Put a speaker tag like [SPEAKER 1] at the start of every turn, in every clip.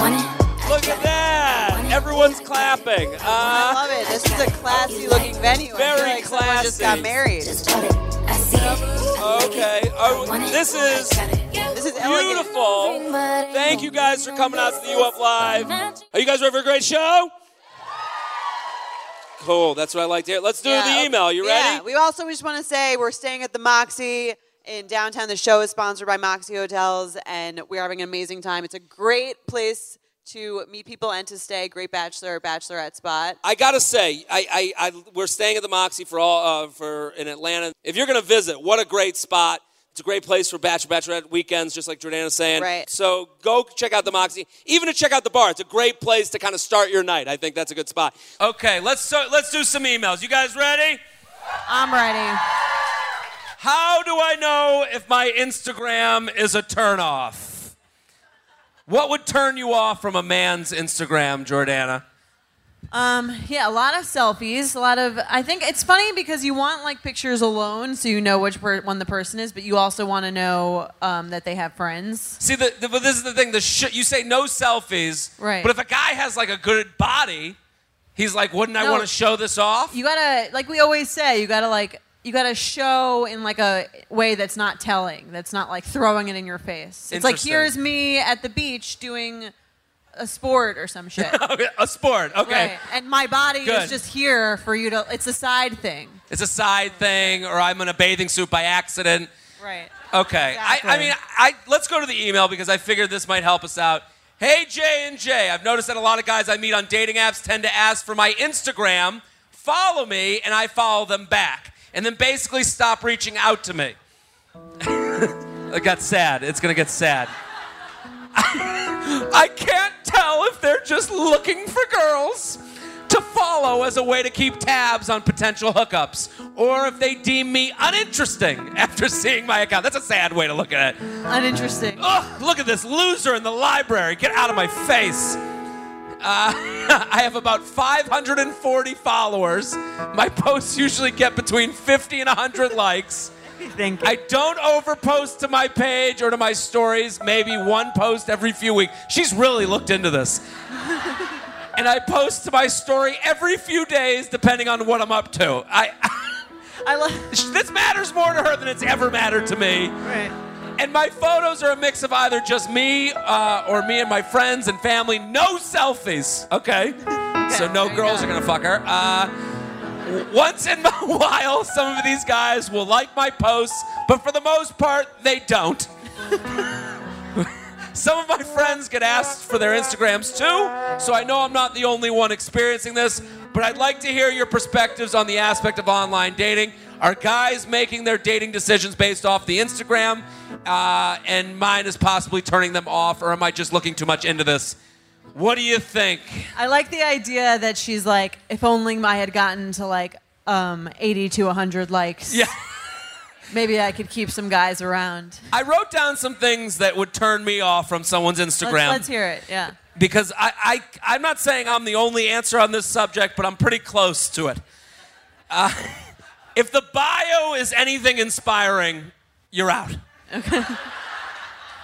[SPEAKER 1] want it.
[SPEAKER 2] Look at that! Everyone's clapping.
[SPEAKER 3] I
[SPEAKER 2] Uh,
[SPEAKER 3] love it. This is a classy looking venue. I feel
[SPEAKER 2] Very
[SPEAKER 3] like someone just
[SPEAKER 2] classy. Uh,
[SPEAKER 3] got married.
[SPEAKER 1] Just want it. I see it.
[SPEAKER 2] okay. Oh, this is
[SPEAKER 3] This is elegant.
[SPEAKER 2] beautiful. Thank you guys for coming out to the U Up Live. Are you guys ready for a great show? Cool. That's what I like to hear. Let's do
[SPEAKER 3] Yeah,
[SPEAKER 2] the
[SPEAKER 3] okay.
[SPEAKER 2] email. You
[SPEAKER 3] Yeah.
[SPEAKER 2] ready?
[SPEAKER 3] We also just want to say we're staying at the Moxie in downtown. The show is sponsored by Moxie Hotels, and we're having an amazing time. It's a great place to meet people and to stay. Great bachelor, bachelorette spot.
[SPEAKER 2] I gotta say, I, I, I we're staying at the Moxie for all uh, for in Atlanta. If you're gonna visit, what a great spot! It's a great place for bachelor bachelorette weekends, just like Jordana's saying.
[SPEAKER 3] Right.
[SPEAKER 2] So go check out the Moxie, even to check out the bar. It's a great place to kind of start your night. I think that's a good spot. Okay, let's so, let's do some emails. You guys ready?
[SPEAKER 3] I'm ready.
[SPEAKER 2] How do I know if my Instagram is a turnoff? What would turn you off from a man's Instagram, Jordana?
[SPEAKER 4] Um, yeah, a lot of selfies. A lot of. I think it's funny because you want like pictures alone, so you know which per- one the person is, but you also want to know um, that they have friends.
[SPEAKER 2] See, the, the, but this is the thing. The sh- you say no selfies,
[SPEAKER 4] Right.
[SPEAKER 2] But if a guy has like a good body, he's like, wouldn't I
[SPEAKER 4] No.
[SPEAKER 2] want to show this off?
[SPEAKER 4] You gotta, like we always say, you gotta like you gotta show in like a way that's not telling, that's not like throwing it in your face. It's like
[SPEAKER 2] Interesting.
[SPEAKER 4] here's me at the beach doing a sport or some shit.
[SPEAKER 2] Okay, a sport, okay.
[SPEAKER 4] Right. And my body
[SPEAKER 2] Good.
[SPEAKER 4] is just here for you to. It's a side thing.
[SPEAKER 2] It's a side thing, or I'm in a bathing suit by accident.
[SPEAKER 4] Right.
[SPEAKER 2] Okay. I, I
[SPEAKER 4] Exactly.
[SPEAKER 2] mean, I let's go to the email because I figured this might help us out. Hey J and J, I've noticed that a lot of guys I meet on dating apps tend to ask for my Instagram, follow me, and I follow them back, and then basically stop reaching out to me. it got sad. It's gonna get sad. I can't tell if they're just looking for girls to follow as a way to keep tabs on potential hookups or if they deem me uninteresting after seeing my account. That's a sad way to look at it.
[SPEAKER 4] Uninteresting.
[SPEAKER 2] Ugh, look at this loser in the library. Get out of my face. Uh, I have about 540 followers. My posts usually get between 50 and 100 likes.
[SPEAKER 3] Thank
[SPEAKER 2] I don't overpost to my page or to my stories, maybe one post every few weeks. She's really looked into this. and I post to my story every few days depending on what I'm up to. I
[SPEAKER 4] I love.
[SPEAKER 2] this matters more to her than it's ever mattered to me.
[SPEAKER 4] Right.
[SPEAKER 2] And my photos are a mix of either just me uh, or me and my friends and family. No selfies. Okay. so no
[SPEAKER 4] there you
[SPEAKER 2] girls
[SPEAKER 4] go.
[SPEAKER 2] are gonna fuck her. Uh, w- once in a while, some of these guys will like my posts, but for the most part, they don't. Some of my friends get asked for their Instagrams too, so I know I'm not the only one experiencing this, but I'd like to hear your perspectives on the aspect of online dating. Are guys making their dating decisions based off the Instagram, uh, and mine is possibly turning them off, or am I just looking too much into this? What do you think?
[SPEAKER 4] I like the idea that she's like, if only I had gotten to like um, 80 to 100 likes.
[SPEAKER 2] Yeah.
[SPEAKER 4] Maybe I could keep some guys around.
[SPEAKER 2] I wrote down some things that would turn me off from someone's
[SPEAKER 4] Let's,
[SPEAKER 2] Instagram.
[SPEAKER 4] let's hear it. Yeah.
[SPEAKER 2] because I, I, I'm not saying I'm the only answer on this subject, but I'm pretty close to it. Uh, if the bio is anything inspiring, you're out.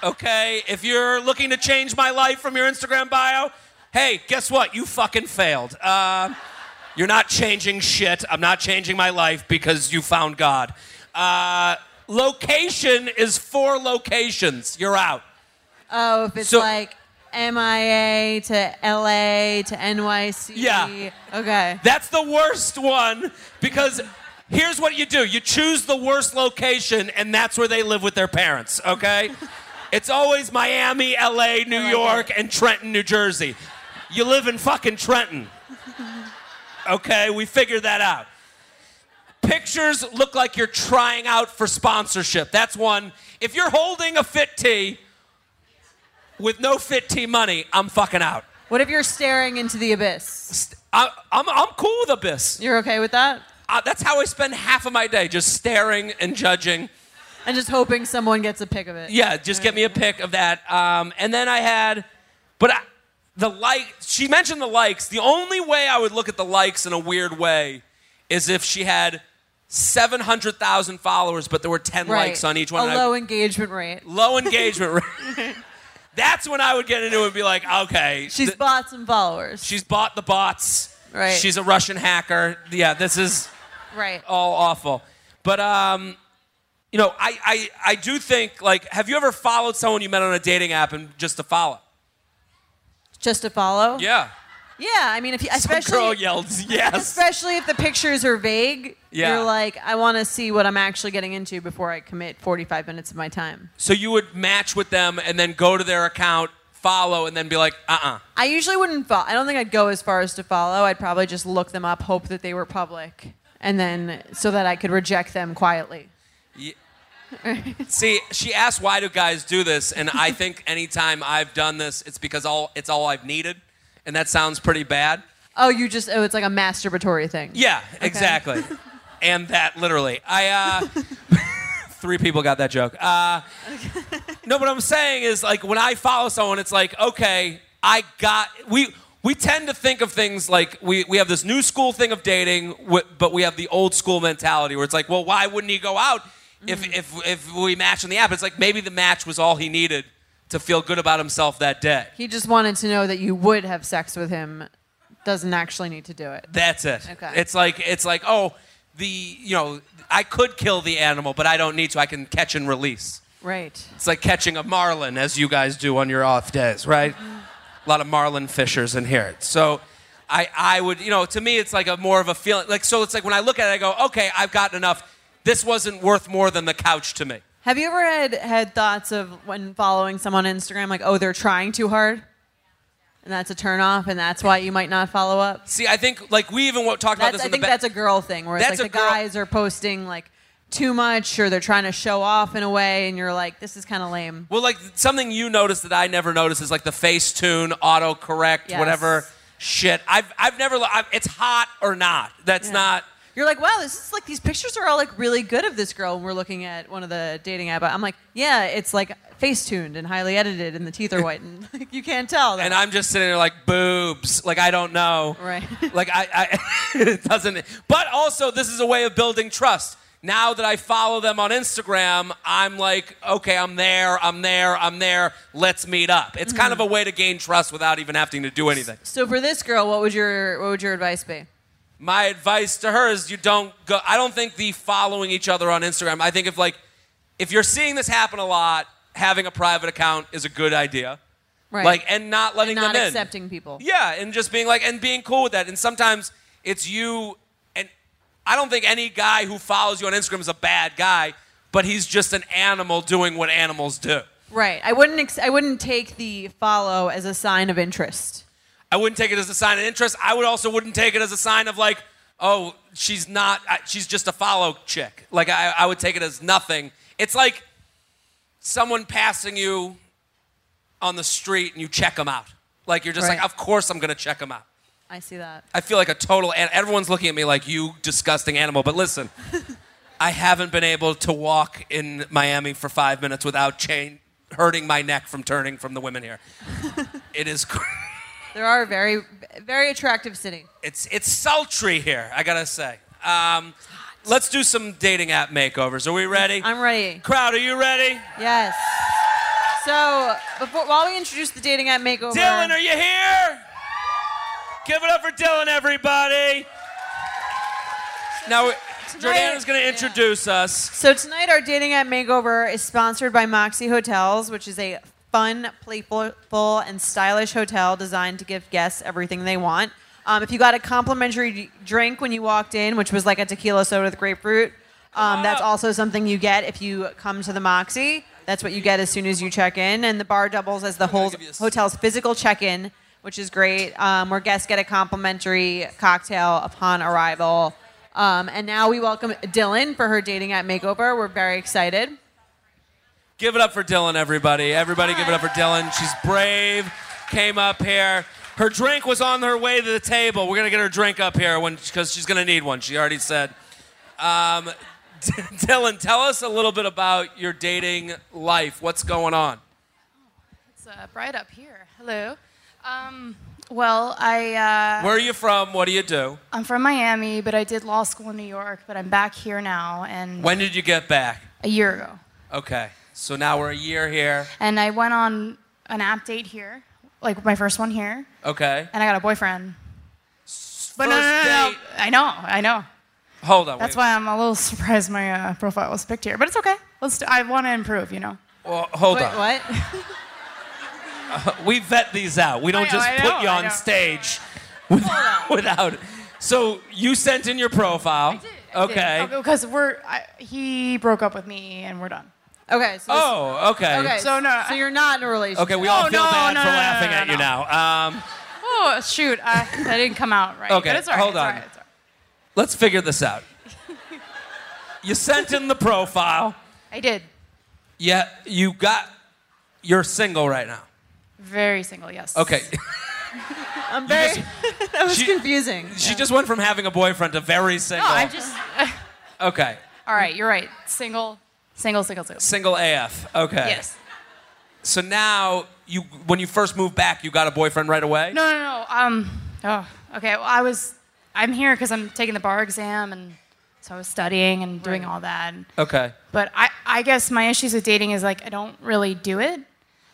[SPEAKER 2] Okay. okay. If you're looking to change my life from your Instagram bio, hey, guess what? You fucking failed. Uh, you're not changing shit. I'm not changing my life because you found God. Uh, location is four locations. You're out.
[SPEAKER 4] Oh, if it's
[SPEAKER 2] So-
[SPEAKER 4] like MIA to LA to NYC.
[SPEAKER 2] Yeah.
[SPEAKER 4] Okay.
[SPEAKER 2] That's the worst one because here's what you do you choose the worst location, and that's where they live with their parents, okay? it's always Miami, LA, New York, and Trenton, New Jersey. You live in fucking Trenton. Okay, we figured that out. Pictures look like you're trying out for sponsorship. That's one. If you're holding a fit tee with no fit tee money, I'm fucking out.
[SPEAKER 4] What if you're staring into the abyss?
[SPEAKER 2] St- I, I'm, I'm cool with Abyss.
[SPEAKER 4] You're okay with that?
[SPEAKER 2] Uh, that's how I spend half of my day, just staring and judging.
[SPEAKER 4] And just hoping someone gets a pic of it.
[SPEAKER 2] Yeah, just get me a pic of that. Um, and then I had, but I, the like. She mentioned the likes. The only way I would look at the likes in a weird way is if she had seven hundred thousand followers, but there were ten
[SPEAKER 4] Right.
[SPEAKER 2] likes on each one.
[SPEAKER 4] A
[SPEAKER 2] and I-
[SPEAKER 4] low engagement rate.
[SPEAKER 2] low engagement. rate. that's when I would get into it and be like, okay,
[SPEAKER 4] She's
[SPEAKER 2] th-
[SPEAKER 4] bought some followers.
[SPEAKER 2] she's bought the bots.
[SPEAKER 4] Right.
[SPEAKER 2] She's a Russian hacker. Yeah, this is.
[SPEAKER 4] right.
[SPEAKER 2] all awful. But um, you know, I, I I do think like, have you ever followed someone you met on a dating app and just to follow?
[SPEAKER 4] Just to follow.
[SPEAKER 2] Yeah.
[SPEAKER 4] Yeah. I mean, if you, especially
[SPEAKER 2] Some girl yells yes.
[SPEAKER 4] especially if the pictures are vague.
[SPEAKER 2] Yeah.
[SPEAKER 4] You're like, I want to see what I'm actually getting into before I commit 45 minutes of my time.
[SPEAKER 2] So you would match with them and then go to their account, follow, and then be like, uh uh
[SPEAKER 4] I usually wouldn't follow. I don't think I'd go as far as to follow. I'd probably just look them up, hope that they were public, and then so that I could reject them quietly.
[SPEAKER 2] See, she asked why do guys do this, and I think anytime I've done this, it's because all it's all I've needed, and that sounds pretty bad.
[SPEAKER 4] Oh, you just oh, it's like a masturbatory thing.
[SPEAKER 2] Yeah, exactly. and that literally. I uh three people got that joke. Uh No, what I'm saying is like when I follow someone it's like, okay, I got we we tend to think of things like we, we have this new school thing of dating, wh- but we have the old school mentality where it's like, well, why wouldn't he go out if, if, if we match on the app? It's like maybe the match was all he needed to feel good about himself that day.
[SPEAKER 4] He just wanted to know that you would have sex with him. Doesn't actually need to do it.
[SPEAKER 2] That's it.
[SPEAKER 4] Okay.
[SPEAKER 2] It's like it's like oh, the you know I could kill the animal, but I don't need to. I can catch and release.
[SPEAKER 4] Right.
[SPEAKER 2] It's like catching a marlin, as you guys do on your off days, right? A lot of marlin fishers in here. So, I I would you know to me it's like a more of a feeling like so it's like when I look at it I go okay I've gotten enough. This wasn't worth more than the couch to me.
[SPEAKER 4] Have you ever had had thoughts of when following someone on Instagram like, oh, they're trying too hard, and that's a turn off, and that's why you might not follow up?
[SPEAKER 2] See, I think like we even talked about
[SPEAKER 4] That's,
[SPEAKER 2] this
[SPEAKER 4] I
[SPEAKER 2] in the
[SPEAKER 4] think
[SPEAKER 2] ba-
[SPEAKER 4] that's a girl thing where it's
[SPEAKER 2] That's
[SPEAKER 4] like the
[SPEAKER 2] a girl-
[SPEAKER 4] guys are posting like too much or they're trying to show off in a way, and you're like, this is kind of lame.
[SPEAKER 2] Well, like something you notice that I never notice is like the Facetune auto correct,
[SPEAKER 4] Yes.
[SPEAKER 2] whatever shit. I've I've never. li- I've, it's hot or not. That's
[SPEAKER 4] Yeah.
[SPEAKER 2] not.
[SPEAKER 4] You're like, wow, this is like these pictures are all like really good of this girl. And we're looking at one of the dating app. I'm like, yeah, it's like face tuned and highly edited, and the teeth are whitened. like, you can't tell.
[SPEAKER 2] And I'm just sitting there like boobs. Like I don't know.
[SPEAKER 4] Right.
[SPEAKER 2] Like I, I it doesn't. But also, this is a way of building trust. Now that I follow them on Instagram, I'm like, okay, I'm there, I'm there, I'm there. Let's meet up. It's kind of
[SPEAKER 4] Mm-hmm.
[SPEAKER 2] a way to gain trust without even having to do anything.
[SPEAKER 4] so for this girl, what would your what would your advice be?
[SPEAKER 2] my advice to her is you don't go i don't think the following each other on instagram i think if like if you're seeing this happen a lot having a private account is a good idea
[SPEAKER 4] Right.
[SPEAKER 2] like and not letting
[SPEAKER 4] not
[SPEAKER 2] them in
[SPEAKER 4] accepting people.
[SPEAKER 2] yeah and just being like and being cool with that and sometimes it's you and i don't think any guy who follows you on instagram is a bad guy but he's just an animal doing what animals do
[SPEAKER 4] Right. I wouldn't. Ex- I wouldn't take the follow as a sign of interest.
[SPEAKER 2] I wouldn't take it as a sign of interest. I would also wouldn't take it as a sign of like, oh, she's not, I, she's just a follow chick. Like I, I would take it as nothing. It's like someone passing you on the street and you check them out. Like you're just
[SPEAKER 4] Right.
[SPEAKER 2] like, of course I'm gonna check them out.
[SPEAKER 4] I see that.
[SPEAKER 2] I feel like a total. an- Everyone's looking at me like you disgusting animal. But listen, I haven't been able to walk in Miami for five minutes without chain hurting my neck from turning from the women here. it is. cr-
[SPEAKER 4] There are very, very attractive city.
[SPEAKER 2] It's it's sultry here. I gotta say. Um, let's do some dating app makeovers. Are we ready?
[SPEAKER 4] I'm ready.
[SPEAKER 2] Crowd, are you ready?
[SPEAKER 4] Yes. So before, while we introduce the dating app makeover,
[SPEAKER 2] Dylan, are you here? Give it up for Dylan, everybody. Now, Jordana's gonna
[SPEAKER 4] yeah.
[SPEAKER 2] introduce us.
[SPEAKER 4] So tonight, our dating app makeover is sponsored by Moxie Hotels, which is a fun, playful, and stylish hotel designed to give guests everything they want. Um, if you got a complimentary drink when you walked in, which was like a tequila soda with grapefruit, um, that's also something you get if you come to the Moxie. That's what you get as soon as you check in, and the bar doubles as the whole
[SPEAKER 2] give you a s-
[SPEAKER 4] hotel's physical check-in, which is great. Um, where guests get a complimentary cocktail upon arrival. Um, and now we welcome Dylan for her dating at makeover. We're very excited.
[SPEAKER 2] Give it up for Dylan, everybody. Everybody, give it up for Dylan. She's brave, came up here. Her drink was on her way to the table. We're going to get her drink up here because she's going to need one. She already said. Um, Dylan, tell us a little bit about your dating life. What's going on?
[SPEAKER 5] It's uh, bright up here. Hello. Um, well, I uh,
[SPEAKER 2] Where are you from? What do you do?
[SPEAKER 5] I'm from Miami, but I did law school in New York, but I'm back here now, and
[SPEAKER 2] When did you get back?
[SPEAKER 5] a year ago,
[SPEAKER 2] Okay. So now we're a year here.
[SPEAKER 5] and I went on an app date here, like my first one here,
[SPEAKER 2] Okay.
[SPEAKER 5] and I got a boyfriend. But
[SPEAKER 2] First
[SPEAKER 5] no, no, no, no,
[SPEAKER 2] date-
[SPEAKER 5] I know, I know.
[SPEAKER 2] Hold on.
[SPEAKER 5] That's
[SPEAKER 2] wait.
[SPEAKER 5] why I'm a little surprised my uh, profile was picked here, but it's okay. Let's. Do, I want to improve, you know.
[SPEAKER 2] Well, hold
[SPEAKER 4] Wait,
[SPEAKER 2] on.
[SPEAKER 4] what?
[SPEAKER 2] We vet these out. We don't
[SPEAKER 5] I know,
[SPEAKER 2] just
[SPEAKER 5] I
[SPEAKER 2] put
[SPEAKER 5] know,
[SPEAKER 2] you
[SPEAKER 5] I
[SPEAKER 2] on
[SPEAKER 5] know.
[SPEAKER 2] stage without, without. So you sent in your profile. okay.
[SPEAKER 5] Because we're I, he broke up with me, and we're done.
[SPEAKER 4] Okay. So this-
[SPEAKER 2] Oh, okay.
[SPEAKER 4] okay.
[SPEAKER 5] So no,
[SPEAKER 4] So
[SPEAKER 5] I-
[SPEAKER 4] you're not in a relationship.
[SPEAKER 2] Okay, we all
[SPEAKER 5] No,
[SPEAKER 2] feel
[SPEAKER 5] Oh, no,
[SPEAKER 2] bad
[SPEAKER 5] no,
[SPEAKER 2] for
[SPEAKER 5] no, no,
[SPEAKER 2] laughing
[SPEAKER 5] no,
[SPEAKER 2] at you
[SPEAKER 5] no.
[SPEAKER 2] now. Um,
[SPEAKER 5] Oh shoot! I, that didn't come out right.
[SPEAKER 2] Okay,
[SPEAKER 5] but it's all right,
[SPEAKER 2] hold
[SPEAKER 5] it's all
[SPEAKER 2] on.
[SPEAKER 5] right, it's all right.
[SPEAKER 2] let's figure this out. you sent in the profile.
[SPEAKER 5] I did.
[SPEAKER 2] Yeah, you got. You're single right now.
[SPEAKER 5] Very single, yes.
[SPEAKER 2] Okay.
[SPEAKER 4] I'm very.
[SPEAKER 2] just-
[SPEAKER 4] that was
[SPEAKER 2] she-
[SPEAKER 4] confusing.
[SPEAKER 2] she just went from having a boyfriend to very
[SPEAKER 5] No,
[SPEAKER 2] single.
[SPEAKER 5] I'm just.
[SPEAKER 2] okay.
[SPEAKER 5] all right, you're right. Single, single, single, single.
[SPEAKER 2] Single AF. Okay.
[SPEAKER 5] Yes.
[SPEAKER 2] So now you, when you first moved back, you got a boyfriend right away.
[SPEAKER 5] No, no, no. Um. Oh. Okay. Well, I was. I'm here because I'm taking the bar exam, and so I was studying and doing all that.
[SPEAKER 2] Okay.
[SPEAKER 5] But I, I guess my issues with dating is like I don't really do it.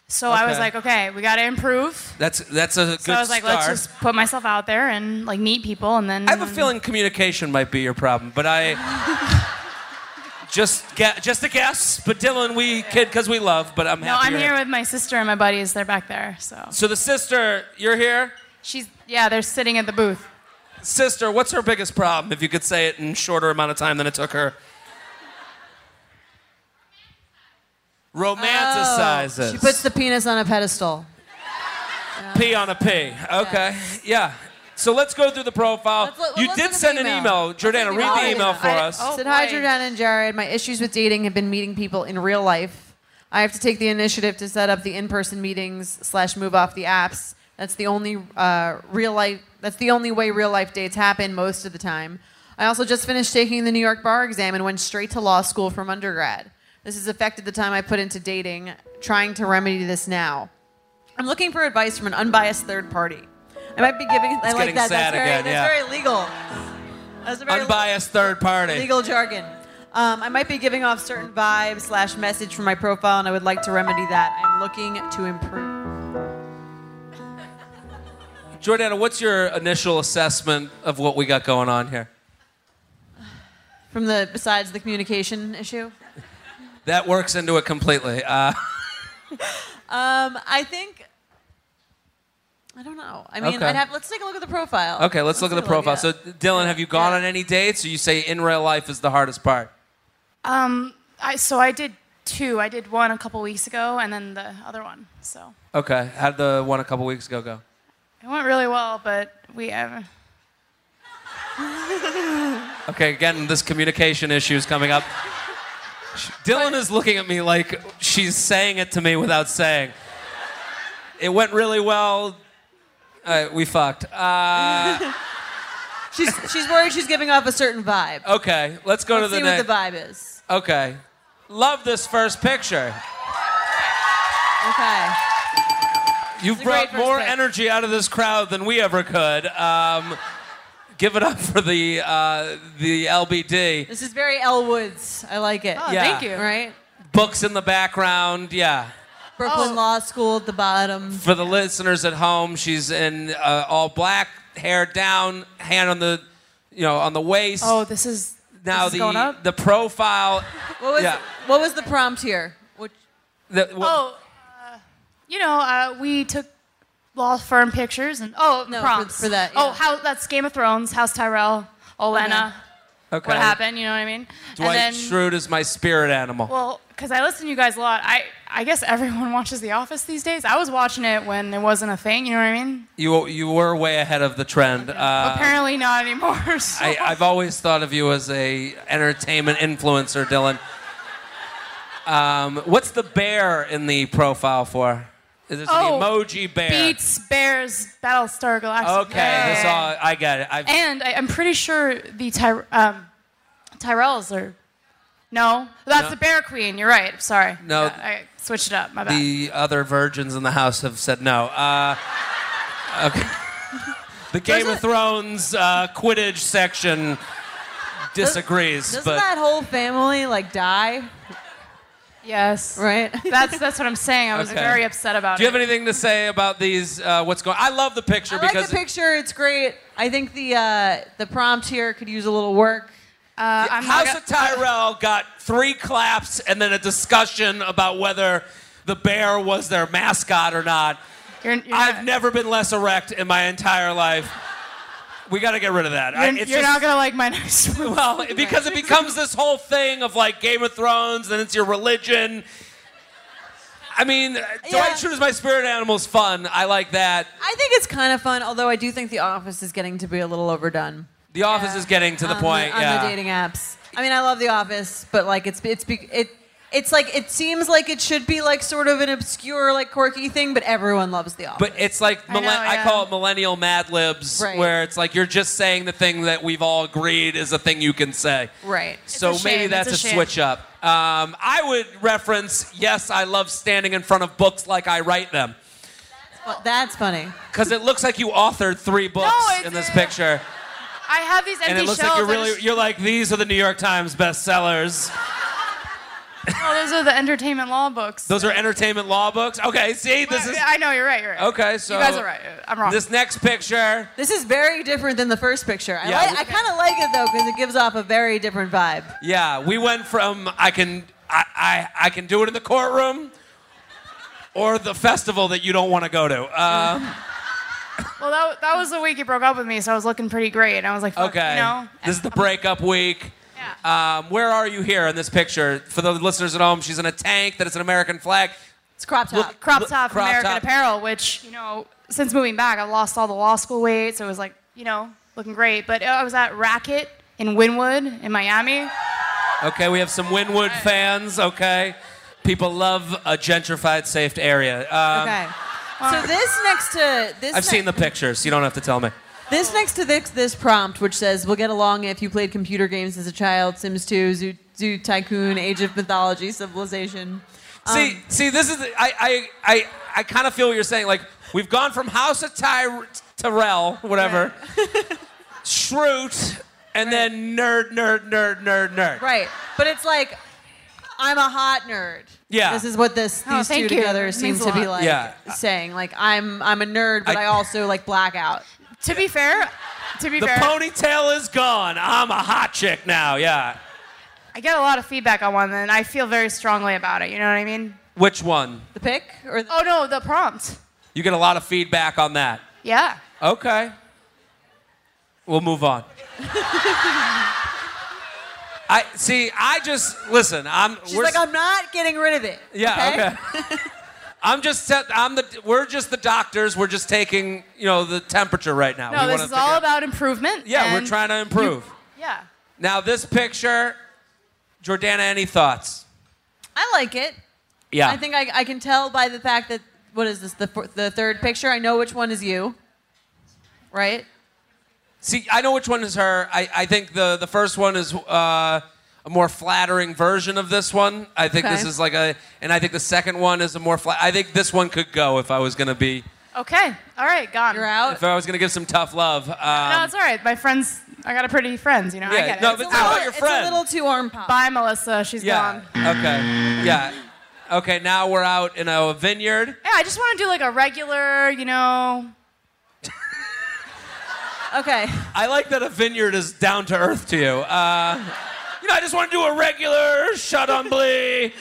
[SPEAKER 5] So I was
[SPEAKER 2] Okay.
[SPEAKER 5] like, okay, we got to improve.
[SPEAKER 2] That's that's a good
[SPEAKER 5] So I was like,
[SPEAKER 2] start.
[SPEAKER 5] let's just put myself out there and like meet people, and then
[SPEAKER 2] I have a feeling communication might be your problem, but I just ga- just a guess. But Dylan, we kid because we love, but I'm
[SPEAKER 5] No,
[SPEAKER 2] happy.
[SPEAKER 5] I'm
[SPEAKER 2] you're
[SPEAKER 5] here with my sister and my buddies. They're back there. So
[SPEAKER 2] So the sister, you're here.
[SPEAKER 5] she's yeah, they're sitting at the booth.
[SPEAKER 2] Sister, what's her biggest problem? If you could say it in shorter amount of time than it took her.
[SPEAKER 4] Oh.
[SPEAKER 5] Oh,
[SPEAKER 2] Romanticizes.
[SPEAKER 4] She puts the penis on a pedestal.
[SPEAKER 2] P on a P. Okay. Yeah. So let's go through the profile.
[SPEAKER 4] Let's look-
[SPEAKER 2] you
[SPEAKER 4] let's
[SPEAKER 2] did
[SPEAKER 4] look at
[SPEAKER 2] send
[SPEAKER 4] the
[SPEAKER 2] an
[SPEAKER 4] email.
[SPEAKER 2] email. Jordana, read
[SPEAKER 4] Oh,
[SPEAKER 2] the
[SPEAKER 4] yeah.
[SPEAKER 2] email for
[SPEAKER 5] I-
[SPEAKER 2] us.
[SPEAKER 5] oh.
[SPEAKER 4] Said hi,
[SPEAKER 5] boy.
[SPEAKER 4] Jordan and Jared. My issues with dating have been meeting people in real life. I have to take the initiative to set up the in-person meetings slash move off the apps. That's the only uh, real life. That's the only way real life dates happen most of the time. I also just finished taking the New York bar exam and went straight to law school from undergrad. This has affected the time I put into dating. Trying to remedy this now. I'm looking for advice from an unbiased third party. I might be giving. I
[SPEAKER 2] getting
[SPEAKER 4] like that.
[SPEAKER 2] sad
[SPEAKER 4] that's very,
[SPEAKER 2] again,
[SPEAKER 4] that's
[SPEAKER 2] yeah.
[SPEAKER 4] very legal. That's a very
[SPEAKER 2] Unbiased third party.
[SPEAKER 4] legal jargon. Um, I might be giving off certain vibes slash message from my profile, and I would like to remedy that. I'm looking to improve.
[SPEAKER 2] Jordana, what's your initial assessment of what we got going on here?
[SPEAKER 4] From the besides the communication issue,
[SPEAKER 2] That works into it completely. Uh,
[SPEAKER 4] um, I think I don't know. I mean,
[SPEAKER 2] Okay.
[SPEAKER 4] I'd have, let's take a look at the profile.
[SPEAKER 2] okay, let's look at the
[SPEAKER 4] take a
[SPEAKER 2] profile.
[SPEAKER 4] yeah.
[SPEAKER 2] So, Dylan, have you gone
[SPEAKER 4] Yeah.
[SPEAKER 2] on any dates? Or you say in real life is the hardest part?
[SPEAKER 5] Um, I so I did two. I did one a couple weeks ago, and then the other one. So
[SPEAKER 2] Okay, how did the one a couple weeks ago go?
[SPEAKER 5] it went really well, but we uh, have
[SPEAKER 2] Okay, again, this communication issue is coming up. Dylan is looking at me like she's saying it to me without saying. It went really well. All right, we fucked. Uh,
[SPEAKER 4] she's she's worried she's giving off a certain vibe.
[SPEAKER 2] okay, Oh, let's go
[SPEAKER 4] let's
[SPEAKER 2] to the
[SPEAKER 4] see
[SPEAKER 2] next.
[SPEAKER 4] what the vibe is.
[SPEAKER 2] okay, love this first picture.
[SPEAKER 4] Okay.
[SPEAKER 2] You've
[SPEAKER 4] a
[SPEAKER 2] brought
[SPEAKER 4] great first
[SPEAKER 2] more
[SPEAKER 4] pick.
[SPEAKER 2] energy out of this crowd than we ever could. Um, give it up for the uh, the LBD.
[SPEAKER 4] This is very Elle Woods. I like it.
[SPEAKER 2] Yeah.
[SPEAKER 5] Oh, thank you.
[SPEAKER 4] Right.
[SPEAKER 2] Books in the background. Yeah.
[SPEAKER 4] Brooklyn Law School at the bottom.
[SPEAKER 2] For the listeners at home, she's in uh, all black, hair down, hand on the, you know, on the waist.
[SPEAKER 5] Oh, this is
[SPEAKER 2] now
[SPEAKER 5] this is
[SPEAKER 2] the
[SPEAKER 5] going up?
[SPEAKER 2] the profile.
[SPEAKER 4] What was
[SPEAKER 2] Yeah.
[SPEAKER 4] what was the prompt here? Which
[SPEAKER 2] The, well,
[SPEAKER 5] oh, you know, uh, we took law firm pictures and oh,
[SPEAKER 4] No, for-
[SPEAKER 5] proms
[SPEAKER 4] for that,
[SPEAKER 5] Oh,
[SPEAKER 4] yeah.
[SPEAKER 5] how that's Game of Thrones, House Tyrell, Olenna.
[SPEAKER 4] Okay.
[SPEAKER 2] Okay.
[SPEAKER 5] What happened? You know what I mean?
[SPEAKER 2] Dwight
[SPEAKER 5] and then,
[SPEAKER 2] Schrute is my spirit animal.
[SPEAKER 5] Well, because I listen to you guys a lot. I I guess everyone watches The Office these days. I was watching it when it wasn't a thing. You know what I mean?
[SPEAKER 2] you you were way ahead of the trend. Uh,
[SPEAKER 5] Apparently not anymore. So.
[SPEAKER 2] I, I've always thought of you as a entertainment influencer, Dylan. Um, what's the bear in the profile for? Is it
[SPEAKER 5] Oh,
[SPEAKER 2] the emoji bear?
[SPEAKER 5] Beats Bears Battlestar Galactica.
[SPEAKER 2] Okay, this all I got it. I've,
[SPEAKER 5] And I, I'm pretty sure the Ty- um, Tyrells are. No, that's
[SPEAKER 2] No.
[SPEAKER 5] the Bear Queen. You're right. Sorry.
[SPEAKER 2] No.
[SPEAKER 5] Yeah, I switched it up. My bad.
[SPEAKER 2] the other virgins in the house have said no. Uh, okay. The Game of
[SPEAKER 4] Doesn't-
[SPEAKER 2] Thrones uh, Quidditch section disagrees,
[SPEAKER 4] Doesn't
[SPEAKER 2] but
[SPEAKER 4] that whole family like die?
[SPEAKER 5] yes.
[SPEAKER 4] Right?
[SPEAKER 5] That's that's what I'm saying. I was
[SPEAKER 2] Okay.
[SPEAKER 5] very upset about
[SPEAKER 2] do you
[SPEAKER 5] it.
[SPEAKER 2] have anything to say about these? Uh, what's going? I love the picture
[SPEAKER 4] I like
[SPEAKER 2] because
[SPEAKER 4] the picture. It's great. I think the uh, the prompt here could use a little work.
[SPEAKER 5] uh, I'm
[SPEAKER 2] House
[SPEAKER 5] not gonna-
[SPEAKER 2] of Tyrell got three claps and then a discussion about whether the bear was their mascot or not.
[SPEAKER 5] You're, you're
[SPEAKER 2] I've
[SPEAKER 5] not-
[SPEAKER 2] never been less erect in my entire life. We got to get rid of that. I-
[SPEAKER 5] You're,
[SPEAKER 2] it's
[SPEAKER 5] you're
[SPEAKER 2] just-
[SPEAKER 5] not gonna like my next one.
[SPEAKER 2] Well, because it becomes this whole thing of like Game of Thrones, and it's your religion. I mean, Dwight Schrute is my spirit animal is fun. I like that.
[SPEAKER 4] I think it's kind of fun, although I do think The Office is getting to be a little overdone.
[SPEAKER 2] The Office is getting to the
[SPEAKER 4] on
[SPEAKER 2] point.
[SPEAKER 4] on
[SPEAKER 2] yeah.
[SPEAKER 4] the dating apps. I mean, I love The Office, but like it's it's be- it it's like it seems like it should be like sort of an obscure like quirky thing, but everyone loves The Office.
[SPEAKER 2] But it's like
[SPEAKER 5] I know,
[SPEAKER 2] millen- I,
[SPEAKER 5] yeah.
[SPEAKER 2] call it millennial Mad Libs,
[SPEAKER 4] Right.
[SPEAKER 2] where it's like you're just saying the thing that we've all agreed is a thing you can say.
[SPEAKER 4] right.
[SPEAKER 2] So
[SPEAKER 5] a
[SPEAKER 2] maybe
[SPEAKER 5] shame,
[SPEAKER 2] that's a,
[SPEAKER 5] it's a shame.
[SPEAKER 2] switch up. Um, I would reference yes, I love standing in front of books like I write them
[SPEAKER 4] Well, that's funny.
[SPEAKER 2] because it looks like you authored three books
[SPEAKER 5] it's-
[SPEAKER 2] in this picture,
[SPEAKER 5] I have these empty
[SPEAKER 2] and it looks like
[SPEAKER 5] shelves.
[SPEAKER 2] you're
[SPEAKER 5] I
[SPEAKER 2] really
[SPEAKER 5] just-
[SPEAKER 2] you're like these are the New York Times bestsellers.
[SPEAKER 5] oh, those are the entertainment law books.
[SPEAKER 2] Those are entertainment law books. Okay, see this is
[SPEAKER 5] I know you're right. You're right.
[SPEAKER 2] okay. So
[SPEAKER 5] you guys are right. I'm wrong.
[SPEAKER 2] This next picture.
[SPEAKER 4] This is very different than the first picture. I,
[SPEAKER 2] Yeah,
[SPEAKER 4] like-
[SPEAKER 2] we-
[SPEAKER 4] I kind of like it though because it gives off a very different vibe.
[SPEAKER 2] Yeah, we went from I can I, I, I can do it in the courtroom or the festival that you don't want to go to. Uh,
[SPEAKER 5] well, that, that was the week he broke up with me, so I was looking pretty great, and I was like, Fuck,
[SPEAKER 2] okay.
[SPEAKER 5] you know,
[SPEAKER 2] This is the breakup week.
[SPEAKER 5] Yeah.
[SPEAKER 2] Um, where are you here in this picture? For the listeners at home, she's in a tank that is an American flag.
[SPEAKER 4] It's crop top.
[SPEAKER 2] Look-
[SPEAKER 5] crop
[SPEAKER 2] Look,
[SPEAKER 5] top from
[SPEAKER 2] crop
[SPEAKER 5] American
[SPEAKER 2] top.
[SPEAKER 5] Apparel, which you know, since moving back, I lost all the law school weight, so it was like you know, looking great. But uh, I was at Racket in Wynwood in Miami.
[SPEAKER 2] Okay, we have some Winwood fans. Okay, people love a gentrified, safe area. Um,
[SPEAKER 4] okay. So this next to this
[SPEAKER 2] I've
[SPEAKER 4] ne-
[SPEAKER 2] seen the pictures. You don't have to tell me.
[SPEAKER 4] This next to this, this prompt, which says, "We'll get along if you played computer games as a child: Sims 2, Zoo, Zoo Tycoon, Age of Mythology, Civilization."
[SPEAKER 2] See,
[SPEAKER 4] Um,
[SPEAKER 2] see, this is I, I, I, I kind of feel what you're saying. Like we've gone from House of Ty- Tyrell, whatever, Schrute, and then nerd, nerd, nerd, nerd, nerd.
[SPEAKER 4] Right, but it's like, I'm a hot nerd.
[SPEAKER 2] Yeah.
[SPEAKER 4] this is what this
[SPEAKER 5] Oh,
[SPEAKER 4] these two
[SPEAKER 5] thank you.
[SPEAKER 4] together
[SPEAKER 5] It
[SPEAKER 4] seem
[SPEAKER 5] means a
[SPEAKER 4] to be
[SPEAKER 5] lot.
[SPEAKER 4] like
[SPEAKER 2] Yeah.
[SPEAKER 4] saying. Like, I'm I'm a nerd, but
[SPEAKER 2] I-
[SPEAKER 4] I, also like blackout.
[SPEAKER 5] To be fair, to be
[SPEAKER 2] The
[SPEAKER 5] fair,
[SPEAKER 2] ponytail is gone. I'm a hot chick now. Yeah.
[SPEAKER 5] I get a lot of feedback on one, and I feel very strongly about it. You know what I mean?
[SPEAKER 2] Which one?
[SPEAKER 4] The pick or the,
[SPEAKER 5] Oh no, the prompt.
[SPEAKER 2] You get a lot of feedback on that.
[SPEAKER 5] Yeah.
[SPEAKER 2] Okay. We'll move on. I see. I just listen. I'm.
[SPEAKER 4] she's
[SPEAKER 2] we're
[SPEAKER 4] like, I'm not getting rid of it.
[SPEAKER 2] Yeah. Okay. I'm just. Set, I'm the. We're just the doctors. We're just taking. You know the temperature right now.
[SPEAKER 5] No,
[SPEAKER 2] We
[SPEAKER 5] this
[SPEAKER 2] wanna
[SPEAKER 5] is
[SPEAKER 2] figure
[SPEAKER 5] all
[SPEAKER 2] out-
[SPEAKER 5] about improvement.
[SPEAKER 2] Yeah, we're
[SPEAKER 5] and-
[SPEAKER 2] trying to improve.
[SPEAKER 5] Yeah.
[SPEAKER 2] now this picture, Jordana. Any thoughts?
[SPEAKER 4] I like it.
[SPEAKER 2] Yeah.
[SPEAKER 4] I think I, I can tell by the fact that what is this the fir- the third picture? I know which one is you. Right.
[SPEAKER 2] See, I know which one is her. I, I think the, the first one is uh, a more flattering version of this one. I think this
[SPEAKER 4] Okay.
[SPEAKER 2] is like a, and I think the second one is a more flat. I think this one could go if I was gonna be,
[SPEAKER 5] Okay. All right. Gone.
[SPEAKER 4] You're out.
[SPEAKER 2] if I was gonna give some tough love. Um,
[SPEAKER 5] no, it's all right. My friends, I got a pretty friends. You know,
[SPEAKER 2] Yeah,
[SPEAKER 5] I get
[SPEAKER 2] no,
[SPEAKER 5] it.
[SPEAKER 2] but-
[SPEAKER 5] It's
[SPEAKER 2] How
[SPEAKER 5] all-
[SPEAKER 2] about your friend?
[SPEAKER 4] It's a little too arm pop.
[SPEAKER 5] Bye, Melissa. She's
[SPEAKER 2] yeah.
[SPEAKER 5] gone.
[SPEAKER 2] Okay. Yeah. Okay. Now we're out in a vineyard.
[SPEAKER 5] Yeah, I just want to do like a regular, you know.
[SPEAKER 4] Okay.
[SPEAKER 2] I like that a vineyard is down to earth to you. Uh, you know, I just want to do a regular shut on blee.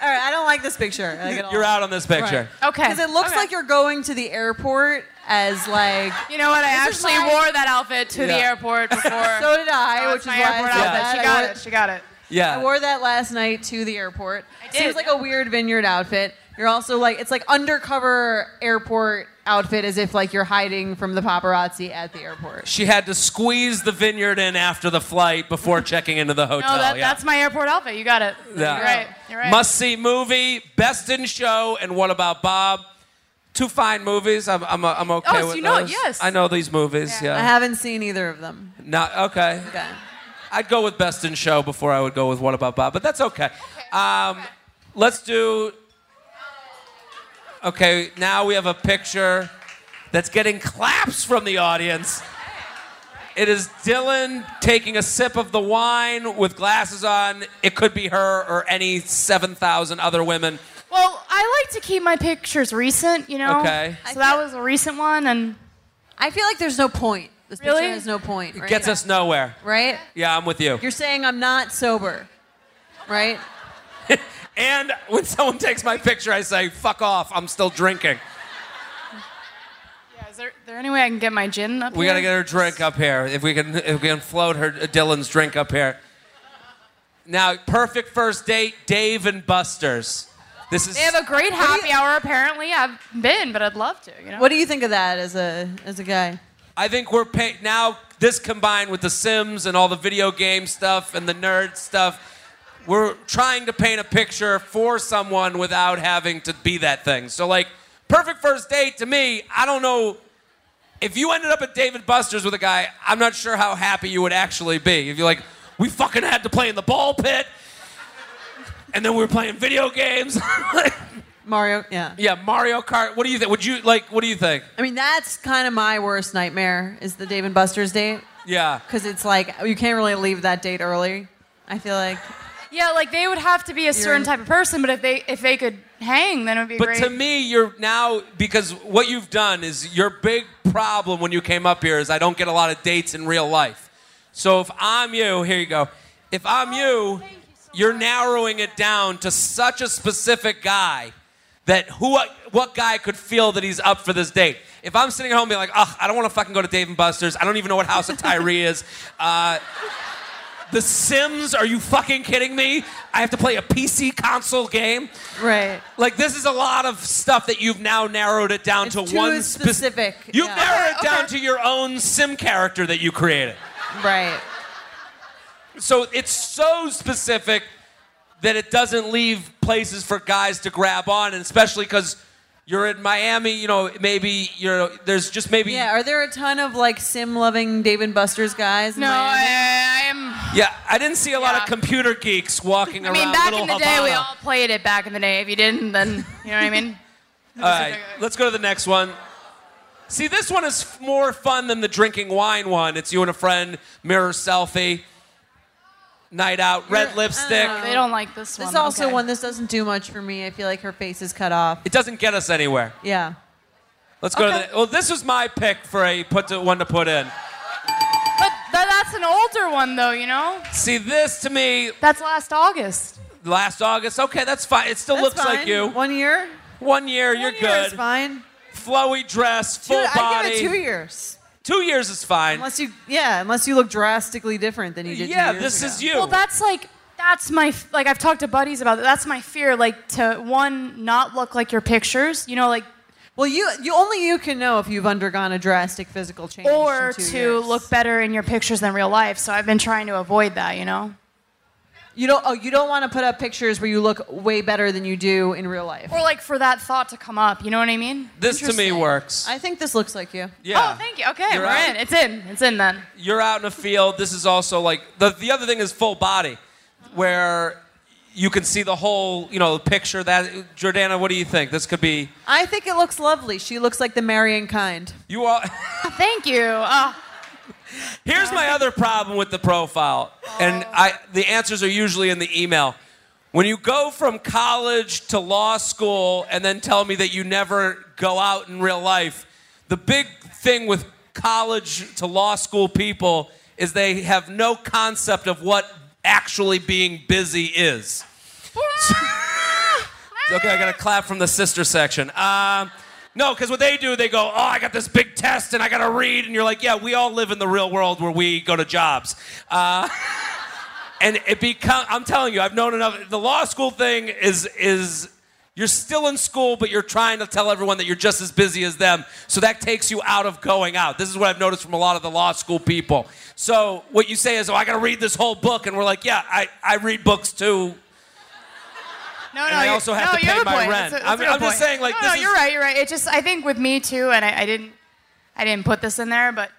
[SPEAKER 3] All right, I don't like this picture. Like at all.
[SPEAKER 2] You're out on this picture.
[SPEAKER 5] Okay.
[SPEAKER 3] Because it looks
[SPEAKER 5] Okay.
[SPEAKER 3] like you're going to the airport as like.
[SPEAKER 5] You know what? I
[SPEAKER 3] This is
[SPEAKER 5] actually
[SPEAKER 3] why-
[SPEAKER 5] wore that outfit to the
[SPEAKER 2] Yeah.
[SPEAKER 5] airport before.
[SPEAKER 3] So did I,
[SPEAKER 5] That
[SPEAKER 3] which
[SPEAKER 5] was
[SPEAKER 3] is
[SPEAKER 5] my
[SPEAKER 3] why I
[SPEAKER 5] airport
[SPEAKER 3] said
[SPEAKER 5] outfit.
[SPEAKER 3] that.
[SPEAKER 5] She
[SPEAKER 3] I
[SPEAKER 5] got
[SPEAKER 3] wore-
[SPEAKER 5] it. She got it.
[SPEAKER 2] Yeah.
[SPEAKER 3] I wore that last night to the airport.
[SPEAKER 5] did.
[SPEAKER 4] Seems like a weird vineyard outfit. You're also like it's like undercover airport outfit as if like you're hiding from the paparazzi at the airport.
[SPEAKER 2] she had to squeeze the vineyard in after the flight before checking into the hotel.
[SPEAKER 5] No, that,
[SPEAKER 2] yeah.
[SPEAKER 5] that's my airport outfit. You got it.
[SPEAKER 2] Yeah.
[SPEAKER 5] You're right. You're right.
[SPEAKER 2] Must see movie, best in show, and what about Bob? Two fine movies. I'm I'm, I'm okay
[SPEAKER 5] Oh, so
[SPEAKER 2] with
[SPEAKER 5] you know it,
[SPEAKER 2] those.
[SPEAKER 5] yes.
[SPEAKER 2] I know these movies.
[SPEAKER 5] Yeah.
[SPEAKER 2] Yeah.
[SPEAKER 3] I haven't seen either of them.
[SPEAKER 2] Not okay.
[SPEAKER 3] Okay.
[SPEAKER 2] I'd go with best in show before I would go with what about Bob, but that's okay. Um, let's do. Okay, now we have a picture that's getting claps from the audience. It is Dylan taking a sip of the wine with glasses on. It could be her or any 7,000 other women.
[SPEAKER 5] well, I like to keep my pictures recent, you know?
[SPEAKER 2] Okay.
[SPEAKER 5] So that was a recent one, and
[SPEAKER 3] I feel like there's no point. This
[SPEAKER 5] Really?
[SPEAKER 3] picture has no point. Right?
[SPEAKER 2] Gets us nowhere.
[SPEAKER 3] right.
[SPEAKER 2] Yeah, I'm with you.
[SPEAKER 3] You're saying I'm not sober, right?
[SPEAKER 2] And when someone takes my picture, I say, fuck off, I'm still drinking.
[SPEAKER 5] yeah, is there, there any way I can get my gin up
[SPEAKER 2] We
[SPEAKER 5] here?
[SPEAKER 2] gotta get her drink up here. If we can, if we can float her uh, Dylan's drink up here. Now, perfect first date, Dave and Buster's. This is
[SPEAKER 5] They have a great happy hour, apparently. I've been, but I'd love to, you know?
[SPEAKER 3] What do you think of that as a as a guy?
[SPEAKER 2] I think we're pay- now this combined with the Sims and all the video game stuff and the nerd stuff. We're trying to paint a picture for someone without having to be that thing. So like perfect first date to me, I don't know if you ended up at David Buster's with a guy, I'm not sure how happy you would actually be. If you're like, we fucking had to play in the ball pit and then we were playing video games.
[SPEAKER 3] Mario, yeah.
[SPEAKER 2] yeah, Mario Kart. What do you think? Would you like what do you think?
[SPEAKER 3] I mean, that's kind of my worst nightmare is the Dave and Buster's date
[SPEAKER 2] Yeah.
[SPEAKER 3] because it's like you can't really leave that date early. I feel like
[SPEAKER 5] yeah, like they would have to be a certain type of person, but if they if they could hang, then it would be
[SPEAKER 2] But
[SPEAKER 5] great.
[SPEAKER 2] to me, you're now because what you've done is your big problem when you came up here is I don't get a lot of dates in real life. So if I'm you, here you go. If
[SPEAKER 5] Oh,
[SPEAKER 2] I'm you, you're narrowing it down to such a specific guy that who what guy could feel that he's up for this date. If I'm sitting at home being like, ugh, I don't want to fucking go to Dave and Buster's. I don't even know what House of Tyree is. Uh, the Sims? Are you fucking kidding me? I have to play a PC console game.
[SPEAKER 3] right.
[SPEAKER 2] Like this is a lot of stuff that you've now narrowed it down
[SPEAKER 3] It's
[SPEAKER 2] to
[SPEAKER 3] too
[SPEAKER 2] one spec-
[SPEAKER 3] specific,
[SPEAKER 2] you've
[SPEAKER 3] yeah.
[SPEAKER 2] narrowed it
[SPEAKER 5] Okay,
[SPEAKER 2] down
[SPEAKER 5] okay.
[SPEAKER 2] to your own sim character that you created.
[SPEAKER 3] Right.
[SPEAKER 2] So it's so specific that it doesn't leave places for guys to grab on, and especially because you're in Miami. You know, maybe you're there's just maybe
[SPEAKER 3] Yeah. Are there a ton of like sim loving Dave and Buster's guys? in
[SPEAKER 5] no,
[SPEAKER 3] Miami?
[SPEAKER 5] I, I am.
[SPEAKER 2] Yeah, I didn't see a lot of
[SPEAKER 5] Yeah.
[SPEAKER 2] computer geeks walking
[SPEAKER 5] I mean,
[SPEAKER 2] around.
[SPEAKER 5] back
[SPEAKER 2] Little
[SPEAKER 5] in the day, we
[SPEAKER 2] Havana.
[SPEAKER 5] all played it. Back in the day, if you didn't, then you know what I mean.
[SPEAKER 2] All right, let's go to the next one. See, this one is f- more fun than the drinking wine one. It's you and a friend, mirror selfie, night out, red lipstick.
[SPEAKER 3] oh,
[SPEAKER 5] They don't like this one.
[SPEAKER 3] This is also
[SPEAKER 5] okay.
[SPEAKER 3] one. This doesn't do much for me. I feel like her face is cut off.
[SPEAKER 2] It doesn't get us anywhere.
[SPEAKER 3] Yeah.
[SPEAKER 2] Let's go
[SPEAKER 3] Okay.
[SPEAKER 2] to the. Well, this was my pick for a put to, one to put in.
[SPEAKER 5] But th- that's an older one, though. You know,
[SPEAKER 2] See, this to me,
[SPEAKER 5] that's last August.
[SPEAKER 2] last August. Okay, that's fine. It still
[SPEAKER 3] That's
[SPEAKER 2] looks
[SPEAKER 3] fine.
[SPEAKER 2] like you. One,
[SPEAKER 3] One year.
[SPEAKER 2] year, you're
[SPEAKER 3] One year is
[SPEAKER 2] good.
[SPEAKER 3] fine.
[SPEAKER 2] Flowy dress,
[SPEAKER 3] Two,
[SPEAKER 2] full
[SPEAKER 3] I
[SPEAKER 2] body.
[SPEAKER 3] give it two years.
[SPEAKER 2] Two years is fine.
[SPEAKER 3] Unless you, yeah, unless you look drastically different than you did. two
[SPEAKER 2] yeah,
[SPEAKER 3] years
[SPEAKER 2] this
[SPEAKER 3] ago.
[SPEAKER 2] is you.
[SPEAKER 5] Well, that's like that's my f- like I've talked to buddies about that. That's my fear, like to one not look like your pictures. You know, like
[SPEAKER 3] Well, you, you only you can know if you've undergone a drastic physical change.
[SPEAKER 5] or
[SPEAKER 3] in two
[SPEAKER 5] to
[SPEAKER 3] years.
[SPEAKER 5] look better in your pictures than real life. So I've been trying to avoid that. You know,
[SPEAKER 3] You don't. Oh, you don't want to put up pictures where you look way better than you do in real life.
[SPEAKER 5] or like for that thought to come up. You know what I mean?
[SPEAKER 2] this to me
[SPEAKER 3] Interesting.
[SPEAKER 2] works.
[SPEAKER 3] I think this looks like you.
[SPEAKER 2] yeah.
[SPEAKER 5] Oh, thank you. Okay,
[SPEAKER 2] You're
[SPEAKER 5] we're
[SPEAKER 2] out.
[SPEAKER 5] in. It's in. It's in then.
[SPEAKER 2] you're out in a field. This is also like the the other thing is full body, where you can see the whole you know picture. That Jordana, what do you think? This could be
[SPEAKER 3] I think it looks lovely. She looks like the Marion kind.
[SPEAKER 2] you all.
[SPEAKER 5] Thank you. Uh,
[SPEAKER 2] Here's my other problem with the profile, and I the answers are usually in the email. When you go from college to law school and then tell me that you never go out in real life, the big thing with college to law school people is they have no concept of what actually being busy is. Okay, I got a clap from the sister section. Um, no, because what they do, they go, oh, I got this big test and I got to read. And you're like, yeah, we all live in the real world where we go to jobs. Uh, and it become I'm telling you, I've known enough. The law school thing is is you're still in school, but you're trying to tell everyone that you're just as busy as them. So that takes you out of going out. This is what I've noticed from a lot of the law school people. So what you say is, oh, I got to read this whole book, and we're like, yeah, I, I read books too.
[SPEAKER 5] No,
[SPEAKER 2] And
[SPEAKER 5] no,
[SPEAKER 2] I
[SPEAKER 5] you-
[SPEAKER 2] also have
[SPEAKER 5] no,
[SPEAKER 2] to
[SPEAKER 5] you
[SPEAKER 2] pay
[SPEAKER 5] have a
[SPEAKER 2] my
[SPEAKER 5] point.
[SPEAKER 2] rent.
[SPEAKER 5] That's a-
[SPEAKER 2] I'm-
[SPEAKER 5] that's a good
[SPEAKER 2] I'm just
[SPEAKER 5] point.
[SPEAKER 2] saying, like,
[SPEAKER 5] no,
[SPEAKER 2] this
[SPEAKER 5] no,
[SPEAKER 2] is-
[SPEAKER 5] you're right. You're right. It just I think with me too, and I, I didn't, I didn't put this in there, but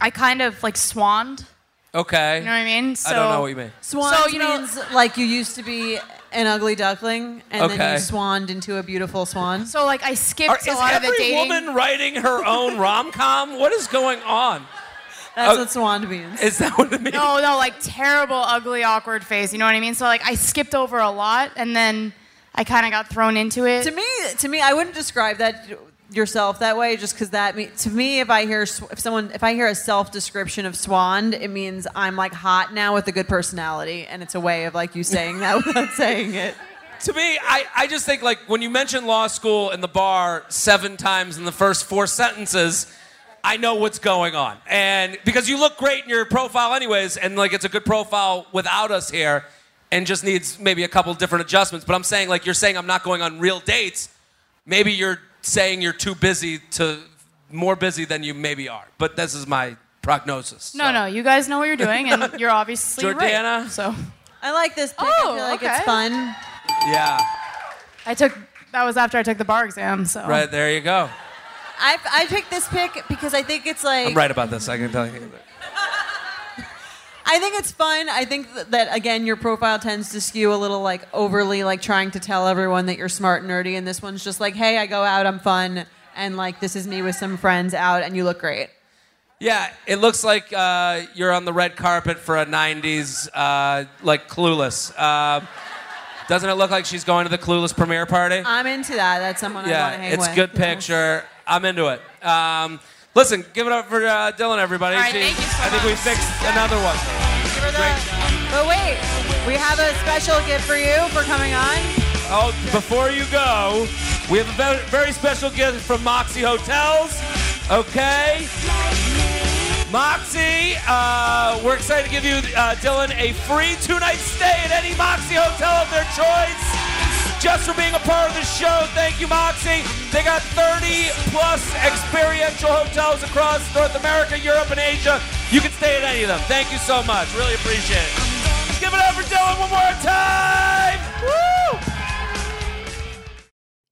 [SPEAKER 5] I kind of like swanned.
[SPEAKER 2] Okay.
[SPEAKER 5] You know what I mean? So,
[SPEAKER 2] I don't know what you mean.
[SPEAKER 4] Swan
[SPEAKER 5] So, you know-
[SPEAKER 4] means like you used to be an ugly duckling, and then
[SPEAKER 2] Okay.
[SPEAKER 4] you swanned into a beautiful swan.
[SPEAKER 5] So like I
[SPEAKER 2] Are,
[SPEAKER 5] skipped
[SPEAKER 2] is
[SPEAKER 5] a lot of the
[SPEAKER 2] every
[SPEAKER 5] dating.
[SPEAKER 2] woman writing her own rom com? What is going on?
[SPEAKER 4] That's
[SPEAKER 2] Oh.
[SPEAKER 4] what swan means.
[SPEAKER 2] Is that what it means?
[SPEAKER 5] No, no, like terrible, ugly, awkward phase. You know what I mean? So like I skipped over a lot, and then I kind of got thrown into it.
[SPEAKER 4] to me, to me, I wouldn't describe that yourself that way, just because that. Me- to me, if I hear sw- if someone if I hear a self description of swanned, it means I'm like hot now with a good personality, and it's a way of like you saying that without saying it.
[SPEAKER 2] to me, I, I just think like when you mention law school and the bar seven times in the first four sentences, I know what's going on. And because you look great in your profile anyways, and like it's a good profile without us here and just needs maybe a couple different adjustments. But I'm saying like you're saying I'm not going on real dates. Maybe you're saying you're too busy to more busy than you maybe are. But this is my prognosis.
[SPEAKER 5] no,
[SPEAKER 2] so.
[SPEAKER 5] no, you guys know what you're doing, and you're obviously
[SPEAKER 2] Jordana?
[SPEAKER 5] Right, so
[SPEAKER 4] I like this. Pic. I
[SPEAKER 5] Oh,
[SPEAKER 4] feel like
[SPEAKER 5] okay.
[SPEAKER 4] it's fun.
[SPEAKER 2] Yeah.
[SPEAKER 5] I took that was after I took the bar exam. So
[SPEAKER 2] Right, there you go.
[SPEAKER 4] I I picked this pic because I think it's like
[SPEAKER 2] I'm right about this, I can tell you.
[SPEAKER 4] I think it's fun. I think th- that again, your profile tends to skew a little like overly like trying to tell everyone that you're smart and nerdy, and this one's just like, hey, I go out, I'm fun, and like this is me with some friends out, and you look great.
[SPEAKER 2] Yeah, it looks like uh, you're on the red carpet for a '90s uh, like Clueless. Uh, doesn't it look like she's going to the Clueless premiere party?
[SPEAKER 5] Uh,
[SPEAKER 4] I'm into that. That's someone I want to
[SPEAKER 2] yeah,
[SPEAKER 4] hang
[SPEAKER 2] it's
[SPEAKER 4] with.
[SPEAKER 2] good picture. I'm into it. Um, listen, give it up for uh, Dylan, everybody.
[SPEAKER 5] All right,
[SPEAKER 2] She-
[SPEAKER 5] thank you so
[SPEAKER 2] I think we
[SPEAKER 5] much.
[SPEAKER 2] fixed another one.
[SPEAKER 4] But wait, we have a special gift for you for coming on.
[SPEAKER 2] Oh, before you go, we have a ve- very special gift from Moxie Hotels. Okay. Moxie, uh, we're excited to give you, uh, Dylan, a free two night stay at any Moxie hotel of their choice just for being a part of the show. Thank you, Moxie. They got 30 plus experiential hotels across North America, Europe, and Asia. You can stay at any of them. Thank you so much. Really appreciate it. Let's give it up for Dylan one more time. Woo!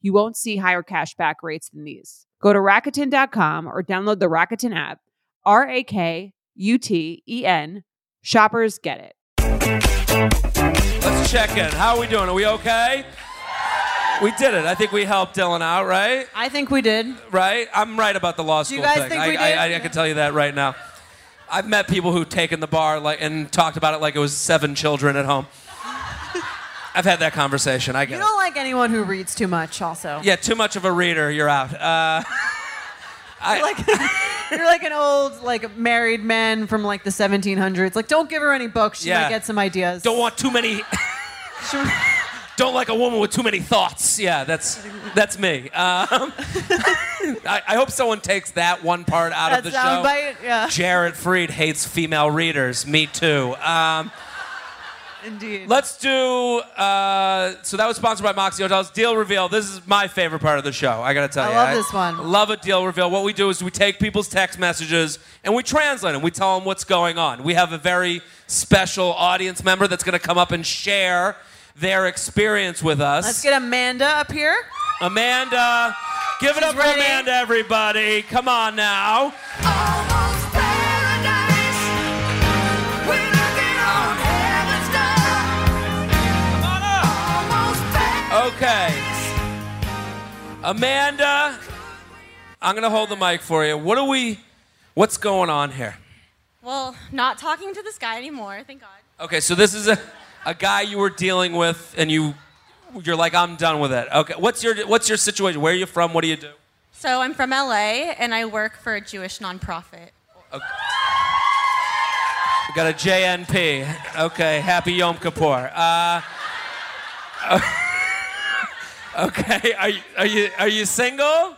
[SPEAKER 6] You won't see higher cash back rates than these. Go to Rakuten.com or download the Rakuten app. R A K U T E N. Shoppers get it.
[SPEAKER 2] Let's check in. How are we doing? Are we okay? We did it. I think we helped Dylan out, right?
[SPEAKER 4] I think we did.
[SPEAKER 2] Right? I'm right about the law school
[SPEAKER 4] guys
[SPEAKER 2] thing.
[SPEAKER 4] think
[SPEAKER 2] I,
[SPEAKER 4] we
[SPEAKER 2] I-
[SPEAKER 4] did?
[SPEAKER 2] I, I can tell you that right now. I've met people who've taken the bar like and talked about it like it was seven children at home. I've had that conversation. I get
[SPEAKER 4] You
[SPEAKER 2] it.
[SPEAKER 4] don't like anyone who reads too much, also.
[SPEAKER 2] Yeah, too much of a reader. You're out. Uh, I,
[SPEAKER 4] You're like an old, like married man from like the 1700s. Like, don't give her any books. She
[SPEAKER 2] Yeah.
[SPEAKER 4] might get some ideas.
[SPEAKER 2] don't want too many. don't like a woman with too many thoughts. Yeah, that's that's me. Um, I, I hope someone takes that one part out
[SPEAKER 4] that
[SPEAKER 2] of the show.
[SPEAKER 4] soundbite. Yeah,
[SPEAKER 2] Jared Freed hates female readers. Me too. Um,
[SPEAKER 4] indeed.
[SPEAKER 2] let's do. Uh, so that was sponsored by Moxie Hotels. Deal reveal. This is my favorite part of the show. I gotta tell
[SPEAKER 4] I
[SPEAKER 2] you.
[SPEAKER 4] love this one.
[SPEAKER 2] Love a deal reveal. What we do is we take people's text messages and we translate them. We tell them what's going on. We have a very special audience member that's gonna come up and share their experience with us.
[SPEAKER 4] Let's get Amanda up here.
[SPEAKER 2] Uh, Amanda. Give it up for
[SPEAKER 4] ready.
[SPEAKER 2] Amanda, everybody. Come on now. Okay. Amanda, I'm gonna hold the mic for you. What are we? What's going on here?
[SPEAKER 7] Well, not talking to this guy anymore, thank God.
[SPEAKER 2] Okay, so this is a, a guy you were dealing with, and you you're like, I'm done with it. Okay, what's your what's your situation? Where are you from? What do you do?
[SPEAKER 7] So I'm from LA and I work for a Jewish nonprofit.
[SPEAKER 2] We got a JNP. Okay, happy Yom Kippur. Uh, okay, are you, are you are you single?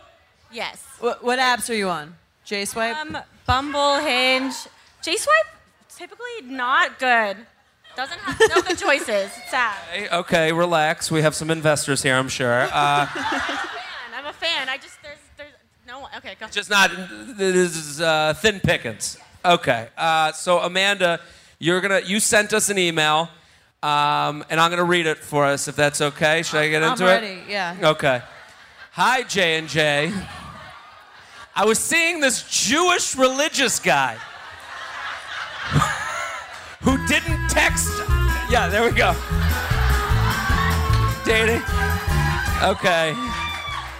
[SPEAKER 7] Yes.
[SPEAKER 4] What, what apps are you on? J Swipe.
[SPEAKER 7] Um, Bumble, Hinge, J Swipe, typically not good. Doesn't have no good choices. It's sad.
[SPEAKER 2] Hey, Okay, relax. We have some investors here, I'm sure. Uh,
[SPEAKER 7] Man, I'm a fan. I just there's there's no one. Okay, go.
[SPEAKER 2] just not. This is uh, thin pickings. Okay. Uh, so Amanda, you're gonna. You sent us an email, um, and I'm gonna read it for us if that's okay. Should I get
[SPEAKER 4] I'm
[SPEAKER 2] into
[SPEAKER 4] ready.
[SPEAKER 2] it?
[SPEAKER 4] Yeah.
[SPEAKER 2] Okay. Hi J and J. I was seeing this Jewish religious guy who didn't text. Yeah, there we go. Dating. Okay.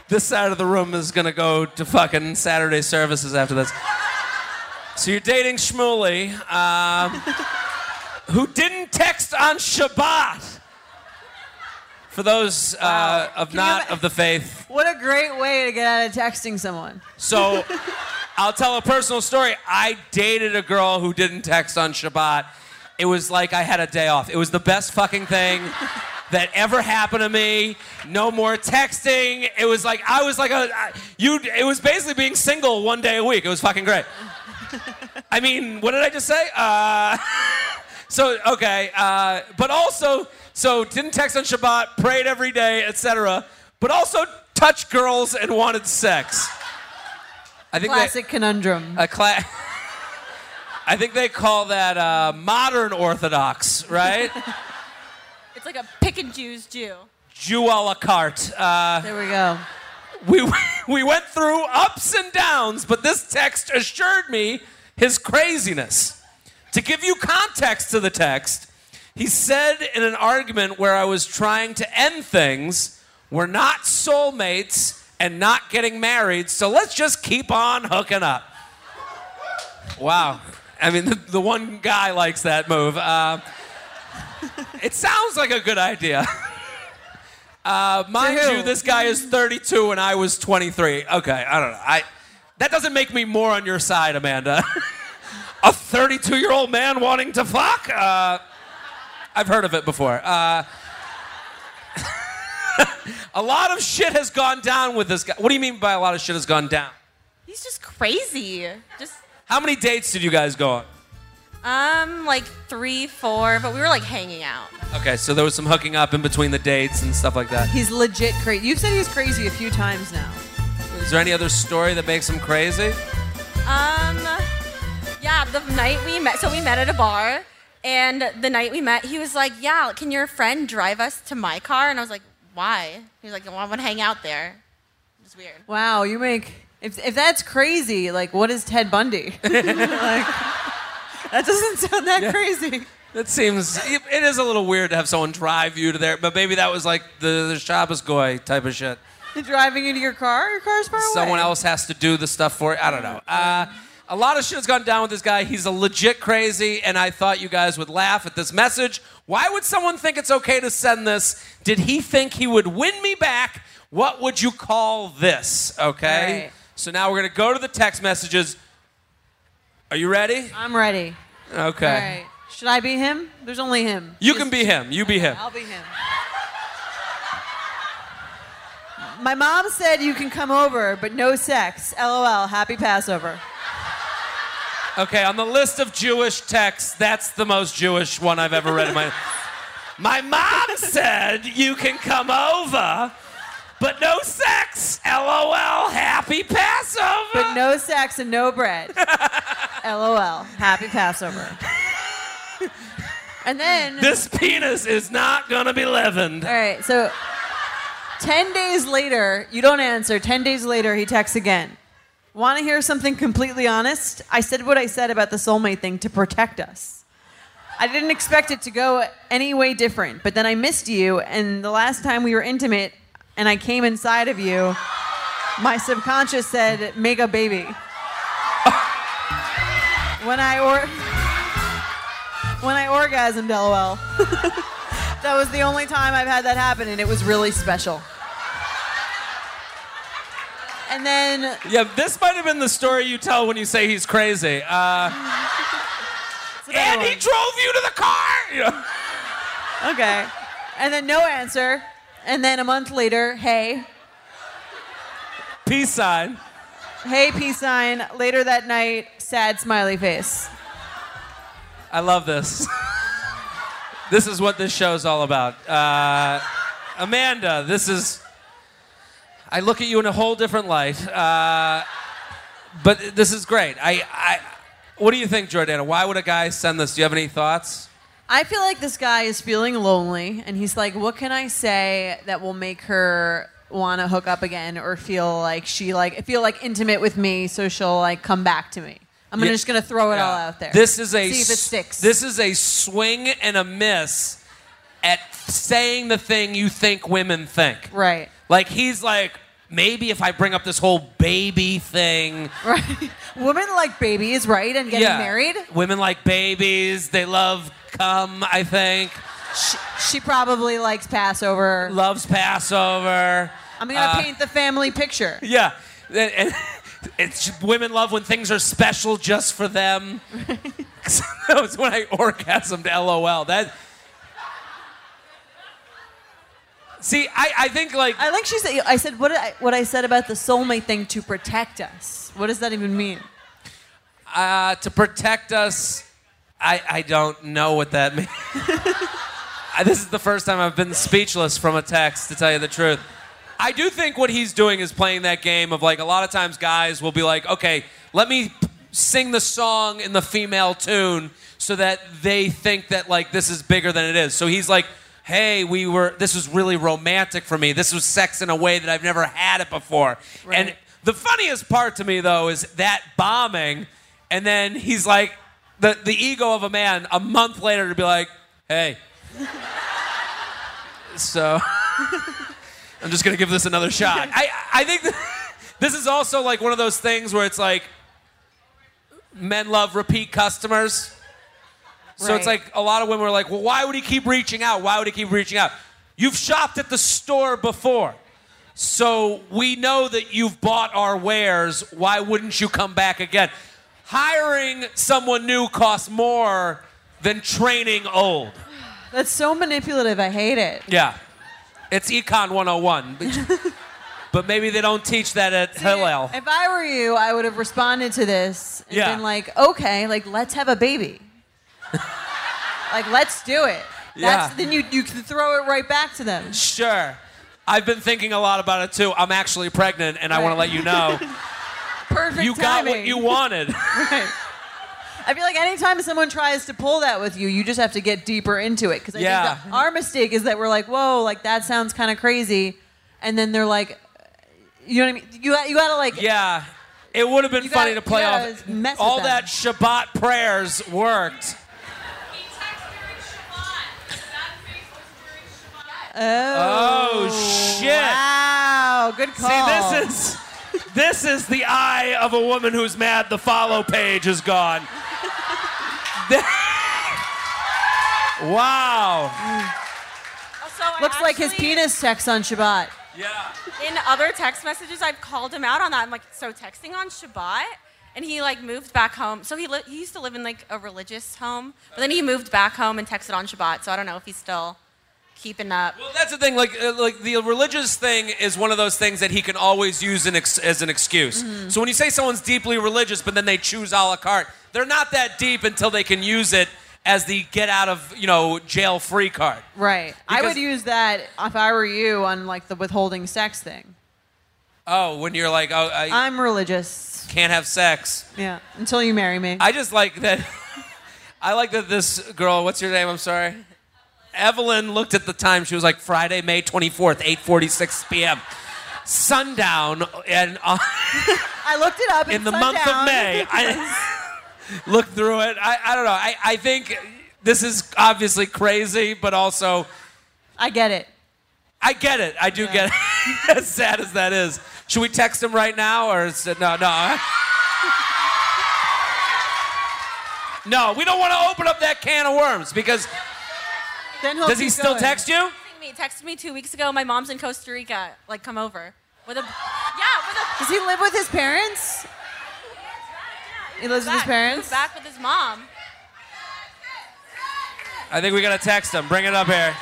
[SPEAKER 2] This side of the room is gonna go to fucking Saturday services after this. So you're dating Shmuley, um, who didn't text on Shabbat. For those uh, of not of the faith,
[SPEAKER 4] What a great way to get out of texting someone.
[SPEAKER 2] so I'll tell a personal story. I dated a girl who didn't text on Shabbat. It was like I had a day off. It was the best fucking thing that ever happened to me. No more texting. It was like I was like a I- you it was basically being single one day a week. It was fucking great. I mean, what did I just say? Uh so okay, uh, but also so didn't text on Shabbat, prayed every day, etc. But also touched girls and wanted sex. I think they-
[SPEAKER 4] Classic conundrum.
[SPEAKER 2] a cla- I think they call that uh, modern Orthodox, right?
[SPEAKER 7] It's like a pick and choose Jew.
[SPEAKER 2] Jew a la carte. Uh,
[SPEAKER 4] There we go.
[SPEAKER 2] we, we went through ups and downs, but this text assured me his craziness. To give you context to the text, he said in an argument where I was trying to end things, we're not soulmates and not getting married, so let's just keep on hooking up. Wow. I mean, the, the one guy likes that move. Uh, it sounds like a good idea. Uh, mind
[SPEAKER 4] who?
[SPEAKER 2] you, this guy is 32 and I was 23. Okay, I don't know. I that doesn't make me more on your side, Amanda. a 32-year-old man wanting to fuck. Uh, I've heard of it before. Uh, a lot of shit has gone down with this guy. What do you mean by a lot of shit has gone down?
[SPEAKER 7] He's just crazy. Just
[SPEAKER 2] How many dates did you guys go on?
[SPEAKER 7] um like three, four, but we were like hanging out.
[SPEAKER 2] Okay, so there was some hooking up in between the dates and stuff like that.
[SPEAKER 4] He's legit crazy. You've said he's crazy a few times now.
[SPEAKER 2] Is there any other story that makes him crazy?
[SPEAKER 7] Um, yeah, the night we met, so we met at a bar, and the night we met, he was like, "Yeah, can your friend drive us to my car?" And I was like, "Why?" He was like, "I want to hang out there." It was weird.
[SPEAKER 4] Wow, you make if if that's crazy, like what is Ted Bundy? like that doesn't sound that crazy.
[SPEAKER 2] That seems it it is a little weird to have someone drive you to there, but maybe that was like the, the Shabbos goy type of shit.
[SPEAKER 4] They're driving into your car, your car's far away.
[SPEAKER 2] Someone else has to do the stuff for it. I don't know. Uh, a lot of shit has gone down with this guy. He's a legit crazy, and I thought you guys would laugh at this message. Why would someone think it's okay to send this? Did he think he would win me back? What would you call this? Okay.
[SPEAKER 4] Right.
[SPEAKER 2] So now we're gonna go to the text messages. Are you ready?
[SPEAKER 4] I'm ready.
[SPEAKER 2] Okay.
[SPEAKER 4] All right. Should I be him? There's only him.
[SPEAKER 2] You can be him. You be him.
[SPEAKER 4] I'll be him. My mom said you can come over, but no sex. LOL. Happy Passover.
[SPEAKER 2] Okay, on the list of Jewish texts, that's the most Jewish one I've ever read in my. My mom said you can come over, but no sex. LOL. Happy Passover.
[SPEAKER 4] But no sex and no bread. LOL. Happy Passover. And then,
[SPEAKER 2] this penis is not gonna be leavened.
[SPEAKER 4] all right, so 10 days later, you don't answer. 10 days later, he texts again. Want to hear something completely honest? I said what I said about the soulmate thing to protect us. I didn't expect it to go any way different, but then I missed you, and the last time we were intimate and I came inside of you, my subconscious said, make a baby. when I or when I orgasmed, lol. that was the only time I've had that happen, and it was really special. And then
[SPEAKER 2] Yeah, this might have been the story you tell when you say he's crazy. Uh, and he drove you to the car. You know?
[SPEAKER 4] Okay. And then no answer. And then a month later, hey,
[SPEAKER 2] Peace sign.
[SPEAKER 4] hey, peace sign. Later that night, sad smiley face.
[SPEAKER 2] I love this. this is what this show's all about. Uh, Amanda, this is. I look at you in a whole different light, uh, but this is great. I, I, what do you think, Jordana? Why would a guy send this? Do you have any thoughts?
[SPEAKER 4] I feel like this guy is feeling lonely, and he's like, "What can I say that will make her want to hook up again, or feel like she like feel like intimate with me, so she'll like come back to me?" I'm gonna
[SPEAKER 2] Yeah.
[SPEAKER 4] just gonna throw it
[SPEAKER 2] Yeah.
[SPEAKER 4] all out there.
[SPEAKER 2] This is a
[SPEAKER 4] see if it
[SPEAKER 2] s-
[SPEAKER 4] sticks.
[SPEAKER 2] This is a swing and a miss at saying the thing you think women think.
[SPEAKER 4] right,
[SPEAKER 2] Like he's like, maybe if I bring up this whole baby thing,
[SPEAKER 4] right. Women like babies, right, and getting married.
[SPEAKER 2] Women like babies. They love cum, I think.
[SPEAKER 4] She, she probably likes Passover.
[SPEAKER 2] Loves Passover.
[SPEAKER 4] I'm gonna
[SPEAKER 2] Uh,
[SPEAKER 4] paint the family picture.
[SPEAKER 2] Yeah. And- and it's women love when things are special just for them. that was when I orgasmed. LOL. That. See, I, I think like
[SPEAKER 4] I like she said. I said what I, what I said about the soulmate thing to protect us. What does that even mean?
[SPEAKER 2] uh, to protect us. I, I don't know what that means. I- this is the first time I've been speechless from a text, to tell you the truth. I do think what he's doing is playing that game of like a lot of times guys will be like, okay, let me p- sing the song in the female tune so that they think that like this is bigger than it is. So he's like, hey, we were, this was really romantic for me. This was sex in a way that I've never had it before. And the funniest part to me though is that bombing, and then he's like, the, the ego of a man a month later to be like, hey, so I'm just gonna give this another shot. I I think that this is also like one of those things where it's like men love repeat customers. So it's
[SPEAKER 4] Right.
[SPEAKER 2] like a lot of women are like, well, why would he keep reaching out? Why would he keep reaching out? You've shopped at the store before. So we know that you've bought our wares. Why wouldn't you come back again? Hiring someone new costs more than training old.
[SPEAKER 4] That's so manipulative. I hate it.
[SPEAKER 2] Yeah. It's Econ 101. But, but maybe they don't teach that at Hillel.
[SPEAKER 4] If I were you, I would have responded to this and
[SPEAKER 2] Oh. Yeah.
[SPEAKER 4] been like, okay, like let's have a baby. like let's do it.
[SPEAKER 2] Yeah.
[SPEAKER 4] That's then you you can throw it right back to them.
[SPEAKER 2] Sure. I've been thinking a lot about it too. I'm actually pregnant, and I want to let you know
[SPEAKER 4] Perfect
[SPEAKER 2] you got
[SPEAKER 4] timing.
[SPEAKER 2] what you wanted.
[SPEAKER 4] I feel like anytime someone tries to pull that with you, you just have to get deeper into it. Because I
[SPEAKER 2] Yeah.
[SPEAKER 4] think that our mistake is that we're like, whoa, like that sounds kind of crazy, and then they're like, you know what I mean? You got- you gotta like
[SPEAKER 2] yeah. It would have been
[SPEAKER 4] You
[SPEAKER 2] funny
[SPEAKER 4] gotta-
[SPEAKER 2] to play
[SPEAKER 4] you
[SPEAKER 2] off.
[SPEAKER 4] gotta mess with
[SPEAKER 2] All
[SPEAKER 4] them.
[SPEAKER 2] that Shabbat prayers worked. Oh, shit.
[SPEAKER 4] Wow, good call.
[SPEAKER 2] See, this is this is the eye of a woman who's mad the follow page is gone. Th- wow.
[SPEAKER 7] Also, I
[SPEAKER 4] looks like his
[SPEAKER 7] actually-
[SPEAKER 4] penis sex on Shabbat.
[SPEAKER 2] Yeah.
[SPEAKER 7] In other text messages, I've called him out on that. I'm like, so texting on Shabbat, and he like moved back home. So he li- he used to live in like a religious home, but then he moved back home and texted on Shabbat. So I don't know if he's still keeping up.
[SPEAKER 2] Well, that's the thing. Like, uh, like the religious thing is one of those things that he can always use an ex- as an excuse. So when you say someone's deeply religious, but then they choose a la carte, they're not that deep until they can use it as the get out of you know jail free card.
[SPEAKER 4] Right. I
[SPEAKER 2] Because-
[SPEAKER 4] would use that if I were you on like the withholding sex thing.
[SPEAKER 2] Oh, when you're like, oh, I
[SPEAKER 4] I'm religious.
[SPEAKER 2] can't have sex.
[SPEAKER 4] Yeah. Until you marry me.
[SPEAKER 2] I just like that. I like that this girl. What's your name? I'm sorry. Evelyn looked at the time. She was like Friday, May 24th, 8:46 p.m. Sundown and uh,
[SPEAKER 4] I looked it up.
[SPEAKER 2] in
[SPEAKER 4] it's
[SPEAKER 2] the month of
[SPEAKER 4] sundown.
[SPEAKER 2] May. I looked through it. I, I don't know. I, I think this is obviously crazy, but also
[SPEAKER 4] I get it.
[SPEAKER 2] I get it. I do get it. as sad as that is. Should we text him right now or is it, no, no. No, we don't want to open up that can of worms because
[SPEAKER 4] Then he'll
[SPEAKER 2] does he
[SPEAKER 4] keep
[SPEAKER 2] still
[SPEAKER 4] going.
[SPEAKER 2] text you?
[SPEAKER 7] Texting Me texted me two weeks ago. My mom's in Costa Rica. Like, come over with a yeah with a.
[SPEAKER 4] Does he live with his parents? He lives with his
[SPEAKER 7] back-
[SPEAKER 4] parents.
[SPEAKER 7] moved Back with his mom.
[SPEAKER 2] I think we got to text him. Bring it up here.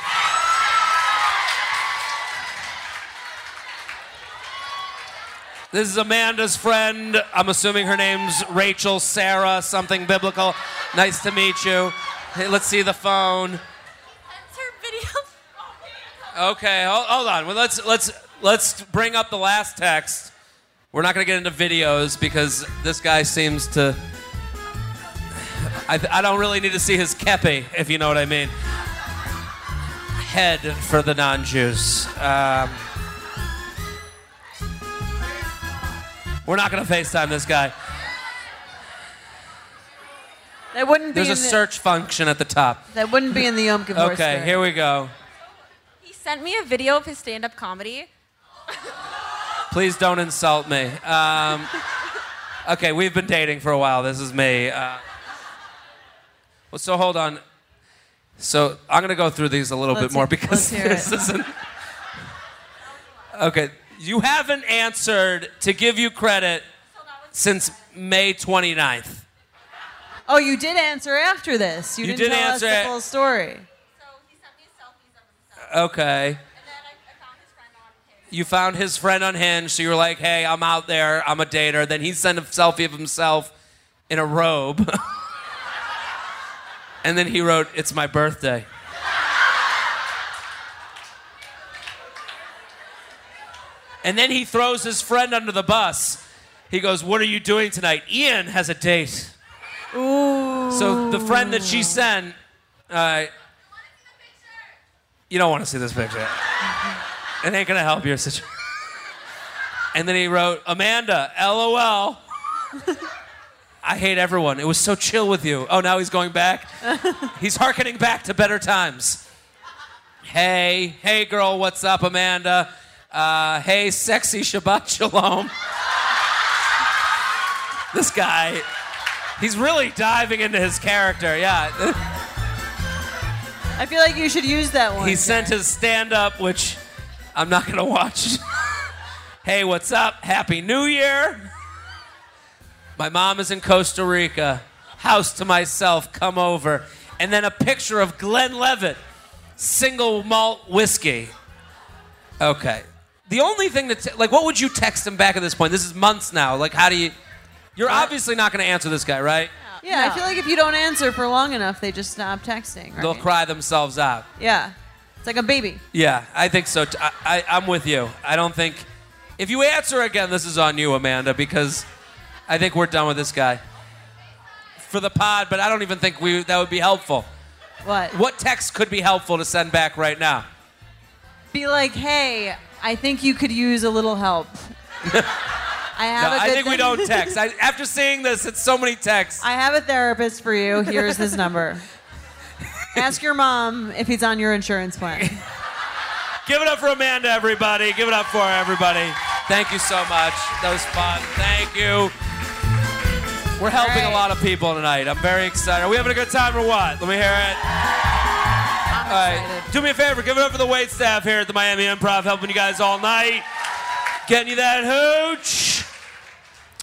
[SPEAKER 2] This is Amanda's friend. I'm assuming her name's Rachel, Sarah, something biblical. Nice to meet you. Hey, let's see the phone.
[SPEAKER 7] That's her video.
[SPEAKER 2] Okay, hold, hold on. Well, let's let's let's bring up the last text. We're not gonna get into videos because this guy seems to. I, I don't really need to see his kepi, if you know what I mean. Head for the non-Jews. Um, we're not gonna FaceTime this guy.
[SPEAKER 4] That wouldn't be.
[SPEAKER 2] There's
[SPEAKER 4] in
[SPEAKER 2] a
[SPEAKER 4] the-
[SPEAKER 2] search function at the top.
[SPEAKER 4] That wouldn't be in the Yom Kippur.
[SPEAKER 2] Okay, here we go.
[SPEAKER 7] He sent me a video of his stand-up comedy.
[SPEAKER 2] Please don't insult me. Um, okay, we've been dating for a while. This is me. Uh, well, so hold on. So I'm gonna go through these a little
[SPEAKER 4] Let's
[SPEAKER 2] bit more
[SPEAKER 4] hear-
[SPEAKER 2] because
[SPEAKER 4] let's hear
[SPEAKER 2] this
[SPEAKER 4] it.
[SPEAKER 2] is isn't. Okay, you haven't answered to give you credit since May 29th.
[SPEAKER 4] Oh, you did answer after this. You,
[SPEAKER 2] You
[SPEAKER 4] didn't
[SPEAKER 2] did
[SPEAKER 4] tell
[SPEAKER 2] answer
[SPEAKER 4] us
[SPEAKER 2] it.
[SPEAKER 4] the full story.
[SPEAKER 7] So he sent me selfies of himself,
[SPEAKER 2] Okay.
[SPEAKER 7] and then I, I found his friend on his.
[SPEAKER 2] You found his friend on Hinge, so you were like, "Hey, I'm out there. I'm a dater." Then he sent a selfie of himself in a robe, and then he wrote, "It's my birthday." And then he throws his friend under the bus. He goes, "What are you doing tonight?" Ian has a date. Ooh. So the friend that she sent, uh, you don't want to see this picture. It ain't gonna help your situation. and then he wrote, Amanda, LOL. I hate everyone. It was so chill with you. Oh, now he's going back. he's hearkening back to better times. Hey, hey, girl, what's up, Amanda? Uh, hey, sexy Shabbat Shalom. this guy, he's really diving into his character. Yeah.
[SPEAKER 4] I feel like you should use that one.
[SPEAKER 2] He sent his stand up, which I'm not going to watch. hey, what's up? Happy New Year. My mom is in Costa Rica. House to myself, come over. And then a picture of Glenn Levitt, single malt whiskey. Okay. The only thing that, like, what would you text him back at this point? This is months now. Like, how do you? You're obviously not going to answer this guy, right?
[SPEAKER 4] Yeah, I feel like if you don't answer for long enough, they just stop texting. Right?
[SPEAKER 2] They'll cry themselves out.
[SPEAKER 4] Yeah, it's like a baby.
[SPEAKER 2] Yeah, I think so. T- I, I, I'm with you. I don't think if you answer again, this is on you, Amanda, because I think we're done with this guy for the pod. But I don't even think we that would be helpful.
[SPEAKER 4] What?
[SPEAKER 2] What text could be helpful to send back right now?
[SPEAKER 4] Be like, hey, I think you could use a little help. I
[SPEAKER 2] No,
[SPEAKER 4] have. a
[SPEAKER 2] I
[SPEAKER 4] good
[SPEAKER 2] think we
[SPEAKER 4] thing-
[SPEAKER 2] don't text. I, after seeing this, it's so many texts.
[SPEAKER 4] I have a therapist for you. Here's his number. Ask your mom if he's on your insurance plan.
[SPEAKER 2] Give it up for Amanda, everybody. Give it up for her, everybody. Thank you so much. That was fun. Thank you. We're helping a lot of people tonight. I'm very excited. Are we having a good time or what? Let me hear it. all right. Do me a favor. Give it up for the wait staff here at the Miami Improv, helping you guys all night. Getting you that hooch.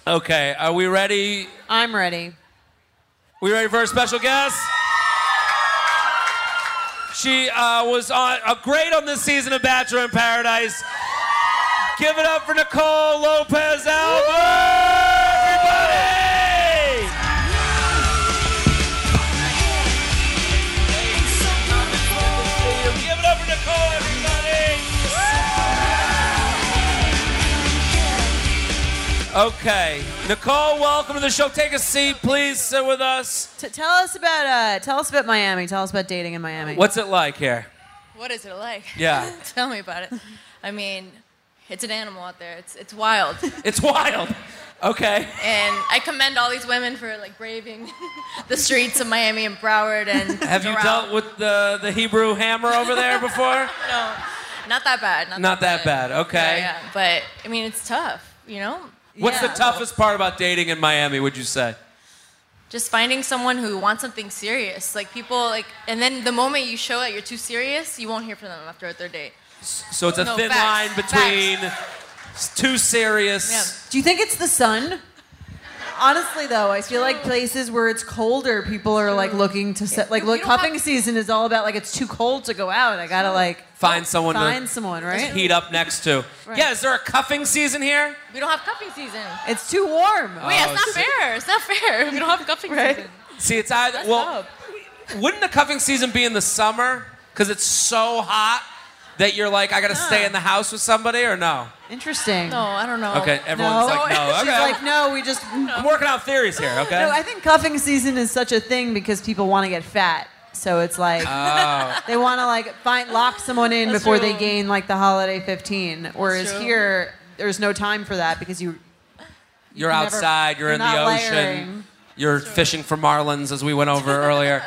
[SPEAKER 2] Okay. Are we ready?
[SPEAKER 4] I'm ready.
[SPEAKER 2] We ready for our special guest? She uh, was on a great on this season of Bachelor in Paradise. Give it up for Nicole Lopez Alba, everybody! Give it up for Nicole, everybody! Okay, Nicole, welcome to the show. Take a seat, please. Sit with us.
[SPEAKER 4] T- tell us about uh, tell us about Miami. Tell us about dating in Miami.
[SPEAKER 2] What's it like here?
[SPEAKER 8] What is it like?
[SPEAKER 2] Yeah.
[SPEAKER 8] Tell me about it. I mean, it's an animal out there. It's it's wild.
[SPEAKER 2] It's wild. Okay.
[SPEAKER 8] And I commend all these women for like braving the streets of Miami and Broward and
[SPEAKER 2] Have you
[SPEAKER 8] around.
[SPEAKER 2] dealt with the, the Hebrew hammer over there before?
[SPEAKER 8] No, not that bad. Not,
[SPEAKER 2] Not that bad. Okay.
[SPEAKER 8] Yeah, yeah. But I mean, it's tough. You know,
[SPEAKER 2] What's the
[SPEAKER 4] Yeah.
[SPEAKER 2] toughest part about dating in Miami, would you say?
[SPEAKER 8] just finding someone who wants something serious. Like people like, and then the moment you show that you're too serious, you won't hear from them after a third date.
[SPEAKER 2] So it's a
[SPEAKER 8] No,
[SPEAKER 2] thin
[SPEAKER 8] facts.
[SPEAKER 2] line between s- too serious.
[SPEAKER 4] Do you think it's the sun? Honestly, though, I feel like places where it's colder, people are like looking to set. Like,
[SPEAKER 8] You-
[SPEAKER 4] look,
[SPEAKER 8] you don't
[SPEAKER 4] cuffing
[SPEAKER 8] have-
[SPEAKER 4] season is all about like it's too cold to go out. I gotta like
[SPEAKER 2] Find someone
[SPEAKER 4] find
[SPEAKER 2] to
[SPEAKER 4] someone, right?
[SPEAKER 2] heat up next to. Yeah, is there a cuffing season here?
[SPEAKER 8] We don't have cuffing season.
[SPEAKER 4] It's too warm.
[SPEAKER 8] Wait,
[SPEAKER 2] Oh,
[SPEAKER 8] it's
[SPEAKER 2] so-
[SPEAKER 8] not fair. It's not fair. We don't have cuffing season.
[SPEAKER 2] See, it's either.
[SPEAKER 8] That's
[SPEAKER 2] well,
[SPEAKER 8] up.
[SPEAKER 2] wouldn't the cuffing season be in the summer? Because it's so hot that you're like, I got to stay in the house with somebody or no?
[SPEAKER 4] Interesting.
[SPEAKER 8] No, I don't know.
[SPEAKER 2] Okay, everyone's
[SPEAKER 4] No.
[SPEAKER 2] like, no. Okay.
[SPEAKER 4] She's like, no, we just.
[SPEAKER 2] I'm working out theories here, okay?
[SPEAKER 4] No, I think cuffing season is such a thing because people want to get fat. So it's like
[SPEAKER 2] Oh.
[SPEAKER 4] they want to like find lock someone in before they
[SPEAKER 8] true.
[SPEAKER 4] gain like the holiday 15. Whereas
[SPEAKER 8] true.
[SPEAKER 4] here, there's no time for that because you
[SPEAKER 2] You're
[SPEAKER 4] never-
[SPEAKER 2] outside, you're,
[SPEAKER 4] you're
[SPEAKER 2] in the
[SPEAKER 4] not
[SPEAKER 2] ocean,
[SPEAKER 4] layering.
[SPEAKER 2] you're fishing for marlins, as we went over earlier.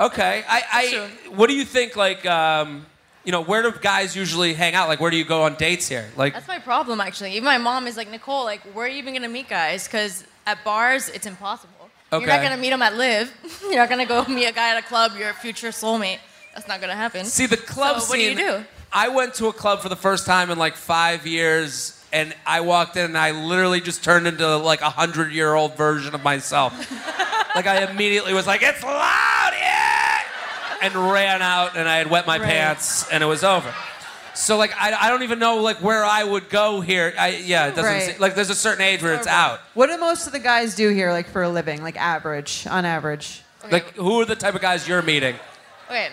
[SPEAKER 2] Okay, I, I what do you think? Like, um, you know, where do guys usually hang out? Like, where do you go on dates here? Like,
[SPEAKER 8] That's my problem, actually. Even my mom is like, Nicole, like, where are you even gonna meet guys? Because at bars, it's impossible. You're not
[SPEAKER 2] Okay.
[SPEAKER 8] gonna meet them at Live. You're not gonna go meet a guy at a club. Your future soulmate. That's not gonna happen.
[SPEAKER 2] see the club
[SPEAKER 8] So what do you
[SPEAKER 2] scene.
[SPEAKER 8] do?
[SPEAKER 2] I went to a club for the first time in like five years. And I walked in and I literally just turned into like a hundred year old version of myself. like I immediately was like, "It's loud!" Yeah! and ran out, and I had wet my pants, and it was over. So like I, I don't even know like where I would go here. I, yeah, it doesn't
[SPEAKER 4] Right.
[SPEAKER 2] seem- like there's a certain age where it's out.
[SPEAKER 4] What do most of the guys do here, like for a living, like average, on average?
[SPEAKER 2] Like who are the type of guys you're meeting?
[SPEAKER 8] Okay.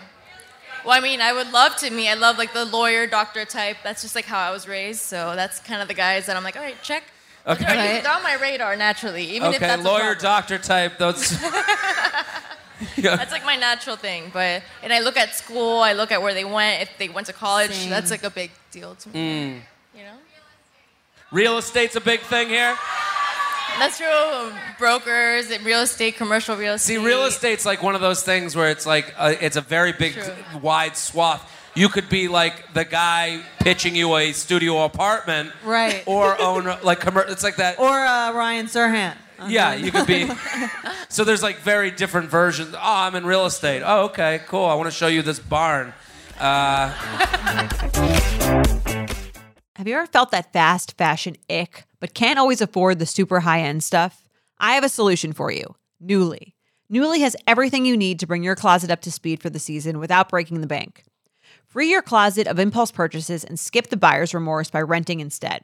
[SPEAKER 8] Well, I mean, I would love to meet. I love like the lawyer, doctor type. That's just like how I was raised. So that's kind of the guys that I'm like, all right, check. But They're,
[SPEAKER 2] Okay.
[SPEAKER 8] already-
[SPEAKER 4] Right.
[SPEAKER 8] they're on my radar naturally, even if
[SPEAKER 2] okay,
[SPEAKER 8] that's
[SPEAKER 2] lawyer,
[SPEAKER 8] a problem.
[SPEAKER 2] doctor type. Those. yeah.
[SPEAKER 8] That's like my natural thing. But and I look at school. I look at where they went. If they went to college,
[SPEAKER 4] Same.
[SPEAKER 8] that's like a big deal to me. You know.
[SPEAKER 2] hmm. Real estate's a big thing here.
[SPEAKER 8] That's true. um, Brokers, and real estate, commercial real estate.
[SPEAKER 2] See, real estate's like one of those things where it's like uh, it's a very big,
[SPEAKER 8] True.
[SPEAKER 2] wide swath. You could be like the guy pitching you a studio apartment,
[SPEAKER 4] Right.
[SPEAKER 2] Or own like commer- It's like that.
[SPEAKER 4] Or uh, Ryan Serhant.
[SPEAKER 2] Yeah, you could be. so there's like very different versions. Oh, I'm in real estate. Oh, okay, cool. I want to show you this barn. Uh,
[SPEAKER 6] Have you ever felt that fast fashion ick, but can't always afford the super high end stuff? I have a solution for you Newly. Newly has everything you need to bring your closet up to speed for the season without breaking the bank.
[SPEAKER 4] Free your closet of impulse purchases and skip the buyer's remorse by renting instead.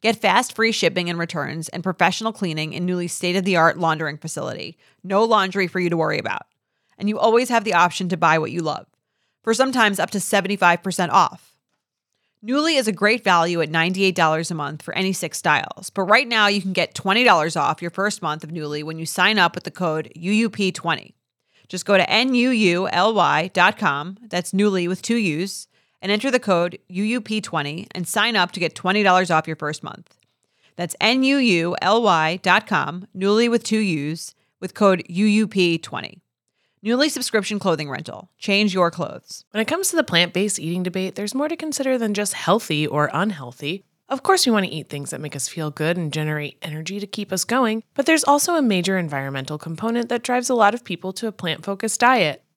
[SPEAKER 4] Get fast, free shipping and returns and professional cleaning in Newly's state of the art laundering facility. No laundry for you to worry about. And you always have the option to buy what you love, for sometimes up to 75% off. Newly is a great value at $98 a month for any six styles, but right now you can get $20 off your first month of Newly when you sign up with the code UUP20. Just go to NUULY.com, that's Newly with two U's, and enter the code UUP20 and sign up to get $20 off your first month. That's NUULY.com, Newly with two U's, with code UUP20. Newly subscription clothing rental. Change your clothes.
[SPEAKER 9] When it comes to the plant based eating debate, there's more to consider than just healthy or unhealthy. Of course, we want to eat things that make us feel good and generate energy to keep us going, but there's also a major environmental component that drives a lot of people to a plant focused diet.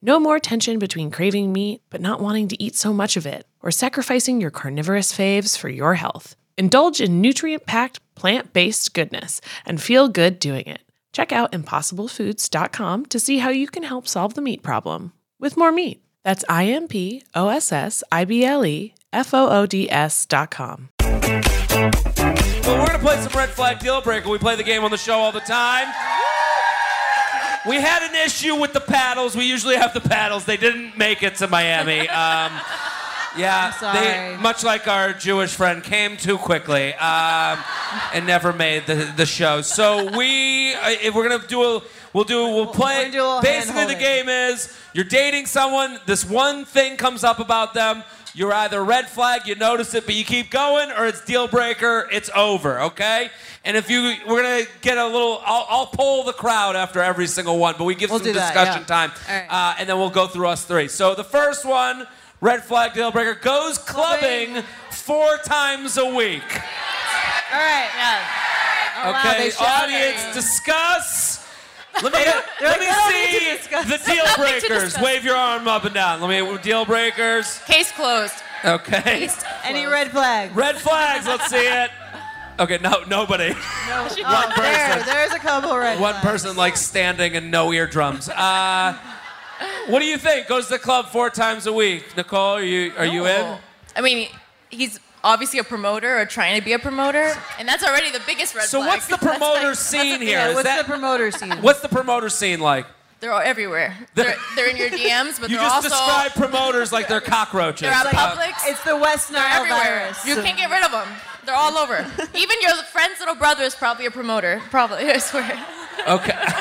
[SPEAKER 9] No more tension between craving meat but not wanting to eat so much of it, or sacrificing your carnivorous faves for your health. Indulge in nutrient packed, plant based goodness and feel good doing it. Check out impossiblefoods.com to see how you can help solve the meat problem with more meat. That's I M P O S S I B L E F O O D S.com.
[SPEAKER 2] Well, we're going to play some red flag deal breaker. We play the game on the show all the time. We had an issue with the paddles. We usually have the paddles. They didn't make it to Miami. Um, yeah,
[SPEAKER 10] sorry.
[SPEAKER 2] they much like our Jewish friend came too quickly um, and never made the, the show. So we, uh, if we're gonna do a, we'll do we'll play.
[SPEAKER 10] do a little
[SPEAKER 2] basically, the
[SPEAKER 10] hand-holding.
[SPEAKER 2] game is you're dating someone. This one thing comes up about them. You're either red flag, you notice it, but you keep going, or it's deal breaker. It's over. Okay. And if you, we're gonna get a little. I'll, I'll poll the crowd after every single one, but we give
[SPEAKER 10] We'll
[SPEAKER 2] some
[SPEAKER 10] do that,
[SPEAKER 2] discussion
[SPEAKER 10] yeah.
[SPEAKER 2] time,
[SPEAKER 10] All right.
[SPEAKER 2] uh, and then we'll go through us three. So the first one, red flag deal breaker, goes clubbing four times a week.
[SPEAKER 10] All right. Yeah. Oh, wow,
[SPEAKER 2] Okay,
[SPEAKER 10] they should.
[SPEAKER 2] audience, discuss. Let me, let me
[SPEAKER 10] need to
[SPEAKER 2] see
[SPEAKER 10] discuss.
[SPEAKER 2] the deal
[SPEAKER 8] Nothing to
[SPEAKER 2] breakers.
[SPEAKER 8] discuss.
[SPEAKER 2] Wave your arm up and down. Let me deal breakers.
[SPEAKER 8] Case closed.
[SPEAKER 2] Okay,
[SPEAKER 10] Any red flag?
[SPEAKER 2] red flags. Let's see it. Okay, no, nobody. One person.
[SPEAKER 10] There, there's a couple red
[SPEAKER 2] One
[SPEAKER 10] flags.
[SPEAKER 2] person like standing and no eardrums. Uh, what do you think? Goes to the club four times a week. Nicole, are you are you in?
[SPEAKER 8] I mean, he's obviously a promoter or trying to be a promoter, and that's already the biggest red
[SPEAKER 2] So
[SPEAKER 8] flag.
[SPEAKER 2] what's the
[SPEAKER 8] That's like-
[SPEAKER 2] promoter
[SPEAKER 8] that's the
[SPEAKER 2] scene
[SPEAKER 8] thing.
[SPEAKER 2] here? Is
[SPEAKER 10] What's
[SPEAKER 2] that-
[SPEAKER 10] the promoter scene?
[SPEAKER 2] What's the promoter scene like?
[SPEAKER 8] They're all everywhere. They're, they're in your DMs, but
[SPEAKER 2] You
[SPEAKER 8] they're
[SPEAKER 2] just
[SPEAKER 8] also
[SPEAKER 2] described promoters like they're cockroaches.
[SPEAKER 8] they're at
[SPEAKER 2] Uh,
[SPEAKER 8] Publix.
[SPEAKER 10] It's the West
[SPEAKER 8] they're
[SPEAKER 10] Nile
[SPEAKER 8] everywhere.
[SPEAKER 10] virus.
[SPEAKER 8] You can't get rid of them. They're all over. Even your friend's little brother is probably a promoter. Probably, I swear.
[SPEAKER 2] Okay.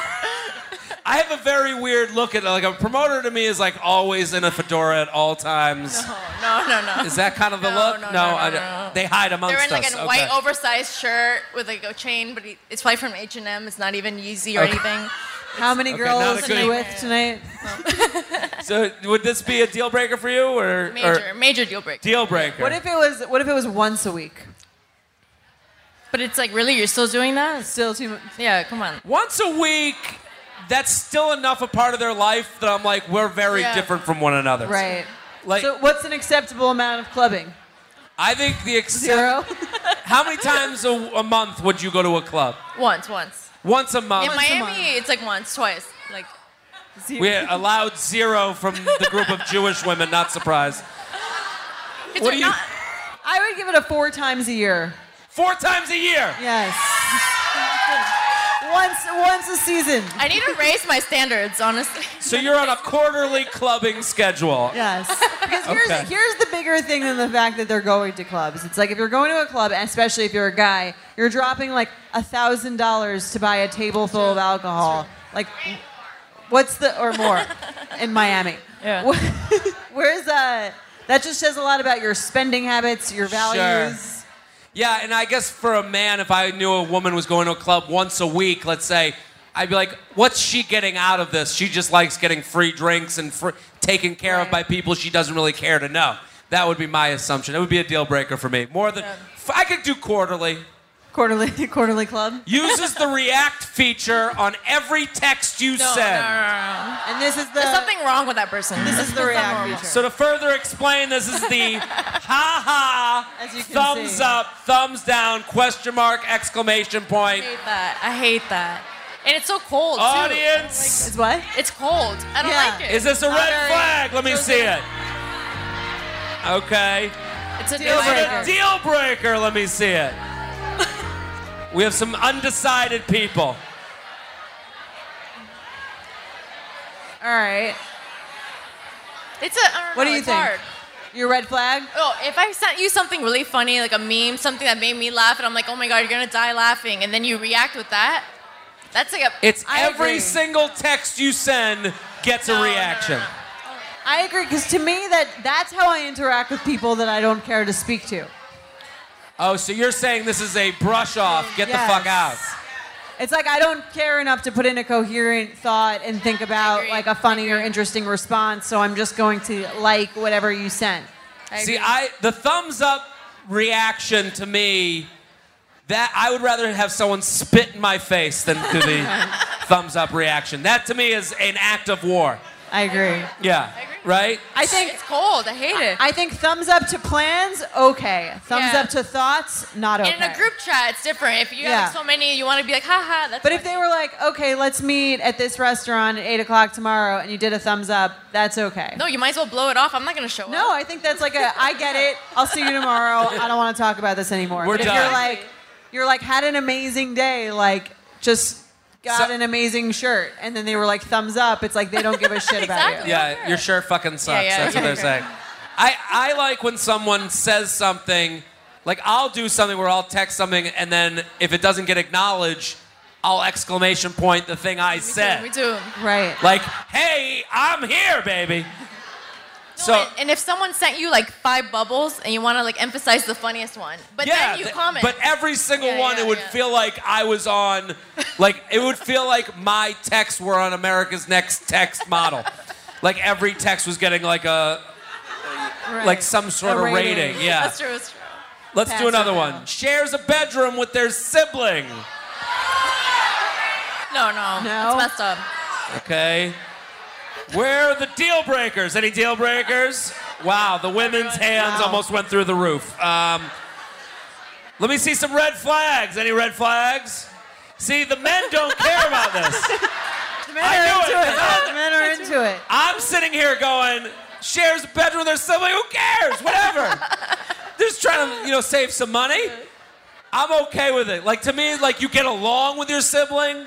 [SPEAKER 2] I have a very weird look at like a promoter to me is like always in a fedora at all times.
[SPEAKER 8] No, no, no.
[SPEAKER 2] Is that kind of the
[SPEAKER 8] No,
[SPEAKER 2] look?
[SPEAKER 8] no, no, no,
[SPEAKER 2] I-
[SPEAKER 8] no.
[SPEAKER 2] they hide amongst
[SPEAKER 8] They're in like
[SPEAKER 2] us.
[SPEAKER 8] a
[SPEAKER 2] Okay.
[SPEAKER 8] white oversized shirt with like a chain, but he- it's probably from H and M. It's not even Yeezy or
[SPEAKER 2] Okay.
[SPEAKER 8] anything.
[SPEAKER 10] How many
[SPEAKER 2] Okay, not
[SPEAKER 10] girls
[SPEAKER 2] a
[SPEAKER 10] are
[SPEAKER 2] good-
[SPEAKER 10] you with tonight?
[SPEAKER 2] So would this be a deal breaker for you or, or
[SPEAKER 8] Major, major deal breaker.
[SPEAKER 2] deal breaker?
[SPEAKER 10] What if it was? What if it was once a week?
[SPEAKER 8] But it's like, really, you're still doing that?
[SPEAKER 10] Still too. mu-
[SPEAKER 8] Yeah, come on.
[SPEAKER 2] once a week that's still enough a part of their life that i'm like we're very
[SPEAKER 8] Yeah.
[SPEAKER 2] different from one another
[SPEAKER 10] Right.
[SPEAKER 2] like
[SPEAKER 10] So what's an acceptable amount of clubbing?
[SPEAKER 2] i think the extent
[SPEAKER 10] Zero.
[SPEAKER 2] how many times a, a month would you go to a club
[SPEAKER 8] Once, once.
[SPEAKER 2] once a
[SPEAKER 8] In
[SPEAKER 2] month
[SPEAKER 8] Miami, it's like once, twice. Like,
[SPEAKER 2] we allowed zero from the group of jewish women not surprised
[SPEAKER 8] it's
[SPEAKER 2] what do you
[SPEAKER 8] not-
[SPEAKER 10] I would give it a four times a year.
[SPEAKER 2] four times a year
[SPEAKER 10] Yes. once once a season.
[SPEAKER 8] I need to raise my standards, honestly.
[SPEAKER 2] so you're on a quarterly clubbing schedule
[SPEAKER 10] Yes. Because here's,
[SPEAKER 2] Okay.
[SPEAKER 10] here's the bigger thing than the fact that they're going to clubs. It's like if you're going to a club, and especially if you're a guy, you're dropping like a thousand dollars to buy a table full of alcohol.
[SPEAKER 4] Like, what's the or more in Miami?
[SPEAKER 11] Yeah.
[SPEAKER 4] Where's uh? That just says a lot about your spending habits, your values.
[SPEAKER 2] Sure. Yeah, and I guess for a man, if I knew a woman was going to a club once a week, let's say, I'd be like, what's she getting out of this? She just likes getting free drinks and fr- taken care of by people she doesn't really care to know. That would be my assumption. It would be a deal breaker for me. More than, f- I could do quarterly.
[SPEAKER 4] Quarterly, quarterly club.
[SPEAKER 2] Uses the React feature on every text you
[SPEAKER 8] No, no,
[SPEAKER 2] send.
[SPEAKER 8] no, no, no.
[SPEAKER 4] And this is the
[SPEAKER 8] There's something wrong with that person. This
[SPEAKER 4] is the React feature.
[SPEAKER 2] So to further explain, this is the ha ha,
[SPEAKER 4] As you can
[SPEAKER 2] thumbs
[SPEAKER 4] see.
[SPEAKER 2] up, thumbs down, question mark, exclamation point.
[SPEAKER 8] I hate that. I hate that. And it's so cold too.
[SPEAKER 2] Audience,
[SPEAKER 4] Is what?
[SPEAKER 8] It's cold. I don't
[SPEAKER 4] Yeah.
[SPEAKER 8] like it.
[SPEAKER 2] is this a red
[SPEAKER 8] Alright.
[SPEAKER 2] flag? Let me
[SPEAKER 8] Jose.
[SPEAKER 2] see it. Okay.
[SPEAKER 8] It's a
[SPEAKER 4] Deal
[SPEAKER 8] deal
[SPEAKER 2] Is it a
[SPEAKER 8] breaker.
[SPEAKER 2] deal breaker? Let me see it. We have some undecided people.
[SPEAKER 4] All right.
[SPEAKER 8] It's a. I don't
[SPEAKER 4] What do
[SPEAKER 8] know,
[SPEAKER 4] you
[SPEAKER 8] it's
[SPEAKER 4] think?
[SPEAKER 8] hard.
[SPEAKER 4] Your red flag.
[SPEAKER 8] Oh, if I sent you something really funny, like a meme, something that made me laugh, and I'm like, oh my god, you're gonna die laughing, and then you react with that, that's like a.
[SPEAKER 2] It's
[SPEAKER 8] I
[SPEAKER 2] every
[SPEAKER 8] agree.
[SPEAKER 2] single text you send gets
[SPEAKER 8] No,
[SPEAKER 2] a
[SPEAKER 8] no, no,
[SPEAKER 2] reaction.
[SPEAKER 8] no.
[SPEAKER 4] I agree, because to me that that's how I interact with people that I don't care to speak to.
[SPEAKER 2] Oh, so you're saying this is a brush off? Get
[SPEAKER 4] Yes.
[SPEAKER 2] the fuck out.
[SPEAKER 4] It's like I don't care enough to put in a coherent thought and think about
[SPEAKER 8] agree.
[SPEAKER 4] like a funny or interesting response, so I'm just going to like whatever you sent.
[SPEAKER 2] See,
[SPEAKER 8] agree.
[SPEAKER 2] I the thumbs up reaction to me that I would rather have someone spit in my face than do the thumbs up reaction. That to me is an act of war.
[SPEAKER 4] I agree.
[SPEAKER 2] Yeah.
[SPEAKER 8] agree.
[SPEAKER 2] Right?
[SPEAKER 4] I think
[SPEAKER 8] it's cold. I hate it.
[SPEAKER 4] I think thumbs up to plans, okay. Thumbs
[SPEAKER 8] Yeah.
[SPEAKER 4] up to thoughts, not okay.
[SPEAKER 8] And in a group chat, it's different. If you have
[SPEAKER 4] Yeah.
[SPEAKER 8] like, so many, you want to be like, haha. That's
[SPEAKER 4] But if
[SPEAKER 8] funny.
[SPEAKER 4] they were like, okay, let's meet at this restaurant at eight o'clock tomorrow, and you did a thumbs up, that's okay.
[SPEAKER 8] no, you might as well blow it off. I'm not gonna show
[SPEAKER 4] No,
[SPEAKER 8] up.
[SPEAKER 4] I think that's like a I get it. I'll see you tomorrow. I don't want to talk about this anymore.
[SPEAKER 2] We're
[SPEAKER 4] but if
[SPEAKER 2] done.
[SPEAKER 4] you're like you're like had an amazing day, like just got
[SPEAKER 2] So-
[SPEAKER 4] an amazing shirt and then they were like thumbs up, it's like they don't give a shit about you.
[SPEAKER 2] Yeah, your shirt fucking sucks.
[SPEAKER 8] yeah,
[SPEAKER 2] That's what
[SPEAKER 8] yeah,
[SPEAKER 2] they're saying. I, I like when someone says something, like I'll do something where I'll text something and then if it doesn't get acknowledged, I'll exclamation point the thing I said.
[SPEAKER 8] We do.
[SPEAKER 4] Right.
[SPEAKER 2] Like, hey, I'm here, baby. so
[SPEAKER 8] and, and if someone sent you like five bubbles and you want to like emphasize the funniest one, but then you
[SPEAKER 2] th-
[SPEAKER 8] comment.
[SPEAKER 2] But every single
[SPEAKER 8] Yeah,
[SPEAKER 2] one,
[SPEAKER 8] yeah,
[SPEAKER 2] it would
[SPEAKER 8] yeah.
[SPEAKER 2] feel like I was on, like it would feel like my texts were on America's Next Text Model. like every text was getting like a, like some sort
[SPEAKER 4] A
[SPEAKER 2] of rating.
[SPEAKER 4] rating.
[SPEAKER 2] Yeah.
[SPEAKER 8] that's true. That's true.
[SPEAKER 2] Let's
[SPEAKER 4] Pass
[SPEAKER 2] do another
[SPEAKER 4] it
[SPEAKER 2] one.
[SPEAKER 4] down.
[SPEAKER 2] Shares a bedroom with their sibling.
[SPEAKER 8] No, no,
[SPEAKER 4] No.
[SPEAKER 8] It's messed up.
[SPEAKER 2] Okay. Where are the deal breakers? Any deal breakers? Wow, the women's hands almost went through the roof. Um, let me see some red flags. Any red flags? See, the men don't care about this.
[SPEAKER 4] The men
[SPEAKER 2] I
[SPEAKER 4] are
[SPEAKER 2] knew
[SPEAKER 4] into
[SPEAKER 2] it.
[SPEAKER 4] it. The men are into it.
[SPEAKER 2] I'm sitting here going, shares a bedroom with their sibling. Who cares? Whatever. They're just trying to, you know, save some money. I'm okay with it. Like to me, like you get along with your sibling.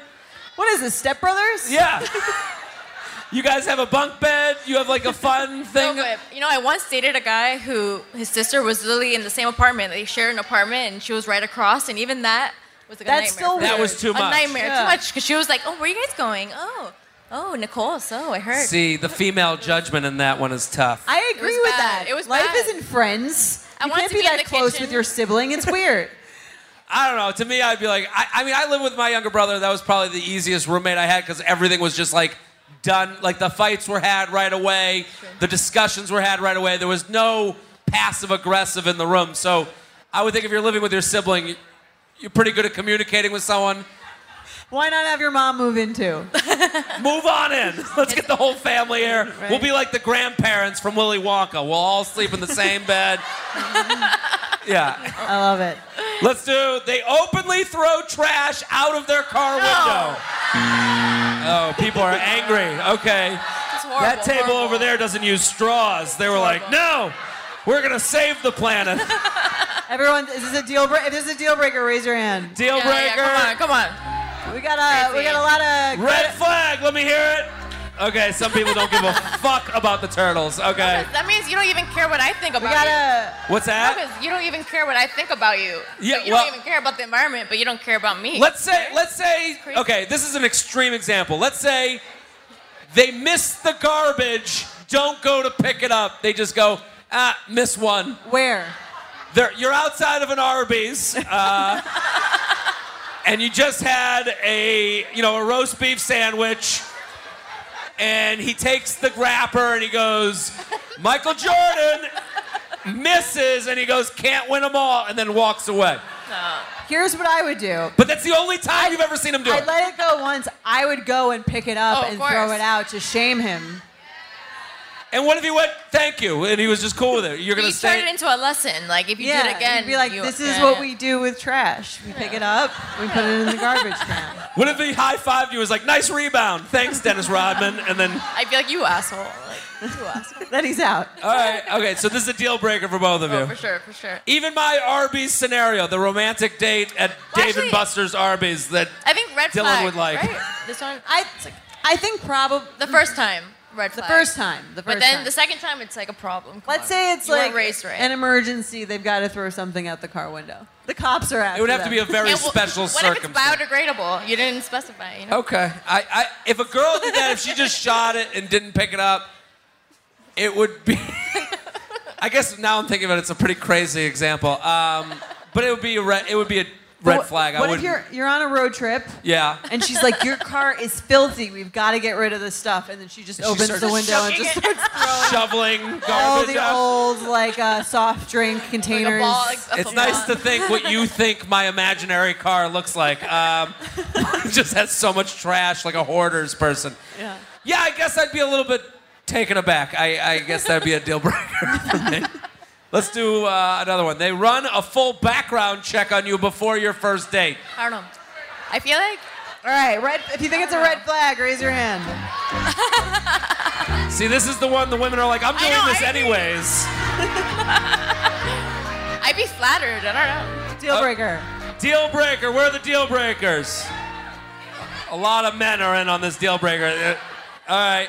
[SPEAKER 4] What is this, stepbrothers?
[SPEAKER 2] Yeah. you guys have a bunk bed. You have like a fun thing.
[SPEAKER 8] No, but, you know, I once dated a guy who his sister was literally in the same apartment. They shared an apartment, and she was right across. And even that was like a
[SPEAKER 4] That's
[SPEAKER 8] nightmare.
[SPEAKER 4] still
[SPEAKER 2] That
[SPEAKER 4] weird.
[SPEAKER 2] was too
[SPEAKER 8] a
[SPEAKER 2] much.
[SPEAKER 8] nightmare.
[SPEAKER 4] Yeah.
[SPEAKER 8] Too much because she was like, "Oh, where you guys going? Oh, oh, Nicole. So I heard."
[SPEAKER 2] See, the female judgment in that one is tough.
[SPEAKER 4] I agree
[SPEAKER 8] was
[SPEAKER 4] with
[SPEAKER 8] bad.
[SPEAKER 4] that.
[SPEAKER 8] It was
[SPEAKER 4] Life
[SPEAKER 8] bad.
[SPEAKER 4] isn't friends.
[SPEAKER 8] I
[SPEAKER 4] you
[SPEAKER 8] wanted
[SPEAKER 4] can't
[SPEAKER 8] to
[SPEAKER 4] be,
[SPEAKER 8] be in
[SPEAKER 4] that
[SPEAKER 8] the
[SPEAKER 4] close
[SPEAKER 8] kitchen.
[SPEAKER 4] with your sibling. It's weird.
[SPEAKER 2] I don't know. To me, I'd be like, I, I mean, I lived with my younger brother. That was probably the easiest roommate I had because everything was just like done. Like the fights were had right away, the discussions were had right away. There was no passive aggressive in the room. So I would think if you're living with your sibling, you're pretty good at communicating with someone.
[SPEAKER 4] Why not have your mom move in too?
[SPEAKER 2] Move on in. Let's get the whole family here. We'll be like the grandparents from Willy Wonka. We'll all sleep in the same bed. yeah.
[SPEAKER 4] I love it.
[SPEAKER 2] Let's do. They openly throw trash out of their car window. Oh, people are angry. Okay.
[SPEAKER 8] It's horrible,
[SPEAKER 2] that table
[SPEAKER 8] horrible.
[SPEAKER 2] over there doesn't use straws. They were like, no, we're going to save the planet.
[SPEAKER 4] Everyone, is this a deal breaker? If this is a deal breaker, raise your hand.
[SPEAKER 2] Deal
[SPEAKER 8] Yeah,
[SPEAKER 2] breaker.
[SPEAKER 8] yeah, come on, come on.
[SPEAKER 4] We got a we got a lot of
[SPEAKER 2] Red flag. Let me hear it. Okay, some people don't give a fuck about the turtles. Okay,
[SPEAKER 8] That means you don't even care what I think about
[SPEAKER 2] what's
[SPEAKER 8] you.
[SPEAKER 2] that?
[SPEAKER 8] Because you don't even care what I think about you.
[SPEAKER 2] Yeah,
[SPEAKER 8] But you
[SPEAKER 2] well-
[SPEAKER 8] don't even care about the environment, but you don't care about me.
[SPEAKER 2] Let's say, let's say, okay, this is an extreme example. Let's say they miss the garbage, don't go to pick it up. They just go, ah, miss one.
[SPEAKER 4] Where?
[SPEAKER 2] They're, you're outside of an Arby's, uh, and you just had a, you know, a roast beef sandwich, and he takes the wrapper and he goes, Michael Jordan misses, and he goes, can't win them all, and then walks away.
[SPEAKER 4] Here's what I would do.
[SPEAKER 2] But that's the only time you've ever seen him do
[SPEAKER 4] I
[SPEAKER 2] it.
[SPEAKER 4] let it go once. I would go and pick it
[SPEAKER 8] Oh,
[SPEAKER 4] up
[SPEAKER 8] of
[SPEAKER 4] and
[SPEAKER 8] course.
[SPEAKER 4] throw it out to shame him.
[SPEAKER 2] And what if he went, thank you, and he was just cool with it? You're
[SPEAKER 8] you
[SPEAKER 2] gonna
[SPEAKER 8] turn it
[SPEAKER 2] say,
[SPEAKER 8] into a lesson. Like if you
[SPEAKER 4] yeah,
[SPEAKER 8] did it again,
[SPEAKER 4] you'd be like,
[SPEAKER 8] you- uh,
[SPEAKER 4] this is
[SPEAKER 8] yeah,
[SPEAKER 4] what
[SPEAKER 8] yeah.
[SPEAKER 4] we do with trash. We pick it up, we put it in the garbage can.
[SPEAKER 2] what if he high fived you? and Was like, nice rebound, thanks, Dennis Rodman, and then,
[SPEAKER 8] I'd be like, you asshole. Like, you asshole.
[SPEAKER 4] then he's out.
[SPEAKER 2] all right, okay, so this is a deal breaker for both of you.
[SPEAKER 8] Oh, for sure, for sure.
[SPEAKER 2] Even my Arby's scenario, the romantic date at
[SPEAKER 8] Well,
[SPEAKER 2] Dave and
[SPEAKER 8] actually-
[SPEAKER 2] Buster's Arby's, that
[SPEAKER 8] I think red
[SPEAKER 2] Dylan
[SPEAKER 8] flag.
[SPEAKER 2] would like.
[SPEAKER 8] Right? This one.
[SPEAKER 4] I, I think probably
[SPEAKER 8] The first time, red
[SPEAKER 4] the
[SPEAKER 8] flag.
[SPEAKER 4] first time. The first
[SPEAKER 8] But then
[SPEAKER 4] time.
[SPEAKER 8] the second time, it's like a problem. Come
[SPEAKER 4] Let's
[SPEAKER 8] on.
[SPEAKER 4] say it's
[SPEAKER 8] You weren't
[SPEAKER 4] like
[SPEAKER 8] raised right.
[SPEAKER 4] an emergency. They've got to throw something out the car window. The cops are after
[SPEAKER 2] it would have to
[SPEAKER 4] them.
[SPEAKER 2] be a very
[SPEAKER 8] Yeah, well,
[SPEAKER 2] special
[SPEAKER 8] what
[SPEAKER 2] circumstance.
[SPEAKER 8] if it's biodegradable? You didn't specify. You know?
[SPEAKER 2] okay, I, I, if a girl did that, if she just shot it and didn't pick it up, it would be. I guess now I'm thinking about it, it's a pretty crazy example. Um, but it would be a red, it would be a red
[SPEAKER 4] What-
[SPEAKER 2] flag.
[SPEAKER 4] What
[SPEAKER 2] I
[SPEAKER 4] if
[SPEAKER 2] would.
[SPEAKER 4] you're you're on a road trip
[SPEAKER 2] Yeah.
[SPEAKER 4] and she's like, "Your car is filthy. We've got to get rid of this stuff," and then she just
[SPEAKER 2] she
[SPEAKER 4] opens
[SPEAKER 2] starts
[SPEAKER 4] the window and just starts
[SPEAKER 2] shoveling garbage
[SPEAKER 4] all the
[SPEAKER 2] out.
[SPEAKER 4] old like uh, soft drink
[SPEAKER 8] Like a
[SPEAKER 4] containers.
[SPEAKER 8] ball, like a
[SPEAKER 2] It's
[SPEAKER 8] football.
[SPEAKER 2] nice to think what you think my imaginary car looks like. Um, just has so much trash, like a hoarder's person. Yeah. Yeah, I guess I'd be a little bit taken aback. I, I guess that'd be a deal breaker for me. Let's do uh, another one. They run a full background check on you before your first date.
[SPEAKER 8] I don't know. I feel like
[SPEAKER 4] all right, red. If you think it's a red flag, raise your hand.
[SPEAKER 2] See, this is the one the women are like, I'm doing
[SPEAKER 8] know,
[SPEAKER 2] this
[SPEAKER 8] I agree.
[SPEAKER 2] anyways.
[SPEAKER 8] I'd be flattered. I don't know.
[SPEAKER 4] Deal breaker.
[SPEAKER 2] Uh, Deal breaker. Where are the deal breakers? A lot of men are in on this deal breaker. Uh, All right.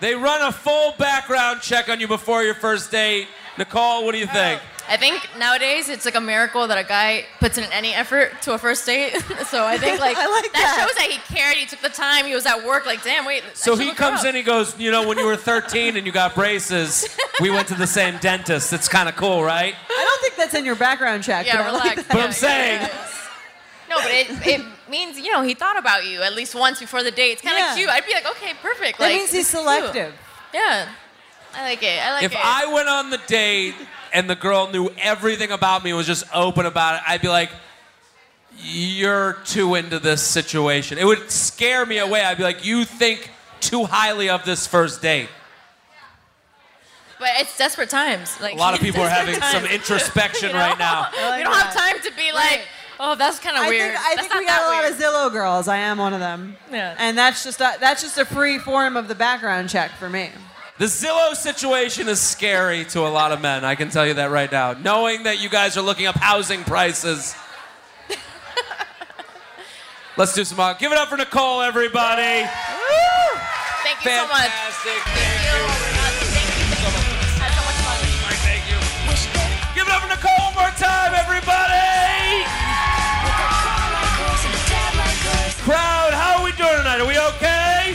[SPEAKER 2] They run a full background check on you before your first date. Nicole, what do you think?
[SPEAKER 8] Oh, I think nowadays it's like a miracle that a guy puts in any effort to a first date. so I think like,
[SPEAKER 4] I like that.
[SPEAKER 8] shows that he cared. He took the time. He was at work. Like, damn, wait. I
[SPEAKER 2] So
[SPEAKER 8] should
[SPEAKER 2] he
[SPEAKER 8] look her
[SPEAKER 2] comes
[SPEAKER 8] up.
[SPEAKER 2] in, he goes, You know, when you were 13 and you got braces, we went to the same dentist. It's kind of cool, right?
[SPEAKER 4] I don't think that's in your background check. but
[SPEAKER 8] Yeah,
[SPEAKER 4] I like
[SPEAKER 8] relax.
[SPEAKER 4] that.
[SPEAKER 2] But I'm saying,
[SPEAKER 8] No, but it, it means you know he thought about you at least once before the date. It's kind of
[SPEAKER 4] Yeah.
[SPEAKER 8] cute. I'd be like, okay, perfect.
[SPEAKER 4] that
[SPEAKER 8] like,
[SPEAKER 4] means he's
[SPEAKER 8] this is
[SPEAKER 4] selective.
[SPEAKER 8] Cute. Yeah, I like it. I like
[SPEAKER 2] if
[SPEAKER 8] it.
[SPEAKER 2] I went on the date and the girl knew everything about me and was just open about it, I'd be like, you're too into this situation. It would scare me away. I'd be like, you think too highly of this first date.
[SPEAKER 8] but it's desperate times. Like
[SPEAKER 2] A lot of people are having some
[SPEAKER 8] Sometimes.
[SPEAKER 2] introspection
[SPEAKER 8] You know?
[SPEAKER 2] right now.
[SPEAKER 8] we don't have time to be like, oh, that's kind of
[SPEAKER 4] Oh, I
[SPEAKER 8] weird.
[SPEAKER 4] think, I
[SPEAKER 8] that's
[SPEAKER 4] think
[SPEAKER 8] not
[SPEAKER 4] we
[SPEAKER 8] that
[SPEAKER 4] got a lot
[SPEAKER 8] weird.
[SPEAKER 4] of Zillow girls. I am one of them.
[SPEAKER 8] Yeah.
[SPEAKER 4] And that's just a, that's just a free form of the background check for me.
[SPEAKER 2] The Zillow situation is scary to a lot of men. I can tell you that right now. Knowing that you guys are looking up housing prices. Let's do some. uh, Give it up for Nicole, everybody.
[SPEAKER 8] Thank you so much.
[SPEAKER 2] Fantastic.
[SPEAKER 8] Thank you. Thank you. Thank you. Had so much fun.
[SPEAKER 2] Give it up for Nicole one more time, everybody! Crowd, how are we doing tonight? Are we okay?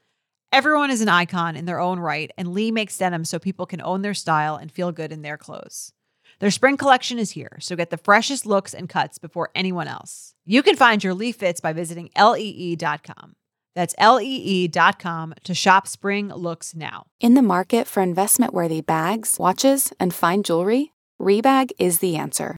[SPEAKER 6] Everyone is an icon in their own right, and Lee makes denim so people can own their style and feel good in their clothes. Their spring collection is here, so get the freshest looks and cuts before anyone else. You can find your Lee fits by visiting E lee.com. That's E lee.com to shop spring looks now.
[SPEAKER 11] In the market for investment worthy bags, watches, and fine jewelry, Rebag is the answer.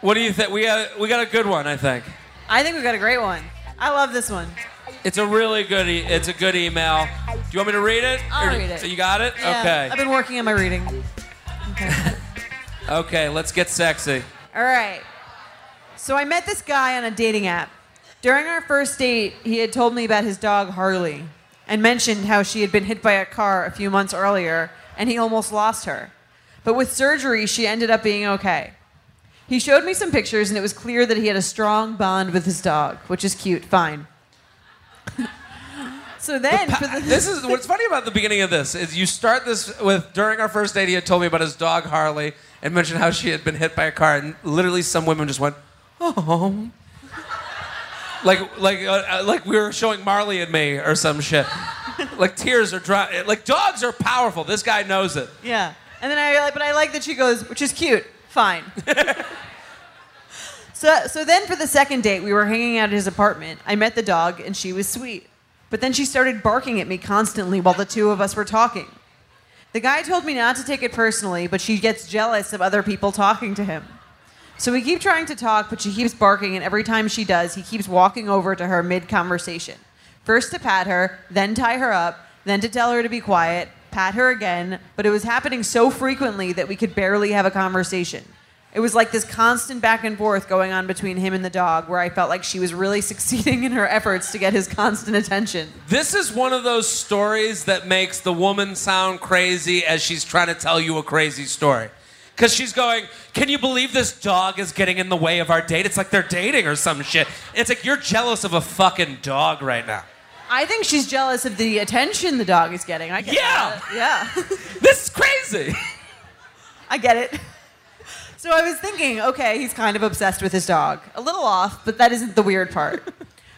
[SPEAKER 2] what do you think? We got we got a good one, I think.
[SPEAKER 4] I think we got a great one. I love this one.
[SPEAKER 2] It's a really good. E- it's a good email. Do you want me to read it?
[SPEAKER 4] I'll
[SPEAKER 2] Or-
[SPEAKER 4] read it.
[SPEAKER 2] So you got it?
[SPEAKER 4] Yeah, I've
[SPEAKER 2] Okay.
[SPEAKER 4] been working on my reading.
[SPEAKER 2] Okay. Let's get sexy.
[SPEAKER 4] All right. So I met this guy on a dating app. During our first date, he had told me about his dog Harley and mentioned how she had been hit by a car a few months earlier and he almost lost her. But with surgery, she ended up being okay. He showed me some pictures and it was clear that he had a strong bond with his dog, which is cute, fine. so then for the
[SPEAKER 2] This is what's funny about the beginning of this is you start this with during our first date he had told me about his dog Harley and mentioned how she had been hit by a car and literally some women just went oh like like uh, uh, like we were showing Marley and me or some shit like tears are dry like dogs are powerful this guy knows it
[SPEAKER 4] Yeah. And then I like, but I like that she goes, which is cute. Fine. so so then for the second date, we were hanging out at his apartment. I met the dog and she was sweet. But then she started barking at me constantly while the two of us were talking. The guy told me not to take it personally, but she gets jealous of other people talking to him. So we keep trying to talk, but she keeps barking, and every time she does, he keeps walking over to her mid conversation. First to pat her, then tie her up, then to tell her to be quiet, pat her again, but it was happening so frequently that we could barely have a conversation. It was like this constant back and forth going on between him and the dog, where I felt like she was really succeeding in her efforts to get his constant attention.
[SPEAKER 2] this is one of those stories that makes the woman sound crazy as she's trying to tell you a crazy story. Because she's going, Can you believe this dog is getting in the way of our date? It's like they're dating or some shit. And it's like, You're jealous of a fucking dog right now.
[SPEAKER 4] I think she's jealous of the attention the dog is getting. I get
[SPEAKER 2] Yeah!
[SPEAKER 4] that. Yeah.
[SPEAKER 2] This is crazy.
[SPEAKER 4] I get it. So I was thinking, okay, he's kind of obsessed with his dog. A little off, but that isn't the weird part.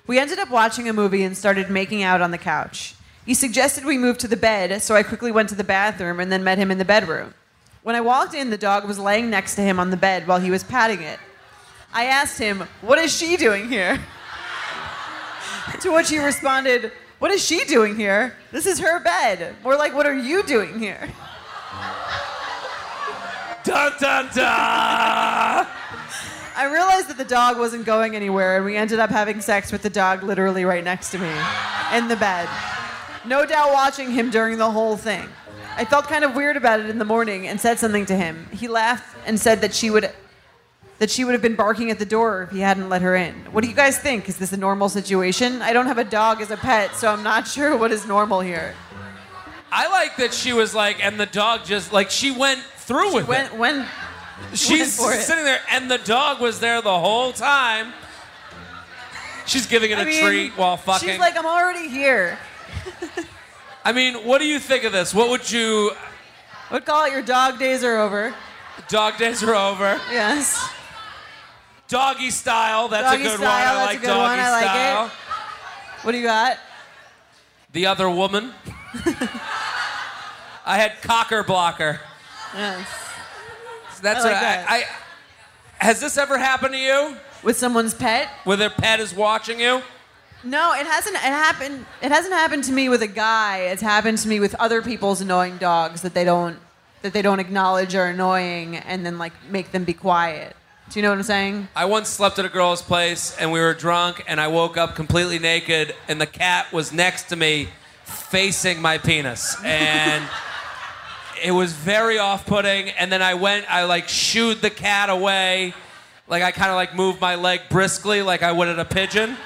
[SPEAKER 4] we ended up watching a movie and started making out on the couch. He suggested we move to the bed, so I quickly went to the bathroom and then met him in the bedroom. When I walked in, the dog was laying next to him on the bed while he was patting it. I asked him, What is she doing here? to which he responded, What is she doing here? This is her bed. More like, What are you doing here?
[SPEAKER 2] dun dun dun!
[SPEAKER 4] I realized that the dog wasn't going anywhere, and we ended up having sex with the dog literally right next to me in the bed. No doubt watching him during the whole thing. I felt kind of weird about it in the morning and said something to him. He laughed and said that she would that she would have been barking at the door if he hadn't let her in. What do you guys think? Is this a normal situation? I don't have a dog as a pet, so I'm not sure what is normal here.
[SPEAKER 2] I like that she was like, and the dog just, like, she went through with
[SPEAKER 4] When
[SPEAKER 2] it.
[SPEAKER 4] when
[SPEAKER 2] She's
[SPEAKER 4] for it.
[SPEAKER 2] sitting there, and the dog was there the whole time. She's giving it a
[SPEAKER 4] I mean,
[SPEAKER 2] treat while fucking.
[SPEAKER 4] She's like, I'm already here.
[SPEAKER 2] I mean, what do you think of this? What would you
[SPEAKER 4] I would call it your dog days are over.
[SPEAKER 2] Dog days are over.
[SPEAKER 4] Yes.
[SPEAKER 2] Doggy style. That's
[SPEAKER 4] Doggy
[SPEAKER 2] a good
[SPEAKER 4] style,
[SPEAKER 2] one. I
[SPEAKER 4] that's
[SPEAKER 2] like
[SPEAKER 4] a good
[SPEAKER 2] doggy
[SPEAKER 4] one, I like it.
[SPEAKER 2] style.
[SPEAKER 4] What do you got?
[SPEAKER 2] The other woman. I had cocker blocker.
[SPEAKER 4] Yes.
[SPEAKER 2] So that's
[SPEAKER 4] I like
[SPEAKER 2] what
[SPEAKER 4] that.
[SPEAKER 2] I, I. Has this ever happened to you?
[SPEAKER 4] With someone's pet?
[SPEAKER 2] Where their pet is watching you?
[SPEAKER 4] No, it hasn't. It happened. It hasn't happened to me with a guy. It's happened to me with other people's annoying dogs that they don't that they don't acknowledge are annoying, and then like make them be quiet. Do you know what I'm saying?
[SPEAKER 2] I once slept at a girl's place and we were drunk and I woke up completely naked and the cat was next to me facing my penis and it was very off-putting and then I went I like shooed the cat away like I kind of like moved my leg briskly like I would at a pigeon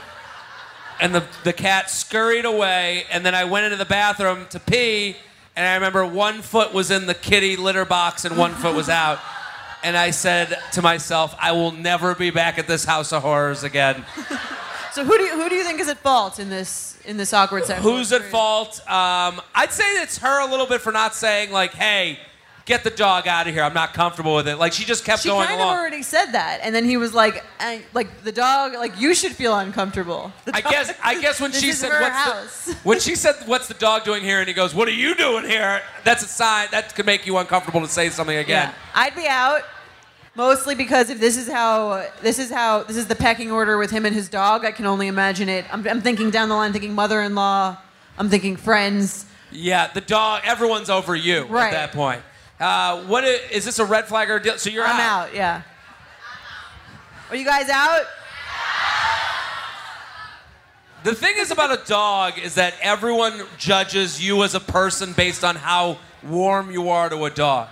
[SPEAKER 2] and the, the cat scurried away. And then I went into the bathroom to pee, and I remember one foot was in the kitty litter box and one foot was out. And I said to myself, I will never be back at this house of horrors again.
[SPEAKER 4] So who do you, who do you think is at fault in this in this awkward section?
[SPEAKER 2] Who's at fault? Um, I'd say it's her a little bit for not saying like, "Hey, get the dog out of here. I'm not comfortable with it." Like she just kept
[SPEAKER 4] She
[SPEAKER 2] going
[SPEAKER 4] kind
[SPEAKER 2] along.
[SPEAKER 4] of already said that, and then he was like, I, like the dog, like you should feel uncomfortable. The
[SPEAKER 2] I
[SPEAKER 4] dog-
[SPEAKER 2] guess I guess when
[SPEAKER 4] This
[SPEAKER 2] she
[SPEAKER 4] is
[SPEAKER 2] said
[SPEAKER 4] her
[SPEAKER 2] what's
[SPEAKER 4] house.
[SPEAKER 2] the when she said what's the dog doing here and he goes, "What are you doing here?" That's a sign that could make you uncomfortable to say something again.
[SPEAKER 4] Yeah. I'd be out mostly because if this is how this is how this is the pecking order with him and his dog, I can only imagine it. I'm, I'm thinking down the line, thinking mother-in-law, I'm thinking friends.
[SPEAKER 2] Yeah, the dog. Everyone's over you
[SPEAKER 4] Right.
[SPEAKER 2] at that point. Uh, what i- is this a red flag or a deal? So you're
[SPEAKER 4] I'm
[SPEAKER 2] out.
[SPEAKER 4] out. Yeah. Are you guys out?
[SPEAKER 2] The thing is about a dog is that everyone judges you as a person based on how warm you are to a dog.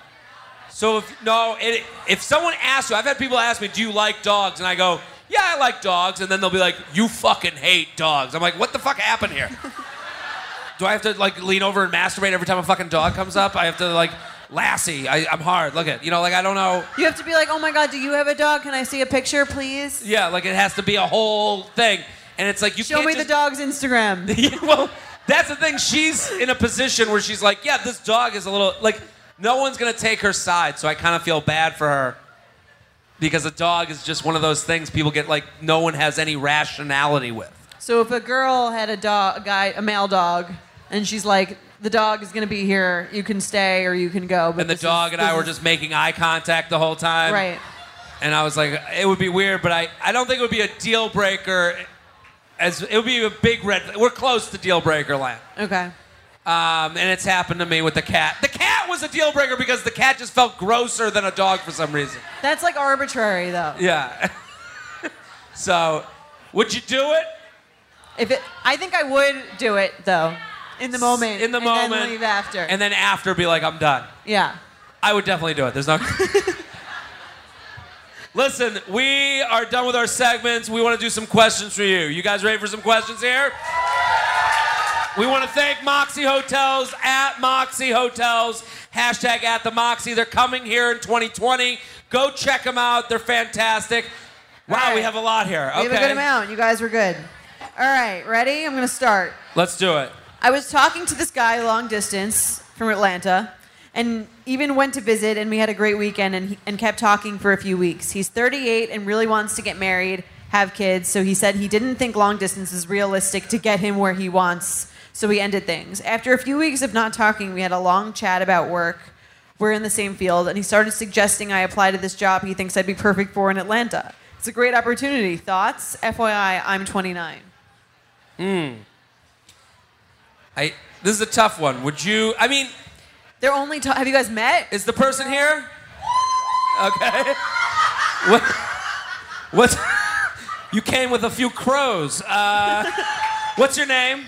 [SPEAKER 2] So if no, it, if someone asks you, I've had people ask me, "Do you like dogs?" and I go, "Yeah, I like dogs," and then they'll be like, "You fucking hate dogs." I'm like, "What the fuck happened here?" Do I have to like lean over and masturbate every time a fucking dog comes up? I have to like Lassie, I, I'm hard. Look at you know, like I don't know.
[SPEAKER 4] You have to be like, oh my god, do you have a dog? Can I see a picture, please?
[SPEAKER 2] Yeah, like it has to be a whole thing, and it's like you
[SPEAKER 4] Show
[SPEAKER 2] can't
[SPEAKER 4] me
[SPEAKER 2] just-
[SPEAKER 4] the dog's Instagram.
[SPEAKER 2] Yeah, well, that's the thing. She's in a position where she's like, yeah, this dog is a little like no one's gonna take her side, so I kind of feel bad for her because a dog is just one of those things people get like no one has any rationality with.
[SPEAKER 4] So if a girl had a dog, a guy, a male dog, and she's like, the dog is gonna be here. You can stay or you can go. But
[SPEAKER 2] And the
[SPEAKER 4] this
[SPEAKER 2] dog
[SPEAKER 4] is-
[SPEAKER 2] and I
[SPEAKER 4] this
[SPEAKER 2] were
[SPEAKER 4] is-
[SPEAKER 2] just making eye contact the whole time.
[SPEAKER 4] right.
[SPEAKER 2] And I was like, it would be weird, but I, I don't think it would be a deal breaker. As it would be a big red. We're close to deal breaker land.
[SPEAKER 4] Okay.
[SPEAKER 2] Um, and it's happened to me with the cat. The cat was a deal breaker because the cat just felt grosser than a dog for some reason.
[SPEAKER 4] That's like arbitrary though.
[SPEAKER 2] Yeah. so, would you do it?
[SPEAKER 4] If it, I think I would do it though, in the moment.
[SPEAKER 2] In the
[SPEAKER 4] and
[SPEAKER 2] moment.
[SPEAKER 4] Then leave after.
[SPEAKER 2] And then after be like, I'm done.
[SPEAKER 4] yeah.
[SPEAKER 2] I would definitely do it. There's no. Listen, we are done with our segments. We want to do some questions for you. You guys ready for some questions here? We want to thank Moxie Hotels at Moxie Hotels, hashtag at the Moxie. They're coming here in 2020. Go check them out. They're fantastic. Wow,
[SPEAKER 4] All right.
[SPEAKER 2] we have a lot here.
[SPEAKER 4] We
[SPEAKER 2] okay.
[SPEAKER 4] have a good amount. You guys were good. All right, ready? I'm gonna start.
[SPEAKER 2] Let's do it.
[SPEAKER 4] I was talking to this guy long distance from Atlanta and even went to visit and we had a great weekend and, he, and kept talking for a few weeks. He's 38 and really wants to get married, have kids, so he said he didn't think long distance is realistic to get him where he wants, so we ended things. After a few weeks of not talking, we had a long chat about work. We're in the same field and he started suggesting I apply to this job he thinks I'd be perfect for in Atlanta. It's a great opportunity. Thoughts? FYI, I'm 29.
[SPEAKER 2] Hmm. I, this is a tough one. Would you? I mean,
[SPEAKER 4] They're only ta- Have you guys met?
[SPEAKER 2] Is the person here? Okay. What? What? You came with a few crows. Uh, what's your name?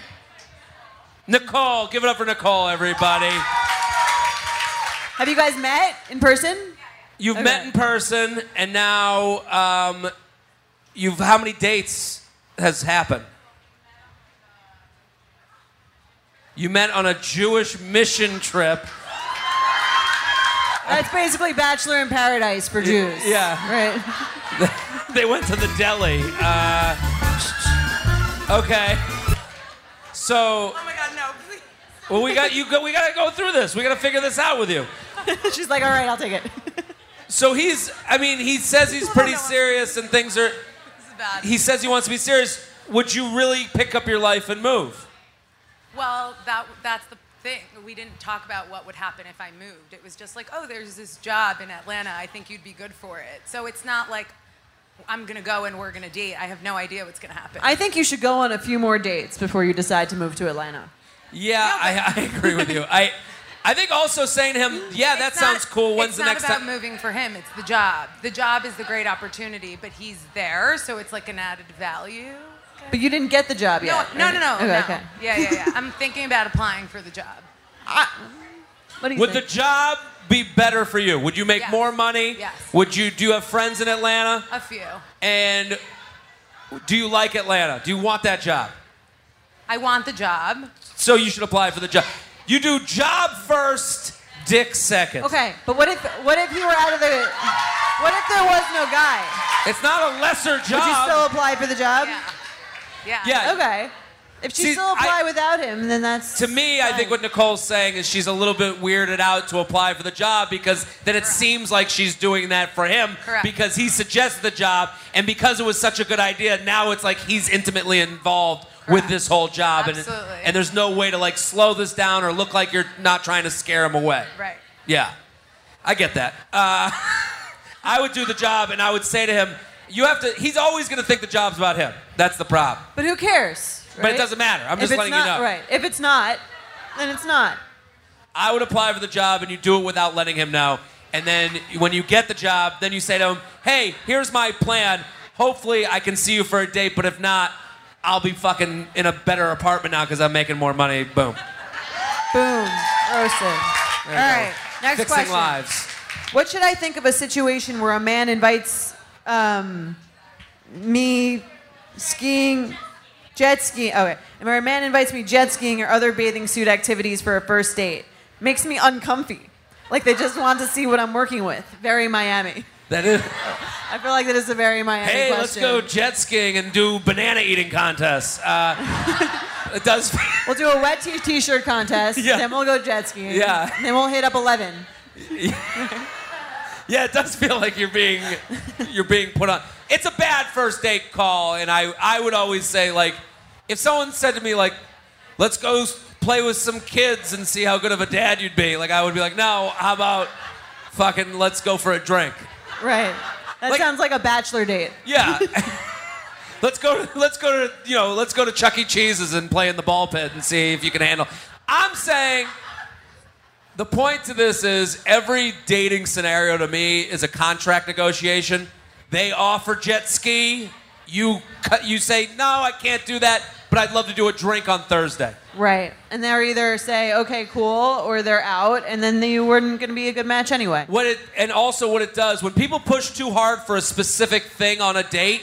[SPEAKER 2] Nicole. Give it up for Nicole, everybody.
[SPEAKER 4] Have you guys met in person?
[SPEAKER 2] You've met in person, and now um, you've how many dates has happened? You met on a Jewish mission trip.
[SPEAKER 4] That's basically Bachelor in Paradise for Jews.
[SPEAKER 2] Yeah.
[SPEAKER 4] Right.
[SPEAKER 2] they went to the deli. Uh, okay. So. Oh my God, no! Well, we got you. Go, we gotta go through this. We gotta figure this out with you.
[SPEAKER 4] She's like, all right, I'll take it.
[SPEAKER 2] So he's. I mean, he says he's pretty serious and things are. He says he wants to be serious. Would you really pick up your life and move?
[SPEAKER 12] Well, that that's the thing. We didn't talk about what would happen if I moved. It was just like, oh, there's this job in Atlanta. I think you'd be good for it. So it's not like I'm gonna go and we're gonna date. I have no idea what's gonna happen.
[SPEAKER 4] I think you should go on a few more dates before you decide to move to Atlanta.
[SPEAKER 2] Yeah, I, I agree with you. I, I think also saying to him, yeah, that
[SPEAKER 12] It's not-
[SPEAKER 2] sounds cool. When's
[SPEAKER 12] it's
[SPEAKER 2] the
[SPEAKER 12] not
[SPEAKER 2] next
[SPEAKER 12] about
[SPEAKER 2] time?
[SPEAKER 12] moving for him. It's the job. The job is the great opportunity, but he's there, so it's like an added value.
[SPEAKER 4] But you didn't get the job
[SPEAKER 12] No,
[SPEAKER 4] yet.
[SPEAKER 12] no,
[SPEAKER 4] right?
[SPEAKER 12] no, no,
[SPEAKER 4] Okay,
[SPEAKER 12] no.
[SPEAKER 4] okay.
[SPEAKER 12] Yeah, yeah, yeah. I'm thinking about applying for the job.
[SPEAKER 4] What do you
[SPEAKER 2] Would
[SPEAKER 4] think?
[SPEAKER 2] the job be better for you? Would you make
[SPEAKER 12] Yes.
[SPEAKER 2] more money?
[SPEAKER 12] Yes.
[SPEAKER 2] Would you do you have friends in Atlanta?
[SPEAKER 12] A few.
[SPEAKER 2] And do you like Atlanta? Do you want that job?
[SPEAKER 12] I want the job.
[SPEAKER 2] So you should apply for the job. You do job first, dick second.
[SPEAKER 4] Okay, but what if what if you were out of the what if there was no guy?
[SPEAKER 2] It's not a lesser job.
[SPEAKER 4] Would you still apply for the job? Yeah.
[SPEAKER 2] Yeah.
[SPEAKER 4] Okay. If she
[SPEAKER 2] See,
[SPEAKER 4] still apply without him, then that's
[SPEAKER 2] To me, I think what Nicole's saying is she's a little bit weirded out to apply for the job because then it seems like she's doing that for him
[SPEAKER 12] Correct.
[SPEAKER 2] because he suggested the job and because it was such a good idea, now it's like he's intimately involved with this whole job
[SPEAKER 12] Absolutely.
[SPEAKER 2] and and there's no way to like slow this down or look like you're not trying to scare him away.
[SPEAKER 12] Right.
[SPEAKER 2] Yeah, I get that. Uh, I would do the job, and I would say to him, "You have to." He's always going to think the job's about him. That's the problem.
[SPEAKER 4] But who cares?
[SPEAKER 2] But it doesn't matter. I'm
[SPEAKER 4] If
[SPEAKER 2] just
[SPEAKER 4] it's
[SPEAKER 2] letting you
[SPEAKER 4] not-
[SPEAKER 2] know.
[SPEAKER 4] Right. If it's not, then it's not.
[SPEAKER 2] I would apply for the job, and you do it without letting him know. And then when you get the job, then you say to him, "Hey, here's my plan. Hopefully, I can see you for a date. But if not, I'll be fucking in a better apartment now because I'm making more money." Boom.
[SPEAKER 4] Boom. Roasted.
[SPEAKER 2] There
[SPEAKER 4] All
[SPEAKER 2] you go.
[SPEAKER 4] right. Next
[SPEAKER 2] Fixing
[SPEAKER 4] question.
[SPEAKER 2] lives.
[SPEAKER 4] What should I think of a situation where a man invites um, me skiing, jet skiing? Okay, and where a man invites me jet skiing or other bathing suit activities for a first date makes me uncomfy. Like they just want to see what I'm working with. Very Miami.
[SPEAKER 2] That is.
[SPEAKER 4] I feel like that is a very Miami
[SPEAKER 2] Hey,
[SPEAKER 4] question.
[SPEAKER 2] let's go jet skiing and do banana eating contests. Uh, it does.
[SPEAKER 4] We'll do a wet t- t-shirt contest.
[SPEAKER 2] Yeah.
[SPEAKER 4] Then we'll go jet skiing.
[SPEAKER 2] Yeah.
[SPEAKER 4] And then we'll hit up 11.
[SPEAKER 2] Yeah, it does feel like you're being you're being put on. It's a bad first date call, and I I would always say like, if someone said to me like, let's go s- play with some kids and see how good of a dad you'd be, like I would be like, no, how about fucking let's go for a drink.
[SPEAKER 4] Right. That sounds like a bachelor date.
[SPEAKER 2] Yeah. let's go to let's go to you know let's go to Chuck E. Cheese's and play in the ball pit and see if you can handle. I'm saying the point to this is every dating scenario to me is a contract negotiation. They offer jet ski, you cut, you say no, I can't do that, but I'd love to do a drink on Thursday.
[SPEAKER 4] Right. And they're either say, okay, cool, or they're out, and then you weren't going to be a good match anyway.
[SPEAKER 2] What it and also what it does when people push too hard for a specific thing on a date,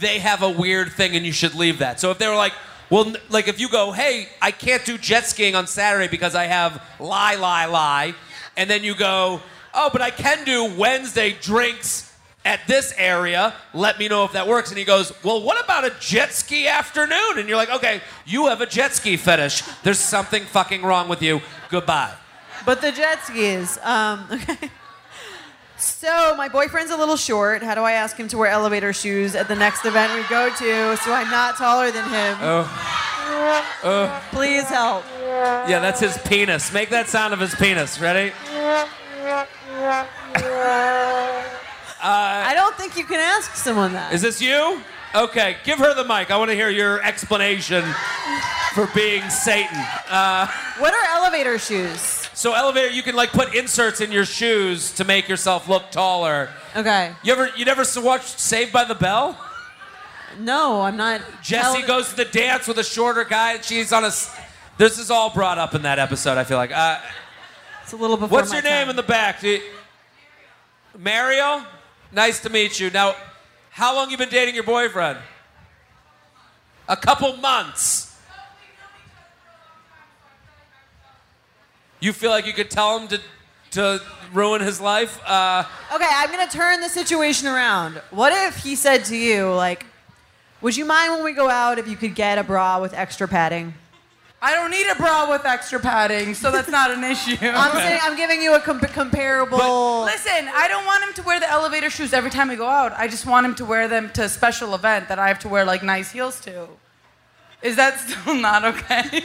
[SPEAKER 2] they have a weird thing, and you should leave that. So if they were like, well, n- like if you go, hey, I can't do jet skiing on Saturday because I have lie, lie, lie, and then you go, oh, but I can do Wednesday drinks at this area. Let me know if that works. And he goes, well, what about a jet ski afternoon? And you're like, okay, you have a jet ski fetish. There's something fucking wrong with you. Goodbye.
[SPEAKER 4] But the jet skis. Um, okay. So my boyfriend's a little short. How do I ask him to wear elevator shoes at the next event we go to so I'm not taller than him?
[SPEAKER 2] oh.
[SPEAKER 4] Please help.
[SPEAKER 2] Yeah, that's his penis. Make that sound of his penis. Ready? Uh,
[SPEAKER 4] I don't think you can ask someone that.
[SPEAKER 2] is this you? Okay, give her the mic. I want to hear your explanation for being Satan. Uh,
[SPEAKER 4] what are elevator shoes?
[SPEAKER 2] So elevator, you can like put inserts in your shoes to make yourself look taller.
[SPEAKER 4] Okay.
[SPEAKER 2] You ever, you never s- watched Saved by the Bell?
[SPEAKER 4] No, I'm not.
[SPEAKER 2] Jesse
[SPEAKER 4] tell-
[SPEAKER 2] goes to the dance with a shorter guy, and she's on a. s- This is all brought up in that episode. I feel like. Uh,
[SPEAKER 4] It's a little before
[SPEAKER 2] What's
[SPEAKER 4] my
[SPEAKER 2] your name in the back? Do you- Mario? Nice to meet you. Now, how long you been dating your boyfriend? A couple months. You feel like you could tell him to to ruin his life? Uh,
[SPEAKER 4] Okay, I'm gonna turn the situation around. What if he said to you, like, would you mind when we go out if you could get a bra with extra padding?
[SPEAKER 12] I don't need a bra with extra padding, so that's not an issue.
[SPEAKER 4] I'm, saying, I'm giving you a com- comparable.
[SPEAKER 12] Listen, I don't want him to wear the elevator shoes every time we go out. I just want him to wear them to a special event that I have to wear like nice heels to. Is that still not okay?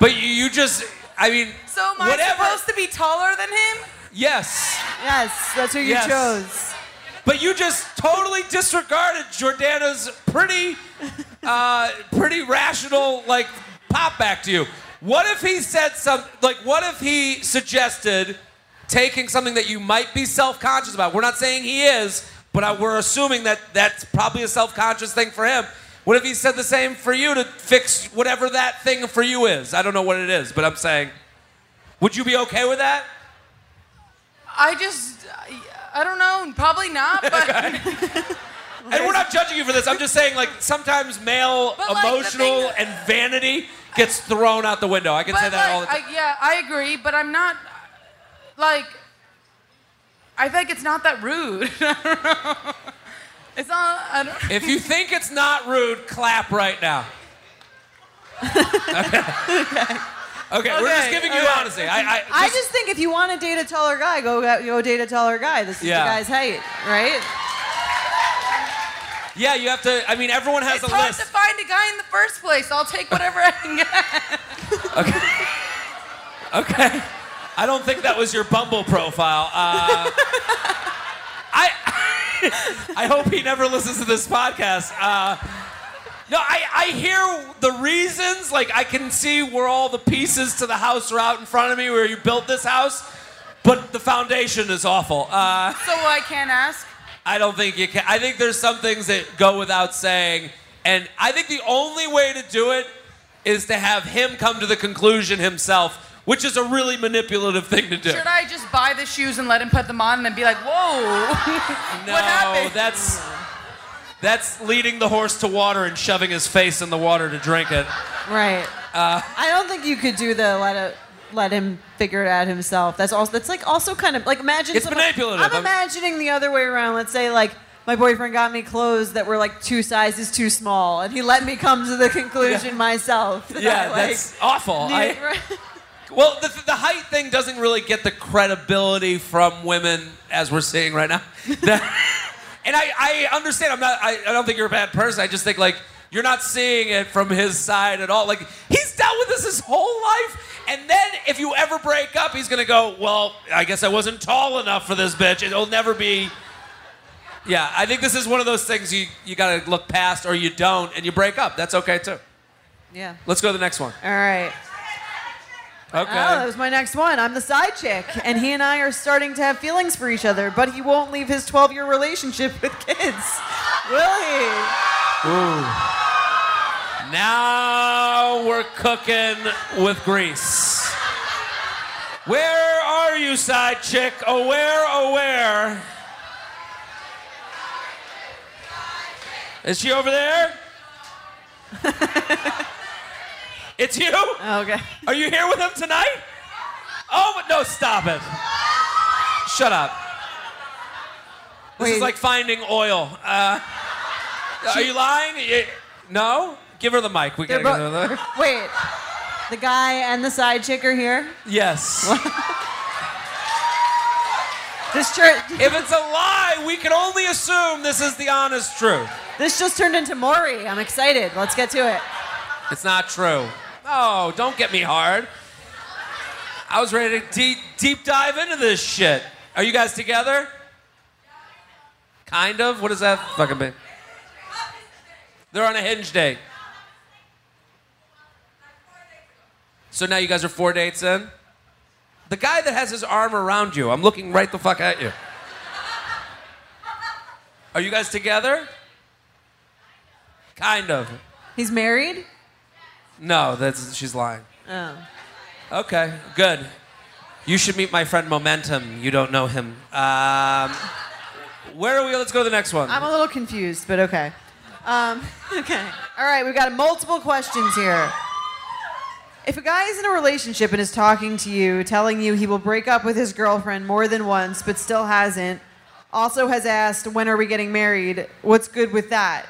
[SPEAKER 2] but you, you just, I mean,
[SPEAKER 12] So am I
[SPEAKER 2] Whatever.
[SPEAKER 12] supposed to be taller than him?
[SPEAKER 2] yes.
[SPEAKER 4] Yes, that's who you
[SPEAKER 2] Yes.
[SPEAKER 4] chose.
[SPEAKER 2] But you just totally disregarded Jordana's pretty, uh, pretty rational like pop back to you. What if he said something like, what if he suggested taking something that you might be self-conscious about? We're not saying he is, but I, we're assuming that that's probably a self-conscious thing for him. What if he said the same for you to fix whatever that thing for you is? I don't know what it is, but I'm saying, would you be okay with that?
[SPEAKER 12] I just, I, I don't know. Probably not. But
[SPEAKER 2] And we're not judging you for this. I'm just saying, like, sometimes male
[SPEAKER 13] But, like, the
[SPEAKER 2] emotional
[SPEAKER 13] thing-
[SPEAKER 2] and vanity gets thrown out the window. I can say
[SPEAKER 13] But,
[SPEAKER 2] that
[SPEAKER 13] like,
[SPEAKER 2] all the time.
[SPEAKER 13] I, yeah, I agree, but I'm not like I think it's not that rude. it's not. I don't,
[SPEAKER 2] If you think it's not rude, clap right now. okay. okay, we're just
[SPEAKER 4] Okay,
[SPEAKER 2] giving you
[SPEAKER 4] okay.
[SPEAKER 2] honesty. I, I,
[SPEAKER 4] I just, think if you want to date a taller guy, go go date a taller guy. This is
[SPEAKER 2] Yeah.
[SPEAKER 4] the guy's height, right?
[SPEAKER 2] yeah, you have to. I mean, everyone has
[SPEAKER 13] it's
[SPEAKER 2] a
[SPEAKER 13] hard
[SPEAKER 2] list.
[SPEAKER 13] to find a guy in the first place. I'll take whatever I can get.
[SPEAKER 2] Okay. I don't think that was your Bumble profile. Uh, I I hope he never listens to this podcast. Uh, no, I, I hear the reasons. Like, I can see where all the pieces to the house are out in front of me, where you built this house, but the foundation is awful. Uh,
[SPEAKER 13] so I can't ask.
[SPEAKER 2] I don't think you can. I think there's some things that go without saying. And I think the only way to do it is to have him come to the conclusion himself, which is a really manipulative thing to do.
[SPEAKER 13] Should I just buy the shoes and let him put them on and then be like, whoa?
[SPEAKER 2] No, that's that's leading the horse to water and shoving his face in the water to drink it.
[SPEAKER 4] Right.
[SPEAKER 2] Uh,
[SPEAKER 4] I don't think you could do the let it, let him figure it out himself. That's also that's like also kind of like imagine.
[SPEAKER 2] It's
[SPEAKER 4] someone-
[SPEAKER 2] manipulative.
[SPEAKER 4] I'm
[SPEAKER 2] I'm-
[SPEAKER 4] imagining the other way around. Let's say like my boyfriend got me clothes that were like two sizes too small, and he let me come to the conclusion myself. that
[SPEAKER 2] yeah,
[SPEAKER 4] I, like,
[SPEAKER 2] that's awful.
[SPEAKER 4] need-
[SPEAKER 2] I, well, the, the height thing doesn't really get the credibility from women as we're seeing right now. That- and I, I understand. I'm not. I, I don't think you're a bad person. I just think like you're not seeing it from his side at all. Like he's dealt with this his whole life. And then if you ever break up, he's gonna go. Well, I guess I wasn't tall enough for this bitch. It'll never be. Yeah, I think this is one of those things you, you gotta look past or you don't and you break up. That's okay too.
[SPEAKER 4] yeah.
[SPEAKER 2] Let's go to the next one.
[SPEAKER 4] All right.
[SPEAKER 2] Okay.
[SPEAKER 4] Oh, that was my next one. I'm the side chick, and he and I are starting to have feelings for each other, but he won't leave his 12 year relationship with kids. Will he?
[SPEAKER 2] Ooh. Now we're cooking with grease. Where are you, side chick? Oh, where, oh, where? Is she over there? it's you?
[SPEAKER 4] Okay.
[SPEAKER 2] Are you here with him tonight? Oh, but no, stop it. Shut up. This is like finding oil. Uh, are you lying? Y- No? Give her the mic. We
[SPEAKER 4] They're
[SPEAKER 2] gotta give her the
[SPEAKER 4] Wait, the guy and the side chick are here.
[SPEAKER 2] Yes.
[SPEAKER 4] This church.
[SPEAKER 2] If it's a lie, we can only assume this is the honest truth.
[SPEAKER 4] This just turned into Maury. I'm excited. Let's get to it.
[SPEAKER 2] It's not true. Oh, don't get me hard. I was ready to deep, deep dive into this shit. Are you guys together? Kind of? What does that fucking mean? They're on a hinge date. So now you guys are four dates in? The guy that has his arm around you, I'm looking right the fuck at you. Are you guys together? Kind of.
[SPEAKER 4] He's married.
[SPEAKER 2] No, that's she's lying.
[SPEAKER 4] Oh.
[SPEAKER 2] Okay, good. You should meet my friend Momentum. You don't know him. Um, where are we? Let's go to the next one.
[SPEAKER 4] I'm a little confused, but okay. Um, okay. All right, we've got multiple questions here. If a guy is in a relationship and is talking to you, telling you he will break up with his girlfriend more than once, but still hasn't, also has asked, when are we getting married? What's good with that?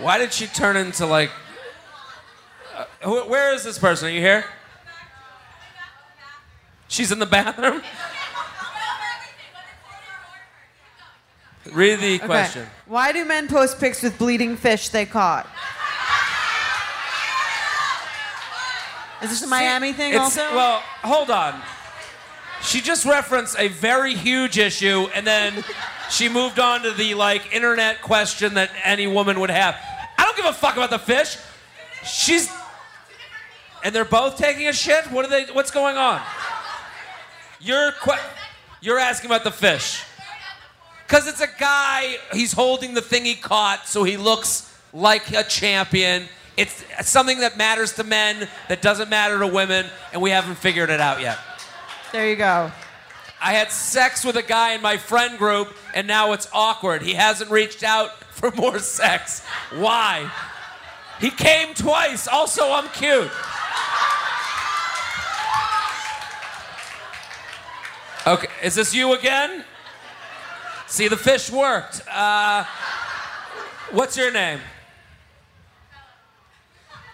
[SPEAKER 2] Why did she turn into like? Uh, wh- where is this person? Are you here? She's in the bathroom. Read the
[SPEAKER 4] Okay.
[SPEAKER 2] question.
[SPEAKER 4] Why do men post pics with bleeding fish they caught? Is this a Miami thing
[SPEAKER 2] It's-
[SPEAKER 4] also?
[SPEAKER 2] Well, hold on. She just referenced a very huge issue, and then she moved on to the like internet question that any woman would have. I don't give a fuck about the fish. She's and they're both taking a shit. What are they? What's going on? You're que- you're asking about the fish. Because it's a guy, he's holding the thing he caught, so he looks like a champion. It's something that matters to men that doesn't matter to women, and we haven't figured it out yet.
[SPEAKER 4] there you go.
[SPEAKER 2] I had sex with a guy in my friend group, and now it's awkward. He hasn't reached out for more sex. Why? He came twice. Also, I'm cute. Okay, is this you again? See, the fish worked. Uh, what's your name?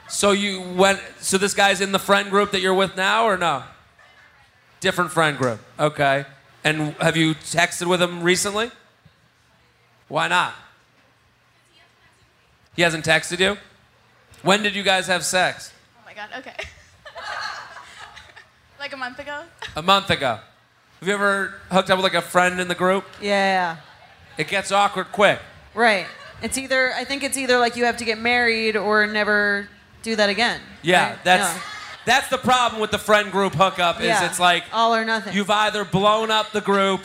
[SPEAKER 2] So you went. So this guy's in the friend group that you're with now, or no? Different friend group. Okay. And have you texted with him recently? Why not? He hasn't texted you. When did you guys have sex?
[SPEAKER 5] Oh my god. Okay. like a month ago.
[SPEAKER 2] A month ago. Have you ever hooked up with like a friend in the group?
[SPEAKER 4] Yeah.
[SPEAKER 2] It gets awkward quick.
[SPEAKER 4] Right. It's either I think it's either like you have to get married or never do that again.
[SPEAKER 2] Yeah,
[SPEAKER 4] Right?
[SPEAKER 2] that's
[SPEAKER 4] Yeah.
[SPEAKER 2] that's the problem with the friend group hookup. Is
[SPEAKER 4] Yeah.
[SPEAKER 2] it's like
[SPEAKER 4] all or nothing.
[SPEAKER 2] you've either blown up the group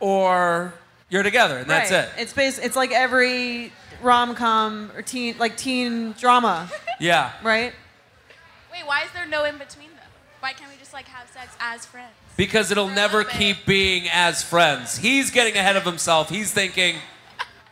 [SPEAKER 2] or you're together, and that's
[SPEAKER 4] Right.
[SPEAKER 2] it.
[SPEAKER 4] It's bas- it's like every rom-com or teen like teen drama,
[SPEAKER 2] Yeah.
[SPEAKER 4] right?
[SPEAKER 14] Wait, why is there no in between though? Why can't we just like have sex as friends?
[SPEAKER 2] Because it'll never keep being as friends. He's getting ahead of himself. He's thinking,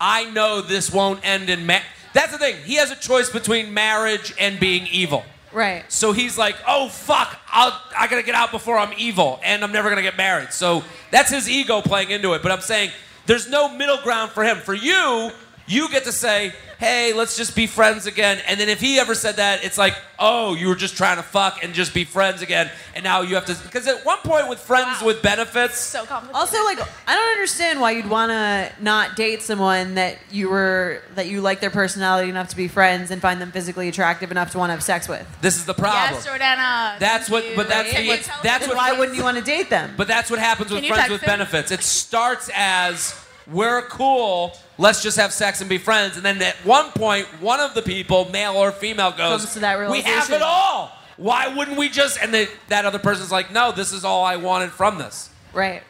[SPEAKER 2] I know this won't end in ma-. That's the thing. He has a choice between marriage and being evil.
[SPEAKER 4] Right.
[SPEAKER 2] So he's like, oh fuck, I'll, I gotta get out before I'm evil and I'm never gonna get married. So that's his ego playing into it. But I'm saying there's no middle ground for him. For you, you get to say, hey, let's just be friends again. And then if he ever said that, it's like, oh, you were just trying to fuck and just be friends again. And now you have to, because at one point with friends with benefits, so
[SPEAKER 14] complicated.
[SPEAKER 4] Also like I don't understand why you'd want to not date someone that you were that you like their personality enough to be friends and find them physically attractive enough to want to have sex with.
[SPEAKER 2] this is the problem.
[SPEAKER 4] Yes, Jordana.
[SPEAKER 2] That's what, but that's
[SPEAKER 4] Right?
[SPEAKER 2] what, that's what.
[SPEAKER 4] Then why wouldn't you want to date them?
[SPEAKER 2] But that's what happens with
[SPEAKER 4] Can you
[SPEAKER 2] friends
[SPEAKER 4] text
[SPEAKER 2] with
[SPEAKER 4] him?
[SPEAKER 2] benefits. It starts as we're cool, let's just have sex and be friends, and then at one point, one of the people, male or female, goes,
[SPEAKER 4] Comes to that
[SPEAKER 2] "We have
[SPEAKER 4] realization."
[SPEAKER 2] it all. Why wouldn't we just?" And then that other person's like, "No, this is all I wanted from this."
[SPEAKER 4] Right.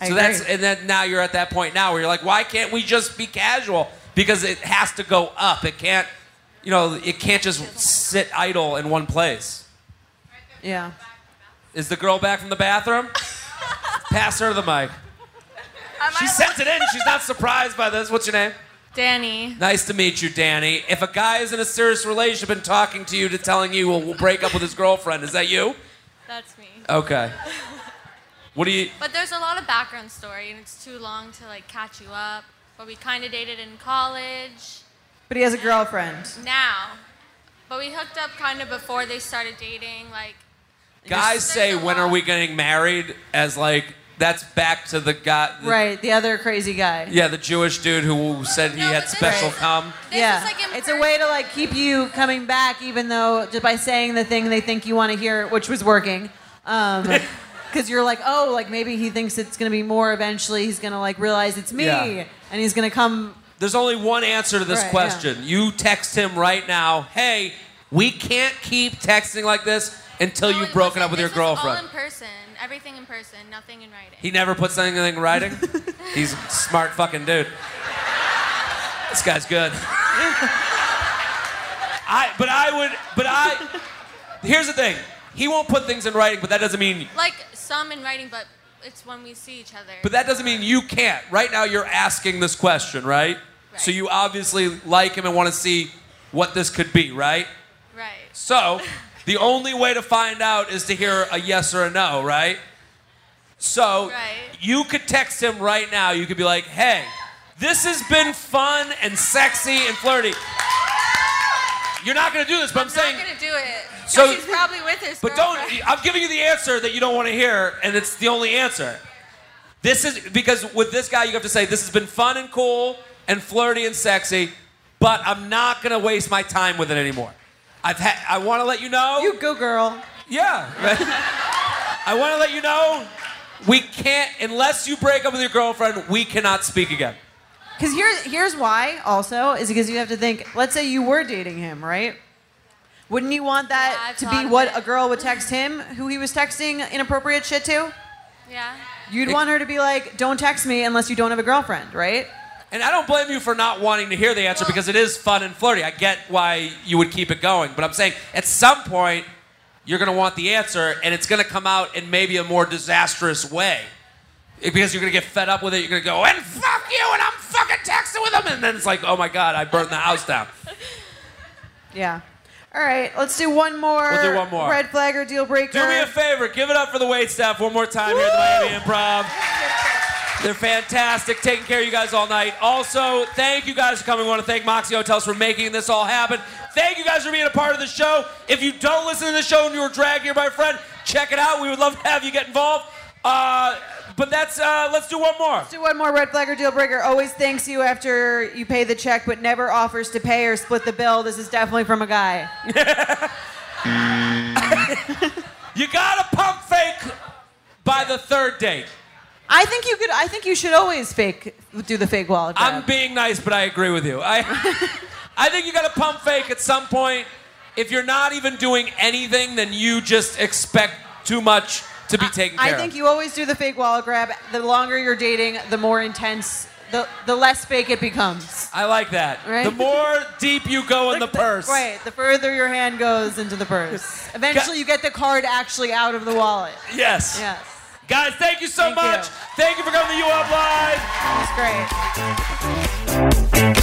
[SPEAKER 4] I
[SPEAKER 2] so that's and then now you're at that point now where you're like, "Why can't we just be casual?" Because it has to go up. It can't, you know, it can't just sit idle in one place.
[SPEAKER 4] Yeah.
[SPEAKER 2] Is the girl back from the bathroom? Pass her the mic. She sent it in. She's not surprised by this. What's your name?
[SPEAKER 5] Danny.
[SPEAKER 2] Nice to meet you, Danny. If a guy is in a serious relationship and talking to you to telling you we'll, we'll break up with his girlfriend, is that you?
[SPEAKER 8] That's me.
[SPEAKER 2] Okay. What do you?
[SPEAKER 8] But there's a lot of background story, and it's too long to like catch you up. But we kind of dated in college
[SPEAKER 4] But he has a girlfriend.
[SPEAKER 8] now, but we hooked up kind of before they started dating. Like,
[SPEAKER 2] Guys say, when are we getting married? As like that's back to the guy. the-
[SPEAKER 4] Right, the other crazy guy.
[SPEAKER 2] Yeah, the Jewish dude who said he had special cum.
[SPEAKER 4] yeah, it's a way to like keep you coming back, even though just by saying the thing they think you want to hear, which was working, because you're like, oh, like maybe he thinks it's gonna be more eventually. He's gonna like realize it's me,
[SPEAKER 2] Yeah.
[SPEAKER 4] and he's gonna come.
[SPEAKER 2] There's only one answer to this
[SPEAKER 4] Right, yeah.
[SPEAKER 2] question. You text him right now, hey, we can't keep texting like this until you've broken up with your
[SPEAKER 8] All
[SPEAKER 2] girlfriend.
[SPEAKER 8] in person, everything in person, nothing in writing.
[SPEAKER 2] He never puts anything in writing. He's a smart fucking dude. This guy's good. I but I would but I here's the thing. He won't put things in writing, but that doesn't mean
[SPEAKER 8] Like some in writing, but it's when we see each other.
[SPEAKER 2] But that doesn't mean you can't. Right now, you're asking this question, right? So you obviously like him and want to see what this could be, right?
[SPEAKER 8] Right.
[SPEAKER 2] So the only way to find out is to hear a yes or a no, right? So you could text him right now. You could be like, hey, this has been fun and sexy and flirty. You're not going to do this, but I'm,
[SPEAKER 8] I'm
[SPEAKER 2] saying.
[SPEAKER 8] not gonna do it.
[SPEAKER 2] So-
[SPEAKER 8] So he's probably with his.
[SPEAKER 2] But don't. I'm giving you the answer that you don't want to hear, and it's the only answer. This is because with this guy, you have to say this has been fun and cool and flirty and sexy, but I'm not gonna waste my time with it anymore. I've had. I want to let you know. You
[SPEAKER 4] go, girl.
[SPEAKER 2] Yeah. I want to let you know we can't unless you break up with your girlfriend. We cannot speak again.
[SPEAKER 4] Because here's here's why. Also, is because you have to think. Let's say you were dating him, right? Wouldn't you want that to
[SPEAKER 8] thought
[SPEAKER 4] be
[SPEAKER 8] of
[SPEAKER 4] what
[SPEAKER 8] it.
[SPEAKER 4] a girl would text him, who he was texting inappropriate shit to?
[SPEAKER 8] Yeah.
[SPEAKER 4] You'd want her to be like, "Don't text me unless you don't have a girlfriend," right?
[SPEAKER 2] And I don't blame you for not wanting to hear the answer because it is fun and flirty. I get why you would keep it going. But I'm saying at some point, you're going to want the answer and it's going to come out in maybe a more disastrous way. It- because you're gonna get fed up with it. You're gonna go and fuck you, and I'm fucking texting with him, and then it's like, oh my god, I burned the house down.
[SPEAKER 4] Yeah. All right, let's do one more.
[SPEAKER 2] We'll do one more.
[SPEAKER 4] Red flag or deal breaker.
[SPEAKER 2] Do me a favor, give it up for the wait staff one more time here at the Miami Improv. They're fantastic, taking care of you guys all night. Also, thank you guys for coming. We want to thank Moxie Hotels for making this all happen. Thank you guys for being a part of the show. If you don't listen to the show and you were dragged here by a friend, check it out. We would love to have you get involved. Uh, but that's uh, let's do one more.
[SPEAKER 4] Let's do one more. Red flag or deal breaker always thanks you after you pay the check, but never offers to pay or split the bill. This is definitely from a guy.
[SPEAKER 2] You gotta pump fake by the third date.
[SPEAKER 4] I think you could. I think you should always fake do the fake wallet. grab.
[SPEAKER 2] I'm being nice, but I agree with you. I, I think you got to pump fake at some point. If you're not even doing anything, then you just expect too much to be taken care
[SPEAKER 4] I think you always do the fake wallet grab. The longer you're dating, the more intense, the the less fake it becomes.
[SPEAKER 2] of. I like that.
[SPEAKER 4] Right?
[SPEAKER 2] The more deep you go in the purse.
[SPEAKER 4] Right. The further your hand goes into the purse, eventually you get the card actually out of the wallet.
[SPEAKER 2] Yes.
[SPEAKER 4] Yes.
[SPEAKER 2] Guys, thank you so much. Thank you for coming to U Up Live.
[SPEAKER 4] It's great.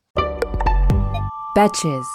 [SPEAKER 15] Betches.